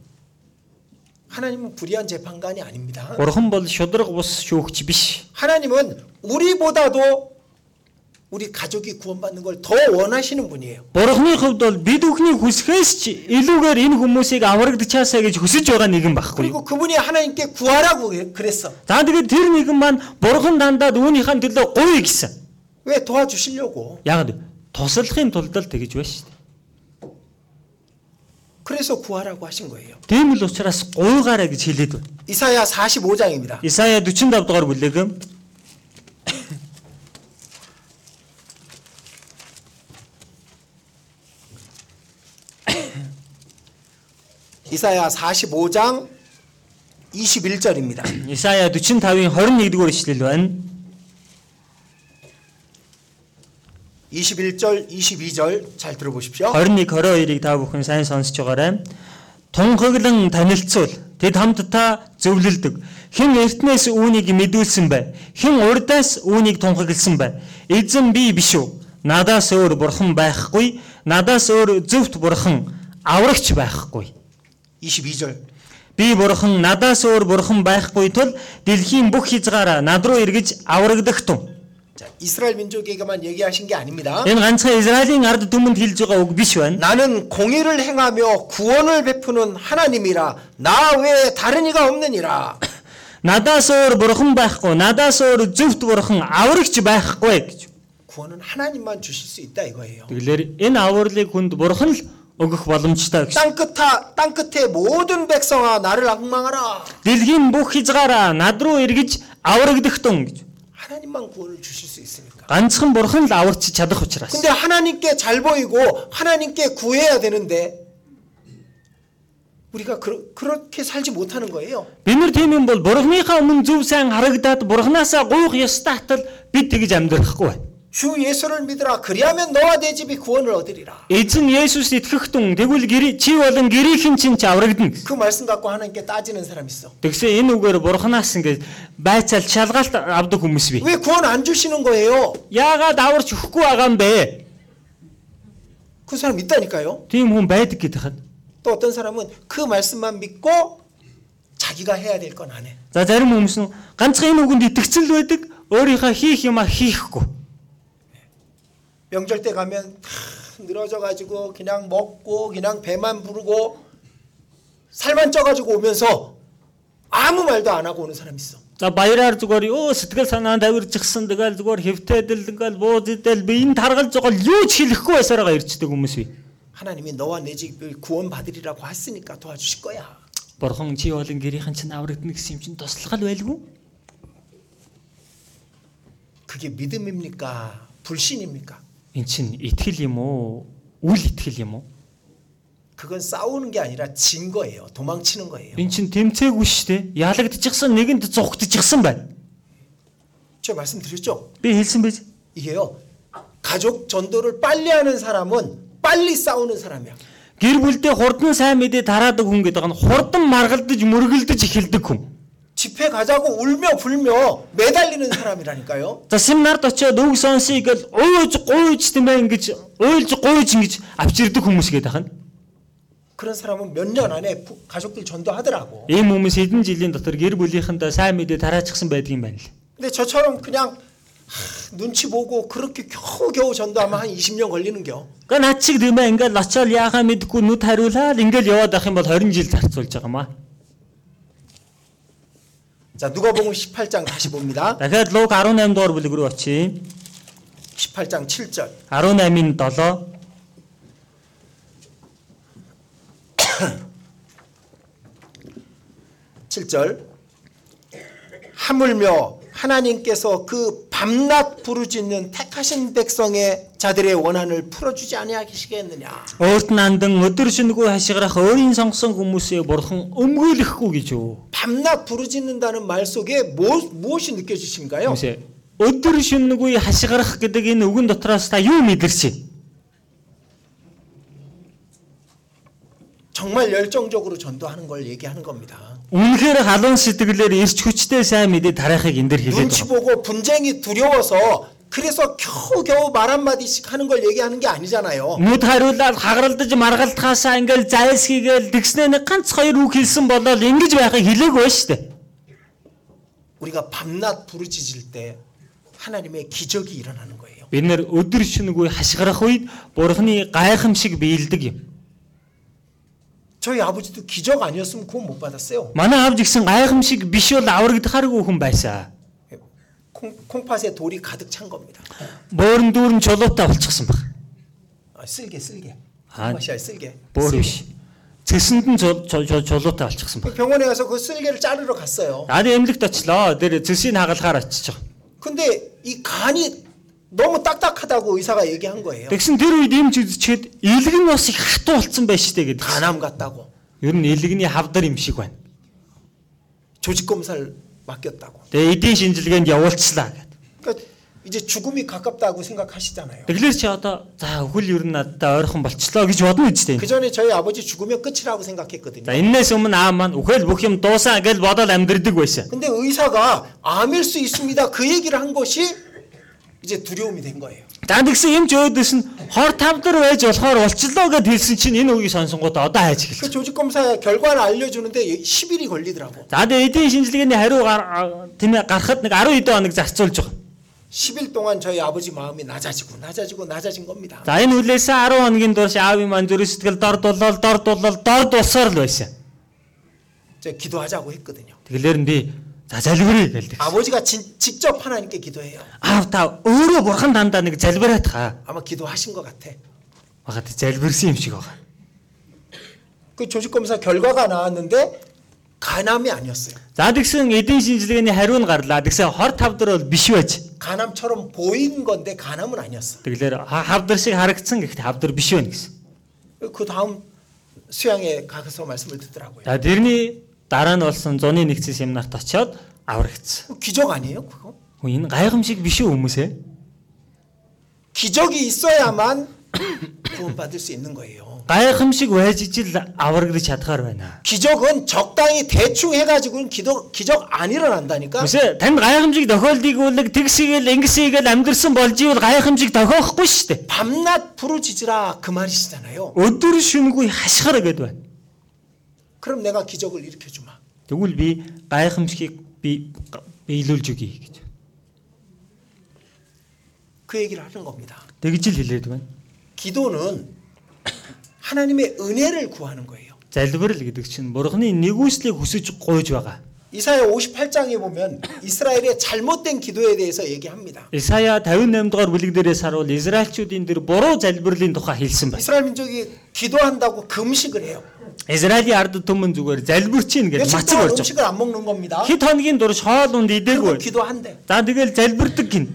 하나님은 불의한 재판관이 아닙니다. Бурхан бол шудраг бус шүүгч биш. 하나님은 우리보다도 우리 가족이 구원받는 걸 더 원하시는 분이에요. Бурхны хувьд бол бид бүхний хүсхээс ч илүүгээр энэ хүмүүсийг аврагдчихаасаа гэж хүсэж байгаа нэгэн байхгүй. юу? 그리고 그분이 하나님께 구하라고 그래- 그랬어. За тэгээд тэр нэгэн маань бурхан дандаад үүнийхэн төлөө гоё гэсэн. 왜 도와주시려고? Яг нь туслахын тулд л тэгэж байна шүү дээ. 그래서 구하라고 하신 거예요. Тийм л учраас гуйгаарэ гэж хэлээд байна. 이사야 45장입니다. Исая 45 дугаар бүлэг 이사야 45장 21절입니다. Исая 45-ийн 21 дугаар ишлэл байна. 21절, 22절 잘 들어보십시오. 21 22-ыг та бүхэн сайн сонсож байгаарай. Тунхаглан танилцуул. Тэд хамт та зөвлөлдөг. Хэн эртнээс үүнийг мэдүүлсэн бай. Хэн урдаас үүнийг тунхагласан бай. Эзэн би биш үү? Надаас өөр бурхан байхгүй. Надаас өөр зөвхт бурхан аврагч байхгүй. 22절. Би бурхан надаас өөр бурхан байхгүй тул дэлхийн бүх хязгаараа над руу эргэж аврагдах тун. 자, 이스라엘 민족에게만 얘기하신 게 아닙니다. Энэ ганцхан Израилийн ард түмэнд хэлж байгаа үг биш байна. 네. 나는 공의를 행하며 구원을 베푸는 하나님이라 나 외에 다른 이가 없느니라. Надаас өөр бурхан байхгүй, надаас өөр зөвхт бурхан аврагч байхгүй гэж. 구원은 하나님만 주실 수 있다 이거예요. Тэгэлэр энэ авралыг хүнд бурхан л өгөх боломжтой гэсэн. 땅 끝아 땅 끝에 모든 백성아 나를 악망하라. Дэлхийн бүх хязгаараа над руу эргэж аврагдах тун гэж. 하나님만 구원을 주실 수 있으니까. Ганцхан бурхан л аварч чадах учраас. 근데 하나님께 잘 보이고 하나님께 구해야 되는데 우리가 그러, 그렇게 살지 못하는 거예요. Бид нар тийм юм бол бурханыхаа өмнө зөв сайн харагдаад бурханаасаа гуйх ёстой хатал бид тэгж амьдрахгүй байна. 주 예수를 믿으라 그리하면 너와 내 집이 구원을 얻으리라. Эзэн Есүс итгэх тун тэгвэл гэрээ- чи болон гэрийнхэн чинь ч аврагдана. 그 말씀 갖고 하나님께 따지는 사람 있어. Тэгсэн энэ үгээр бурханаас ингээд байцаалт шалгаалт авдаг хүмүүс бий. 왜 구원 안 주시는 거예요? Яагаад аварч өгөхгүй байгаа юм бэ? 그 사람 있다니까요. Тийм хүн байдаг гэдэг хань. 또 어떤 사람은 그 말씀만 믿고 자기가 해야 될 건 안 해. За зарим хүмүүс нь ганцхан энэ үгэнд итгэцэл байдаг, өөрийнхөө хийх юмаа хийхгүй. 명절 때 가면 캬, 늘어져가지고 그냥 먹고 그냥 배만 부르고 살만 쪄가지고 오면서 아무 말도 안 하고 오는 사람 있어. За баяраар зүгээр ёо сэтгэл санаанд авирчихсан тэгэл зүгээр хөвтөдөл ингээл бууз идэл би энэ таргалж байгаа л юу ч хэлэхгүй байсараа ирчдэг хүмүүс бий. 하나님이 너와 내 집을 구원 받으리라고 했으니까 도와주실 거야. Бурхан чи болон гэрийнхэн чинь аврагдана гэсэн юм чинь туслахал байлгүй. 그게 믿음입니까? 불신입니까? Эн чинь итгэл юм уу? Үл итгэл юм уу? 그건 싸우는 게 아니라 진 거예요. 도망치는 거예요. Эн чинь тэмцээгүй шүү дээ. Ялагдчихсан нэгэнд зүгтчихсан байна. 제가 말씀드렸죠? Би хэлсэн биз? 이게요. 가족 전도를 빨리 하는 사람은 빨리 싸우는 사람이야. Гэр бүлдээ хурдан сайн мэдээ тараадаг хүн гэдэг нь хурдан маргалдаж мөргөлдөж эхэлдэг хүн. 집회 가자고 울며 불며 매달리는 사람이라니까요. За семинарт очиод үг сонсъё гэл ууж гуйж тэмээ ингэж уйлж гуйж ингэж авчирдаг хүмүүс гээд ахна. 그런 사람은 몇 년 안에 부- 가족들 전도하더라고. Ийм хүмүүс хэдэн жилийн дотор гэр бүлийнхэнтэй сайн мэдээ тараачихсан байдгийн байна л. 근데 저처럼 그냥 하, 눈치 보고 그렇게 겨우겨우 전도하면 한 20년 걸리는 겨. Гэ над шиг тэмээ ингээл очиод яахаа мэдгүй нүд хариулаад ингээл яваад ах юм бол 20 жил зарцуулж байгаа маа. 자, 누가복음 18장 다시 봅니다. Дахиад Луг 18 дугаар бүлэг рүү очие. 18장 7절. 18-ийн 7 7절 하물며 하나님께서 그 밤낮 부르짖는 택하신 백성의 자들의 원한을 풀어주지 아니하시겠느냐 Өөрт нь андан өдөр шинэгүй хашиграх өөрийн сонгосон хүмүүсээ бурхан өмгөөлөхгүй гэж юу? 밤낮 부르짖는다는 말 속에 뭐, 무엇이 느껴지신가요? Хүмүүсээ өдөр шинэгүй хашиграх гэдэг энэ үгэн дотроос та юу мэдэрч байна? 정말 열정적으로 전도하는 걸 얘기하는 겁니다. Үнэхээр халуун сэтгэлээр эрч хүчтэй сайн мэдээ тарайхыг энэ дэр хэлээд 눈치 байгаа. 보고 분쟁이 두려워서 그래서 겨우겨우 말 한마디씩 하는 걸 얘기하는 게 아니잖아요. Нүд хариулаад хагаралдаж маргалдахаасаа ингээл зайлсхийгээл тэгснээ нэг ганц хоёр үг хэлсэн болол ингэж байхыг хэлээгүй байна шүү дээ. 우리가 밤낮 부르짖을 때 하나님의 기적이 일어나는 거예요. Бид нэр өдөр шөнөгүй хашгирах үед бурхны гайхамшиг биелдэг юм. 저희 아버지도 기적 아니었으면 구원 못 받았어요. Манай авж гисэн гайхамшиг биш бол аврагдахааргүй хүн байсаа. 콩, 콩팥에 돌이 가득 찬 겁니다. Буурын дүүрэн чулуутай болчихсон баг. 아, 쓸개 쓸개. 아. 콩팥이야 쓸개. Буур биш. Цэсэнд нь чул- чул- чул- чулуутай болчихсон баг. 그 병원에 가서 그 쓸개를 자르러 갔어요. Аа эмлэгт очлоо. Тэр цэсийг хагалахаар очиж байгаа. 근데 이 간이 너무 딱딱하다고 의사가 얘기한 거예요. Тэгсэн тэр үед имж үзчихэд илэг нь бас их хатуу болцсон байж штэ гэдэг. 간암 같다고 Ер нь илэгний хавдар юм шиг байна. 조직 검사를 맡겼다고. Тэгээ эдийн шинжилгээнд явуулчлаа гэдэг. 그러니까 이제 죽음이 가깝다고 생각하시잖아요. Тэглэр чи одоо за өхөл ер нь надтай ойрхон болчлоо гэж бодно үстэй. 그 전에 저희 아버지 죽으면 끝이라고 생각했거든요. За энээс өмнө аа маань үхэл бүх юм дуусаа гэж бодоод амьдрдэг байсан. 근데 의사가 암일 수 있습니다. 그 얘기를 한 것이 이제 두려움이 된 거예요. За тэгсэн юмч өөдөөс нь хор тавдар байж болохоор улчлоо гэд хэлсэн чинь энэ үгийг сонсонгуудаа одоо хайж эхэлж. 그 조직 검사 결과를 알려주는데 10일이 걸리더라고. За тэгээ эдийн шинжилгээний хариу гар- а- тийм ээ гарахад нэг 10 хэдэн хоног зарцуулж байгаа. 10일 동안 저희 아버지 마음이 낮아지고 낮아지고 낮아진 겁니다. За энэ хүлээсээ 10 хоногийн турш аавын маань зүрх сэтгэл дорд болол дорд болол дорд усаар л байсан. 제가 기도하자고 했거든요. Тэгэлэр нь би за залбирая гэлдэг. 아버지가 진, 직접 하나님께 기도해요. Аав та өөрөө бурхан дандаа нэг залбираад хаа. 아마 기도하신 것 같아. Багад залбирсан юм шиг байгаа. 그 조직 검사 결과가 나왔는데 간암이 아니었어요. За тэгсэн эдийн шинжилгээний хариу нь гарлаа. Тэгсэн хор тавдар бол биш байж. 간암처럼 보인 건데 간암은 아니었어. Тэгэлэр ха- хавдар шиг харагдсан гэхдээ хавдар биш байна гэсэн. 그 다음 수양에 가서 말씀을 듣더라고요. За тэрний дараа нь болсон зуны нэгцэн семинарт очиод аврагдсан. 그 기적 아니에요, 그거? Хүн энэ гайхамшиг биш үү хүмүүс э? ээ? 기적이 있어야만 구원받을 수 있는 거예요. Гайхамшиг байж ижил аврагдаж чадхаар байна. 기적은 적당히 대충 해가지고는 기도, 기적 안 일어난다니까. Үсэ танд гайхамшиг тохиолдгийг тэгсгээл ингэсгээл амьдрсан болж ивэл гайхамшиг тохиохгүй шүү дээ. 밤낮 부르짖으라 그 말이시잖아요. Өдөр шөнөгүй хашгир гэдээ байна. 그럼 내가 기적을 일으켜주마. Тэгвэл би гайхамшгийг би биелүүлж өгье гэж. 그 얘기를 하는 겁니다. Тэгж л хэлээд байна. 기도는 하나님의 은혜를 구하는 거예요. Залбирал гэдэг чинь бурхны нэгүслийг хүсэж гуйж байгаа. 이사야 58장에 보면 이스라엘의 잘못된 기도에 대해서 얘기합니다. Исая 58 дугаар бүлэг дээрээс харуул Израильчүүдийн тэр буруу залбирлын тухай хэлсэн байна. 이스라엘 민족이 기도한다고 금식을 해요. Израилийн ард түмэн зүгээр залбирчин гэж 며칠 мацаг 동안 орж байгаа. 음식을 안 먹는 겁니다. Хэд хоногийн турш хоол унд 그리고 идээгүй. 그렇죠. 기도한대. За тэгэл залбирдаг гин.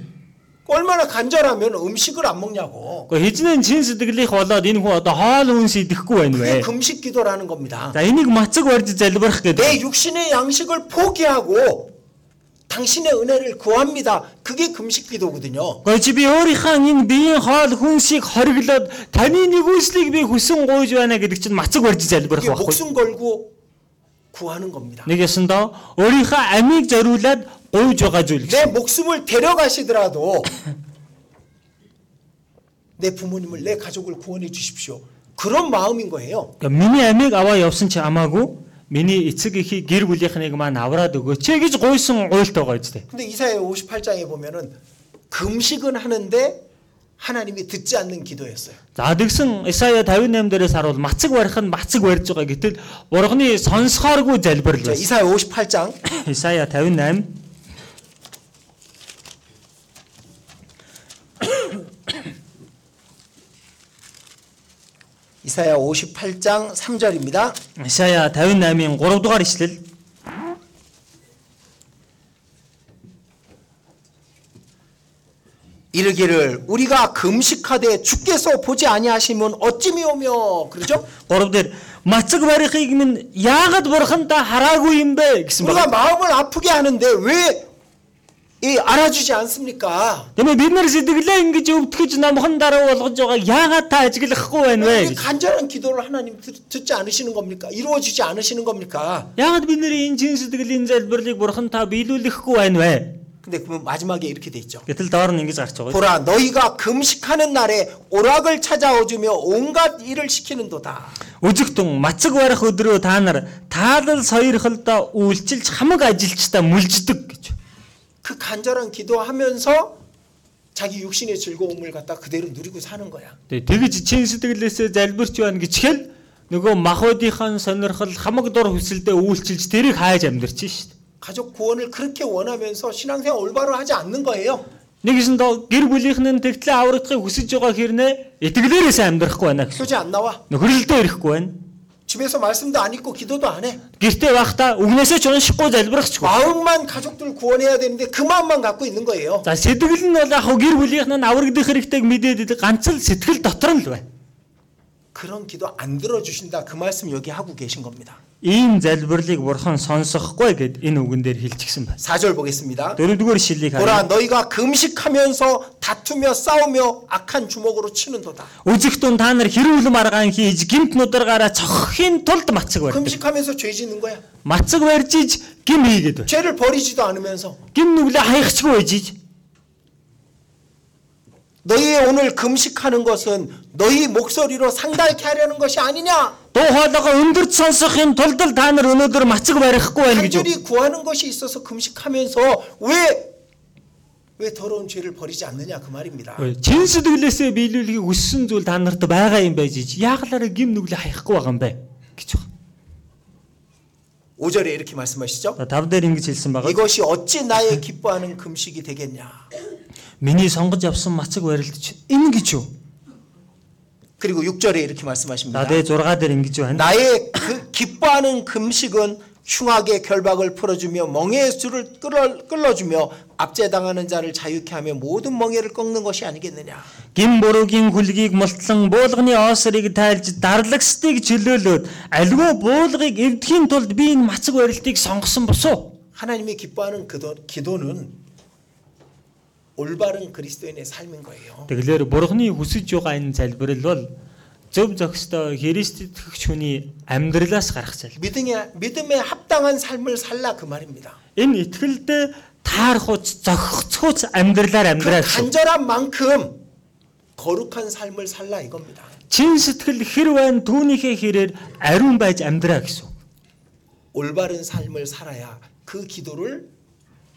얼마나 간절하면 음식을 안 먹냐고. Гэхдээ хижнээн чин сэтгэлийнх болоод энэ хүн одоо хоол үнс идэхгүй байна 그게 вэ? 금식 기도라는 겁니다. За энийг мацаг барьж залбирах гэдэг. 내 육신의 양식을 포기하고 당신의 은혜를 구합니다. 그게 금식 기도거든요. Гэхдээ чи би өөрийнхөө энэ биеийн хоол хүнсийг хориглоод таны нэгүслийг би хүсэн гуйж байна гэдэг чинь мацаг барьж залбирах 그게 байхгүй. 목숨 걸고 구하는 겁니다. Нэг ясандаа өөрийнхөө амийг зориулаад гуйж байгаа зүйл гэж. 내 목숨을 데려가시더라도 내 부모님을 내 가족을 구원해 주십시오. 그런 마음인 거예요. Гэхдээ Миний амийг аваа явсан чи хамаагүй. Миний эцэг эхий гэр бүлийнхнийг маань авраад өгөөч ээ гэж гуйсан гуйлт байгаа үстэй. 근데 이사야 58장에 보면은 금식은 하는데 하나님이 듣지 않는 기도였어요. За тэгсэн Исая 58 дээрээс харуул мацаг барих нь мацаг барьж байгаа гэтэл бурганы сонсохооргүй залбирал 자, байсан. 이사야 58장 Исая 58 이사야 58장 3절입니다. Исая 58-ийн 3 дугаар ишлэл 이르기를 우리가 금식하되 주께서 보지 아니하시면 어찌 미오며 그러죠? 3 дээр мацаг барихыг минь 음. яагаад бурхандаа хараагүй юм бэ гэсэн 우리가 байна. 마음을 아프게 하는데 왜 이 알아주지 않습니까? Тэмээ бид нар сэтгэлээ ингэж өвтгэж намхан дараа болгож байгааг яагаад та ажиглахгүй байна 이 вэ? гэж. 간절한 기도를 하나님 듣- 듣지 않으시는 겁니까? 이루어지지 않으시는 겁니까? Яагаад бид нарын энэ чин сэтгэлийн залбирлыг бурхан та биелүүлэхгүй байна вэ? 근데 그러면 마지막에 이렇게 돼 있죠. Гэтэл доор нь ингэж гарч байгаа. 보라 너희가 금식하는 날에 오락을 찾아오주며 온갖 일을 시키는 도다. Өжигтэн мацаг барих өдрөө та нар таалал соёрхолдоо үйлчилж хамаг ажилчдаа мүлждэг гэж. 그 간절한 기도하면서 자기 육신의 즐거움을 갖다 그대로 누리고 사는 거야. Тэгээ тэгж чин сэтгэлээсээ залбирч байна гэчихэл нөгөө махуудынхан сонирхол хамаг дур хүсэлдээ үйлчилж тэрийг хайж амьдэрч шít. 가족 구원을 그렇게 원하면서 신앙생활 올바로 하지 않는 거예요. Нэгэн доо гэр бүлийнх нь тэгтлээ аврагдахыг хүсэж байгаа хэрнээ итгэлээрээс амьдрахгүй байна гэсэн. 교제 안 나와. Нөхөрлөлдөө ирэхгүй байна. 집에서 말씀도 안 읽고 기도도 안 해. Гэртээ байхдаа өгнөөсөө ч уншихгүй залбирахчгүй. 마음만 가족들 구원해야 되는데 그 마음만 갖고 있는 거예요. За сэтгэл нь бол яг хөө гэр бүлийнх нь аврагдах хэрэгтэйг мэдээд идэг ганц л сэтгэл дотор нь л байна. 그런 기도 안 들어주신다. 그 말씀 여기 하고 계신 겁니다. Ийм залбирлыг бурхан сонсохгүй гэд энэ үгэн дээр хэлчихсэн байна. 4절 보겠습니다. Дөрөвдүгээр шүлгийг харъя. 보라 너희가 금식하면서 다투며 싸우며 악한 주먹으로 치는도다. Үзэгтэн та нар хэрүүлэм аргаан хийж гимт нударгаараа цоххийн тулд мацаг барьдаг. 금식하면서 죄 짓는 거야. Мацаг барьж иж гим хийгээд байна. 죄를 버리지도 않으면서 Гим нүглэ хаяхчгүй байж иж 너희의 오늘 금식하는 것은 너희 목소리로 상달케 하려는 것이 아니냐? дуу хоолойгоо өндөрт сонсохын тулд л та нар өнөөдөр мацаг барихгүй байна гэж. үг. 간절히 구하는 것이 있어서 금식하면서 왜, 왜 더러운 죄를 버리지 않느냐 그 말입니다. Чин сэтгэлээсээ биелүүлэхийг хүссэн зүйл та нарт байгаа юм байж иж яагалаараа гим нүглэ хаяхгүй байгаа юм бэ гэж байна. 5절에 이렇게 말씀하시죠. За тав дээр ингэж хэлсэн байгаа. 이것이 어찌 나의 기뻐하는 금식이 되겠냐. Миний сонгож авсан мацаг барилдч энэ гэж юу? 그리고 6절에 이렇게 За 말씀하십니다. тэгээ 6 дээр ингэж байна. 나의 그 기뻐하는 금식은 흉악의 결박을 풀어주며 멍에의 술을 끌어, 끌어주며 압제당하는 자를 자유케 하며 모든 멍에를 꺾는 것이 아니겠느냐. Гим буруугийн хүлгийг мултлан буулганы оосрыг тайлж дарлагстыг чөлөөлөөд альгүй буулгыг эвдэхийн тулд би энэ мацаг барилтыг сонгосон босуу. 하나님이 기뻐하는 그 기도, 기도는 올바른 그리스도인의 삶인 거예요. Тэгэлэр бурхны хүсэж байгаа энэ залбирал бол зөв зохистой Христэд итгэгч хүний амьдралаас гарах залбир. 믿음에, 믿음에 합당한 삶을 살라 그 말입니다. Энэ итгэлдээ таархууц зохицхууц амьдралаар 그 амьдраач. 간절한 만큼 거룩한 삶을 살라 이겁니다. Чин сэтгэл хэр байна түүнийхээ хэрээр ариун байж амьдраа гэсэн. 올바른 삶을 살아야 그 기도를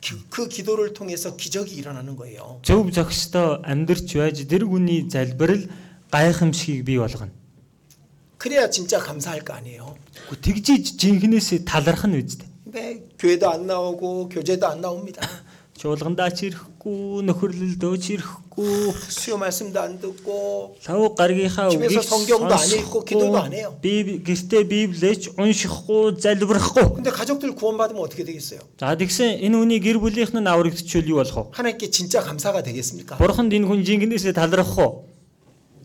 기- 그 기도를 통해서 기적이 일어나는 거예요. Зөв зохистой амьдрч байж тэр хүний залбирал гайхамшигийг бий болгоно. 그래야 진짜 감사할 거 아니에요. Гэхдээ тэгжиж жинхнээсээ таларх нь үст. 근데 교회도 안 나오고 교제도 안 나옵니다. Чуулгандаа ч ирэхгүй, нөхөрлөлдөө ч ирэхгүй, 수요 말씀도 안 듣고 лав гаргийнхаа Чимээс үгийг сонгёонгдоо 안 읽고, сонсохгүй, 기도도 안 해요. Би гэртээ библич уншихгүй, залбирахгүй. 근데 가족들 구원받으면 어떻게 되겠어요? За тэгсэн энэ хүний гэр бүлийнх нь аврагдчихвөл юу болох вэ? 하나님께 진짜 감사가 되겠습니까? Бурханд энэ хүн жинхнээсээ талархах уу?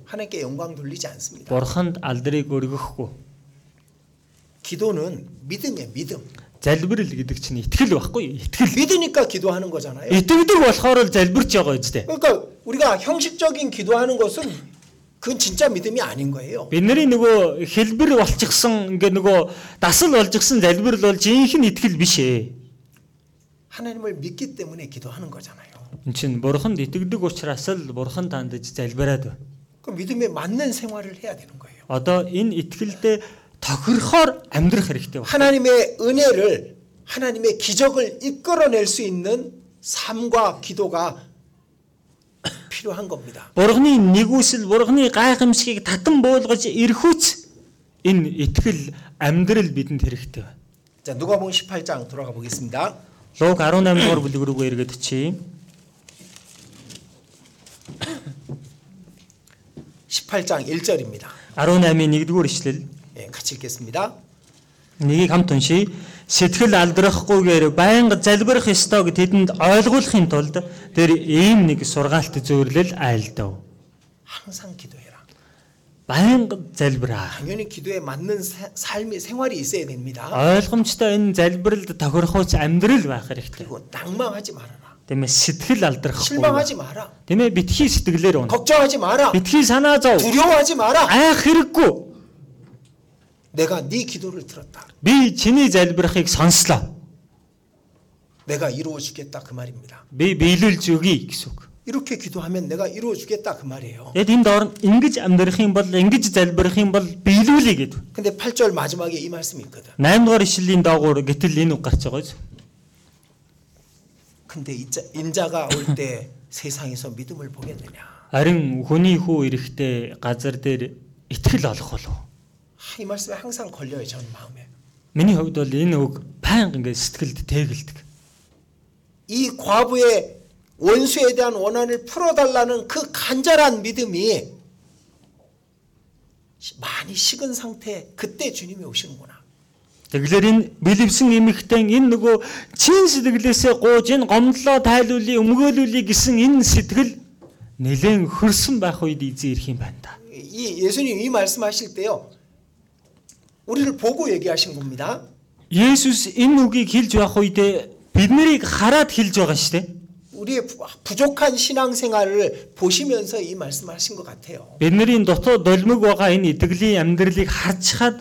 하나님께 영광 돌리지 않습니다. Бурханд алдрыг өргөхгүй. 기도는 믿음이에요, 믿음. Залбирал гэдэг чинь итгэл байхгүй, итгэл. 믿으니까 기도하는 거잖아요. Итгэдэг болохоор л залбирч байгаа юм зү. 그러니까 우리가 형식적인 기도하는 것은 그건 진짜 믿음이 아닌 거예요. Бид нарын нөгөө хэлбэр болчихсон ингээ нөгөө дасал болчихсон залбирал бол жинхэнэ итгэл биш ээ. 하나님을 믿기 때문에 기도하는 거잖아요. Энд чинь бурханд итгэдэг учраас л бурхан тандж залбираад байна. 그 믿음에 맞는 생활을 해야 되는 거예요. Одоо энэ итгэлдээ тохирохоор амьдрах хэрэгтэй байна. 하나님의 은혜를 하나님의 기적을 이끌어낼 수 있는 삶과 기도가 필요한 겁니다. Бурханы нэгүсэл, бурханы гайхамшгийг татан буулгаж ирэхүүц энэ итгэл амьдрал бидэнд хэрэгтэй байна. 자, 누가복음 18장 돌아가 보겠습니다. Луг 18 дугаар бүлэг рүүгээ эргээд очие. 18장 1절입니다. 18-ийн 1-р ишлэл 예, 같이 읽겠습니다. Нэгийг хамт уншия. Сэтгэл алдрахгүйгээр байнга залбирах ёстойг тэдэнд ойлгуулахын тулд тэр ийм нэг сургаалт зөөрлөл айлдав. 항상 기도해라. Байнга залбираа. 당연히 기도에 맞는 사- 삶이 생활이 있어야 됩니다. Ойлгомжтой энэ залбиралд тохирохуйц амьдрал байх хэрэгтэй. 그리고 낭망하지 말아라. Тийм ээ сэтгэл алдрахгүй. 아, 실망하지 마라. Тийм ээ битгий сэтгэлээр унах. 걱정하지 마라. Битгий санаа зов. 두려워하지 마라. Айх хэрэггүй. 내가 네 기도를 들었다. Би чиний залбирахыг сонслоо. 내가 이루어 주겠다 그 말입니다. Би биелүүлж өгье гэсэн үг. 이렇게 기도하면 내가 이루어 주겠다 그 말이에요. Тэгэд энэ доор ингэж амьдрах юм бол ингэж залбирах юм бол биелүүлээ гэдэг. 근데 8절 마지막에 이 말씀이 있거든. 8 дугаар ишлэлийн дагуур гэтэл энэ үг гарч байгаа биз? 근데 인자, 인자가 올 때 세상에서 믿음을 보겠느냐. Харин хүний хүү эрэхтэй газар дээр итгэл олох болов. 아, 이 말씀에 항상 걸려요 저는 마음에. Миний хувьд бол энэ үг баян ингээд сэтгэлд тээгэлдэг. 이 과부의 원수에 대한 원한을 풀어달라는 그 간절한 믿음이 시- 많이 식은 상태 그때 주님이 오시는구나. Тэгэлэр энэ бэлэвсэн эмэгтэй энэ нөгөө чин сэтгэлээсээ гууж энэ гомдлоо тайлуулъя, өмгөөлүүлье гэсэн энэ сэтгэл нэлээд хөрсөн байх үед эзэн ирэх юм байна да. 이 예수님 이 말씀하실 때요. 우리를 보고 얘기하신 겁니다. Есүс энэ үгийг хэлж байх үед бид нарыг хараад хэлж байгаа шүү дээ. 우리의 부- 부족한 신앙생활을 보시면서 이 말씀하신 것 같아요. Бид нарын дотоод долмиг байгаа энэ итгэлийн амьдралыг харж хаад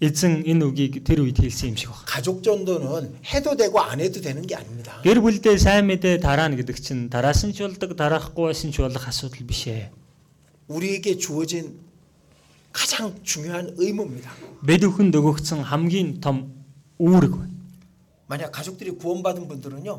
эзэн энэ үгийг тэр үед хэлсэн юм шиг байна. 가족 전도는 해도 되고 안 해도 되는 게 아닙니다. Гэр бүлдээ сайн мэдээ тараана гэдэг чинь тараасан ч болдог, тараахгүй байсан ч болох асуудал биш ээ. 우리에게 주어진 가장 중요한 의무입니다. Бид өхөнд өгөгдсөн хамгийн том үүрэг байна. 만약 가족들이 구원받은 분들은요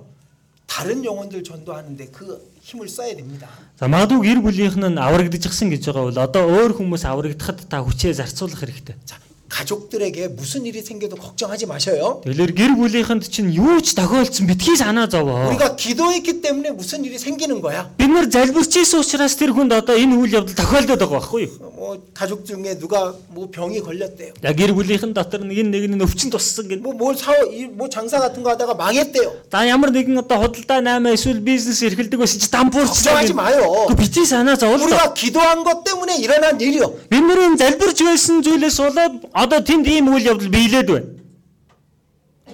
다른 영혼들 전도하는데 그 힘을 써야 됩니다. За магадгүй гэр бүлийнх нь аврагдчихсан гэж байгаа бол одоо өөр хүмүүс аврагдахад та хүчээ зарцуулах хэрэгтэй. 자 가족들에게 무슨 일이 생겨도 걱정하지 마셔요. Тэгэлэр гэр бүлийнхэнд чинь юу ч тохиолдсон битгий санаа зовоо. 우리가 기도했기 때문에 무슨 일이 생기는 거야. Бид нар залбирч ийсэн учраас тэр хүнд одоо энэ үйл явдал тохиолдоод байгаа байхгүй юу? 뭐 가족 중에 누가 뭐 병이 걸렸대요. За гэр бүлийнхэн дотор нэг нь нэг нь өвчин туссан гэнэ. 뭐 뭘 사뭐 장사 같은 거 하다가 망했대요. За ямар нэгэн одоо худалдаа 8 эсвэл бизнес эрхэлдэг байсан чи дампуурч 걱정하지 마요. Бити санаа зовлоо. 우리가 기도한 것 때문에 일어난 일이요. Бид нарын залбирч байсан зүйлээс болоод одоо тэнд ийм үйл явдал биелээд байна.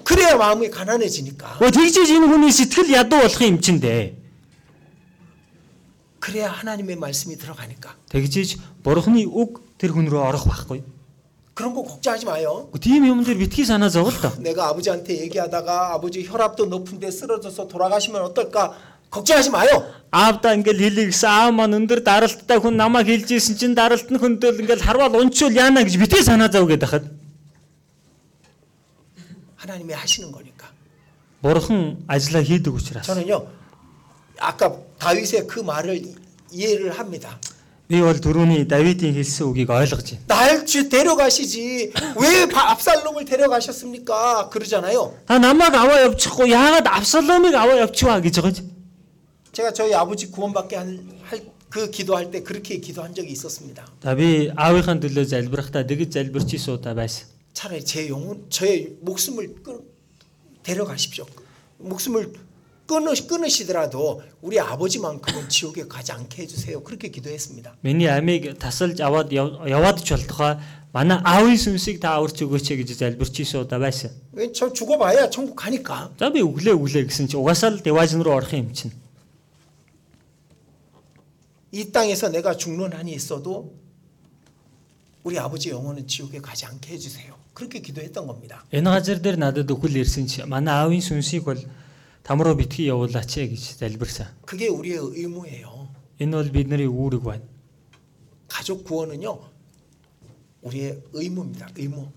그래야 마음이 가난해지니까. Гэхдээ тэгжээж энэ хүний сэтгэл ядуу болох юм чин дээ. 그래야 하나님의 말씀이 들어가니까. Тэгжээж бурхны үг тэр хүн рүү орох байхгүй. 그런 거 걱정하지 마요. Гэхдээ тийм юм дээр битгий санаа зовлоо. 내가 아버지한테 얘기하다가 아버지 혈압도 높은데 쓰러져서 돌아가시면 어떨까 걱정하지 마요. Аавда ингээл хэлээ гэсэн аав маань өндөр даралттай хүн намайг хэлж ийсэн чинь даралт нь хөндөөл ингээл харвал унчвал яана гэж битгий санаа зов гэдэг хахад. 하나님이 하시는 거니까. Бурхан ажиллаа хийдэг учраас. 저는요 아까 다윗의 그 말을 이- 이해를 합니다. Би бол түрүүний Давидын хэлсэн үгийг ойлгож байна. 날 주- 데려가시지 왜 바- 압살롬을 데려가셨습니까? 그러잖아요. Та намайг аваа явчихгүй яагаад Авсаломыг аваа явчихваа гэж байгаа ч. 제가 저희 아버지 구원받게 한- 할, 그 기도할 때 그렇게 기도한 적이 있었습니다. За би аавынхаа төлөө залбирахдаа тэгж залбирч ийсүү та байсан. 차라리 제 영혼, 저의 목숨을 끊, 데려가십시오. 목숨을 끊으, 끊으시더라도 우리 아버지만큼은 지옥에 가지 않게 해주세요. 그렇게 기도했습니다. Миний амийг тасалж аваад яв- яваад ч болтохоо манай аавын сүнсийг та аварч өгөөч гэж залбирч ийсүү та байсан. 왜저 죽어봐야 천국 가니까. За би өглөө өглөө гэсэн чи угаасаа л диважн руу орох юм чинь. 이 땅에서 내가 죽는 한이 있어도 우리 아버지 영혼은 지옥에 가지 않게 해주세요. 그렇게 기도했던 겁니다. Энэ газар дээр надад өхөл ирсэн чи манай аавын сүнсийг бол там руу битгий явуулаач ээ гэж залбирсан. 그게 우리의 의무예요. Энэ бол бидний үүрэг байна. 가족 구원은요, 우리의 의무입니다. 의무.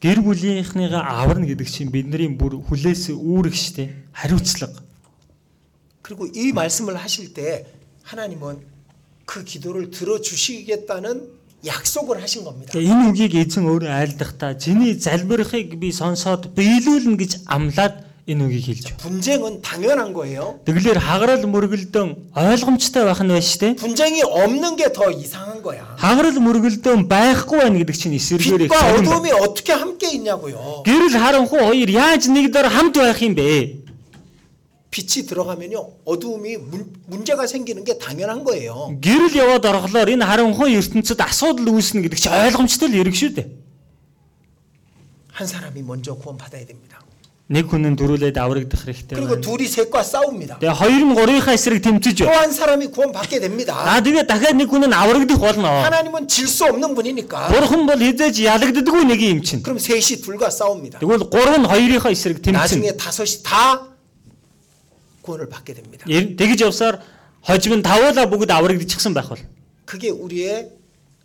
Гэр бүлийнхнийгээ аварна гэдэг чинь бидний бүр хүлээс үүрэг штэ. Хариуцлага. 그리고 이 말씀을 하실 때 하나님은 그 기도를 들어주시겠다는 약속을 하신 겁니다. Тэгээ энэ үгийг эзэн өөрөө айлдахдаа чиний залбирахыг би сонсоод биелүүлнэ гэж амлаад энэ үгийг хэлж байна. 분쟁은 당연한 거예요. Тэгэлэр хагарал мөргөлдөн ойлгомжтой байх нь байна штэ. 분쟁이 없는 게 더 이상한 거야. Хагарал мөргөлдөн байхгүй байна гэдэг чинь эсэргээр их 빛과 сонирм байна. 어둠이 어떻게 함께 있냐고요. Гэрэл харанхуй хоёр яаж нэг дор хамт байх юм бэ? 빛이 들어가면요 어두움이 문, 문제가 생기는 게 당연한 거예요. Гэрэл яваад орохлоор энэ харанхуй ертөнцид асуудал үүснэ гэдэг чинь ойлгомжтой л эрэг шүү дээ. 한 사람이 먼저 구원 받아야 됩니다. Нэг хүн нь дөрүүлээд аврагдах хэрэгтэй 그리고 байна. 둘이 셋과 싸웁니다. Тэгээ хоёр нь гурвынхаа эсрэг 또 тэмцэж 한 байна. 사람이 구원받게 됩니다. Аа тэгээ дахиад нэг хүн нь аврагдах болно. 하나님은 질 수 없는 분이니까. Бурхан бол хизээж ялагддаггүй нэг юм чинь. 그럼 셋이 둘과 싸웁니다. Тэгвэл гурав нь хоёрынхаа эсрэг тэмцэн. 나중에 다섯이 다 구원을 받게 됩니다. Ер- Тэгж явсаар хожим нь тавуулаа бүгд аврагдчихсан байх бол. 그게 우리의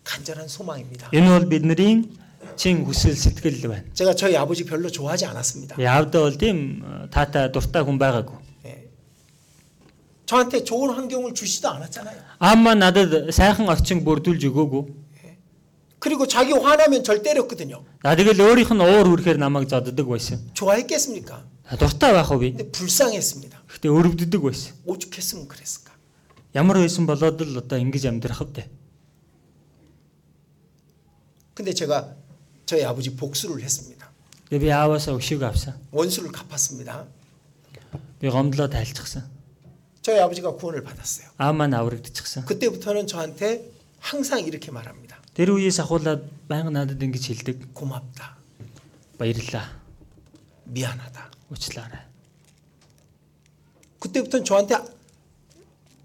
간절한 소망입니다. Энэ бол бидний чин хүсэл сэтгэл байна. 제가 저희 아버지 별로 좋아하지 않았습니다. Явдаа бол тийм э, таатай дуртай хүн байгаагүй. 예. 저한테 좋은 환경을 주지도 않았잖아요. Аама надад сайхан орчин бүрдүүлж өгөөгүй. 그리고 자기 화나면 절 때렸거든요. За тэгэл өөрийнх нь уур үрхээр намайг зоддөг байсан. 좋아했겠습니까? За, Дуртай байх уу би? 근데 불쌍했습니다. Гэтэ өрөвддөг байсан. 오죽했으면 그랬을까? Ямар байсан болоод л одоо ингэж амьдрах вэ? 근데 제가 저희 아버지 복수를 했습니다. Тэгээ би ааваасаа өшөөг авсан. 원수를 갚았습니다. Би гомдлоо тайлчихсан. 저희 아버지가 구원을 받았어요. Аамаа нь аврагдчихсан. 그때부터는 저한테 항상 이렇게 말합니다. Тэр үеэс ахуулаад байнга надад ингэж хэлдэг. 고맙다. Баярлаа. 미안하다. Уучлаарай. 그때부터는 저한테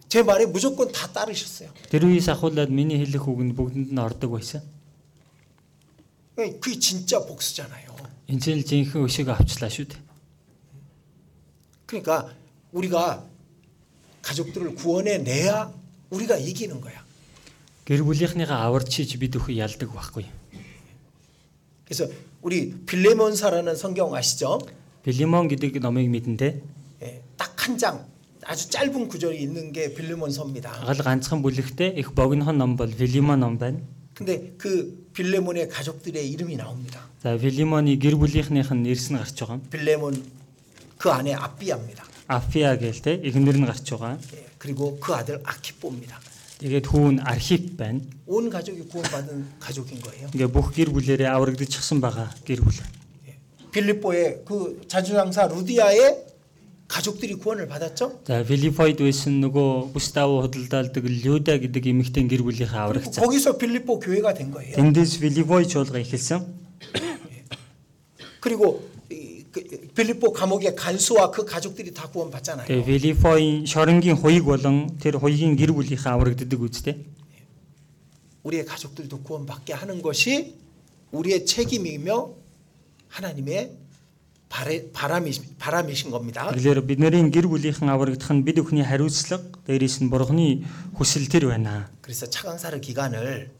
제 말에 무조건 다 따르셨어요. Тэр үеэс ахуулаад миний хэлэх үгэнд бүгдэнд нь ордог байсан. 예, 그게 진짜 복수잖아요. Энд чинь л жинхэнэ өшөөг авчлаа шүү дээ. 그러니까 우리가 가족들을 구원해 내야 우리가 이기는 거야. Гэр бүлийнхнийгаа аварч хийж бид өхөө ялдаг байхгүй. 그래서 우리 빌레몬사라는 성경 아시죠? 예, Филимон гэдэг номыг мэдэн те. 딱 한 장 아주 짧은 구절이 있는 게 빌레몬서입니다. Гал ганцхан бүлэгтээ их богинохон ном бол Филимон ном байна. 근데 그 빌레몬의 가족들의 이름이 나옵니다. За Филимоны гэр бүлийнхнийх нь нэрс нь гарч байгаа. 빌레몬 그 안에 아비아입니다. Афиа гээл те игнэр нь гарч байгаа. 예, 그리고 그 아들 아키뽀입니다. Тэгээд хүү нь Архип байна. 온 가족이 구원받은 가족인 거예요. Ингээ бүх гэр бүлэрээ аврагдчихсан байгаа гэр бүл. 빌립보의 그 자주장사 루디아의 가족들이 구원을 받았죠. За Филиппойд байсан нөгөө Густаво худалдаалдаг Люда гэдэг эмэгтэй гэр бүлийнхээ 그리고 аврагдсан. 거기서 빌립보 교회가 된 거예요. Тэндээс Филиппой чуулга эхэлсэн. 그리고 이- 그 빌립보 감옥의 간수와 그 가족들이 다 구원받잖아요. Тэгээ Филиппойн шоронгийн хуйг болон тэр хуйгийн гэр бүлийнхээ аврагддаг үсттэй. 우리의 가족들도 구원받게 하는 것이 우리의 책임이며 하나님의 바래, 바람이, 바람이신 겁니다. Тэгэлэр бидний гэр бүлийнхэн аврагдах нь бид өхний хариуцлага, дээрээс нь бурхны хүсэл тэр байна. 그래서 차강사르 기간을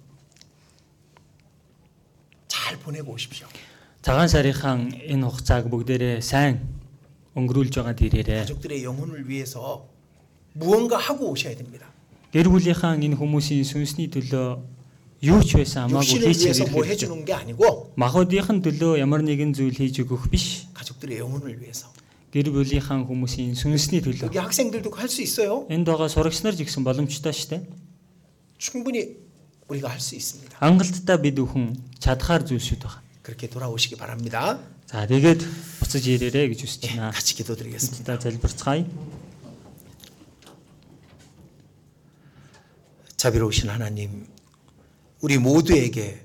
잘 보내고 오십시오. Цагаан сарынхан энэ хугацааг бүгдээрээ сайн өнгөрүүлж байгаад ирээрээ. 가족들의 영혼을 위해서 무언가 하고 오셔야 됩니다. Гэр бүлийнхэн энэ хүмүүсийн сүнсний төлөө юу ч байсан хамаагүй 육신을 위해서 хийчихээ. 뭐 해주는 게 아니고 Махуудынхын төлөө ямар нэгэн зүйл хийж өгөх биш. 가족들의 영혼을 위해서. Гэр бүлийнхэн хүмүүсийн сүнсний төлөө. 여기 학생들도 할 수 있어요. Энд байгаа сурагч нар ч гэсэн боломжтой штэ. 충분히 우리가 할 수 있습니다. Хангалттай бид өхөн чадхаар зүйлсүүд байна. 그렇게 돌아오시기 바랍니다. За тэгээд буцаж ирээрээ гэж үсэж байна. 같이 기도드리겠습니다. Та залбирцгаая. 자비로우신 하나님, 우리 모두에게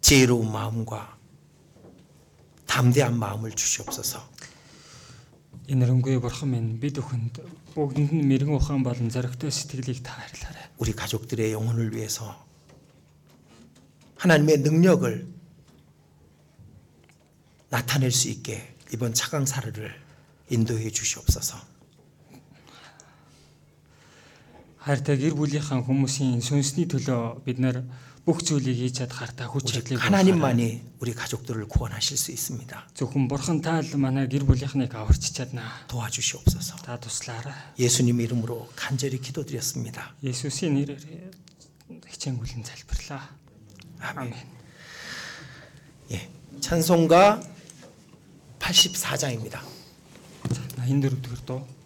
지혜로운 마음과 담대한 마음을 주시옵소서. Энэ рэнгүй бурхан минь бид өхөнд бүгдэнд нь мэрэгэн ухаан болон зоригтой сэтгэлийг та харилаарай. 우리 가족들의 영혼을 위해서 하나님의 능력을 나타낼 수 있게 이번 차강사를 인도해 주시옵소서. Хайртай гэр бүлийнхэн хүмүүсийн сүнсний төлөө бид нар бүх зүйлийг хийж чадхаар та хүч чадлыг өгөөрэй. 하나님만이 우리 가족들을 구원하실 수 있습니다. зөвхөн бурхан таал манай гэр бүлийнхнийг аварч чаднаа. 도와주시옵소서. Та туслаарай. 예수님 이름으로 간절히 기도드렸습니다. Есүсийн нэрээр хичээнгүлэн залбирлаа. 아멘. Амен. 예. 찬송가 84장입니다. 84 дэх дуу.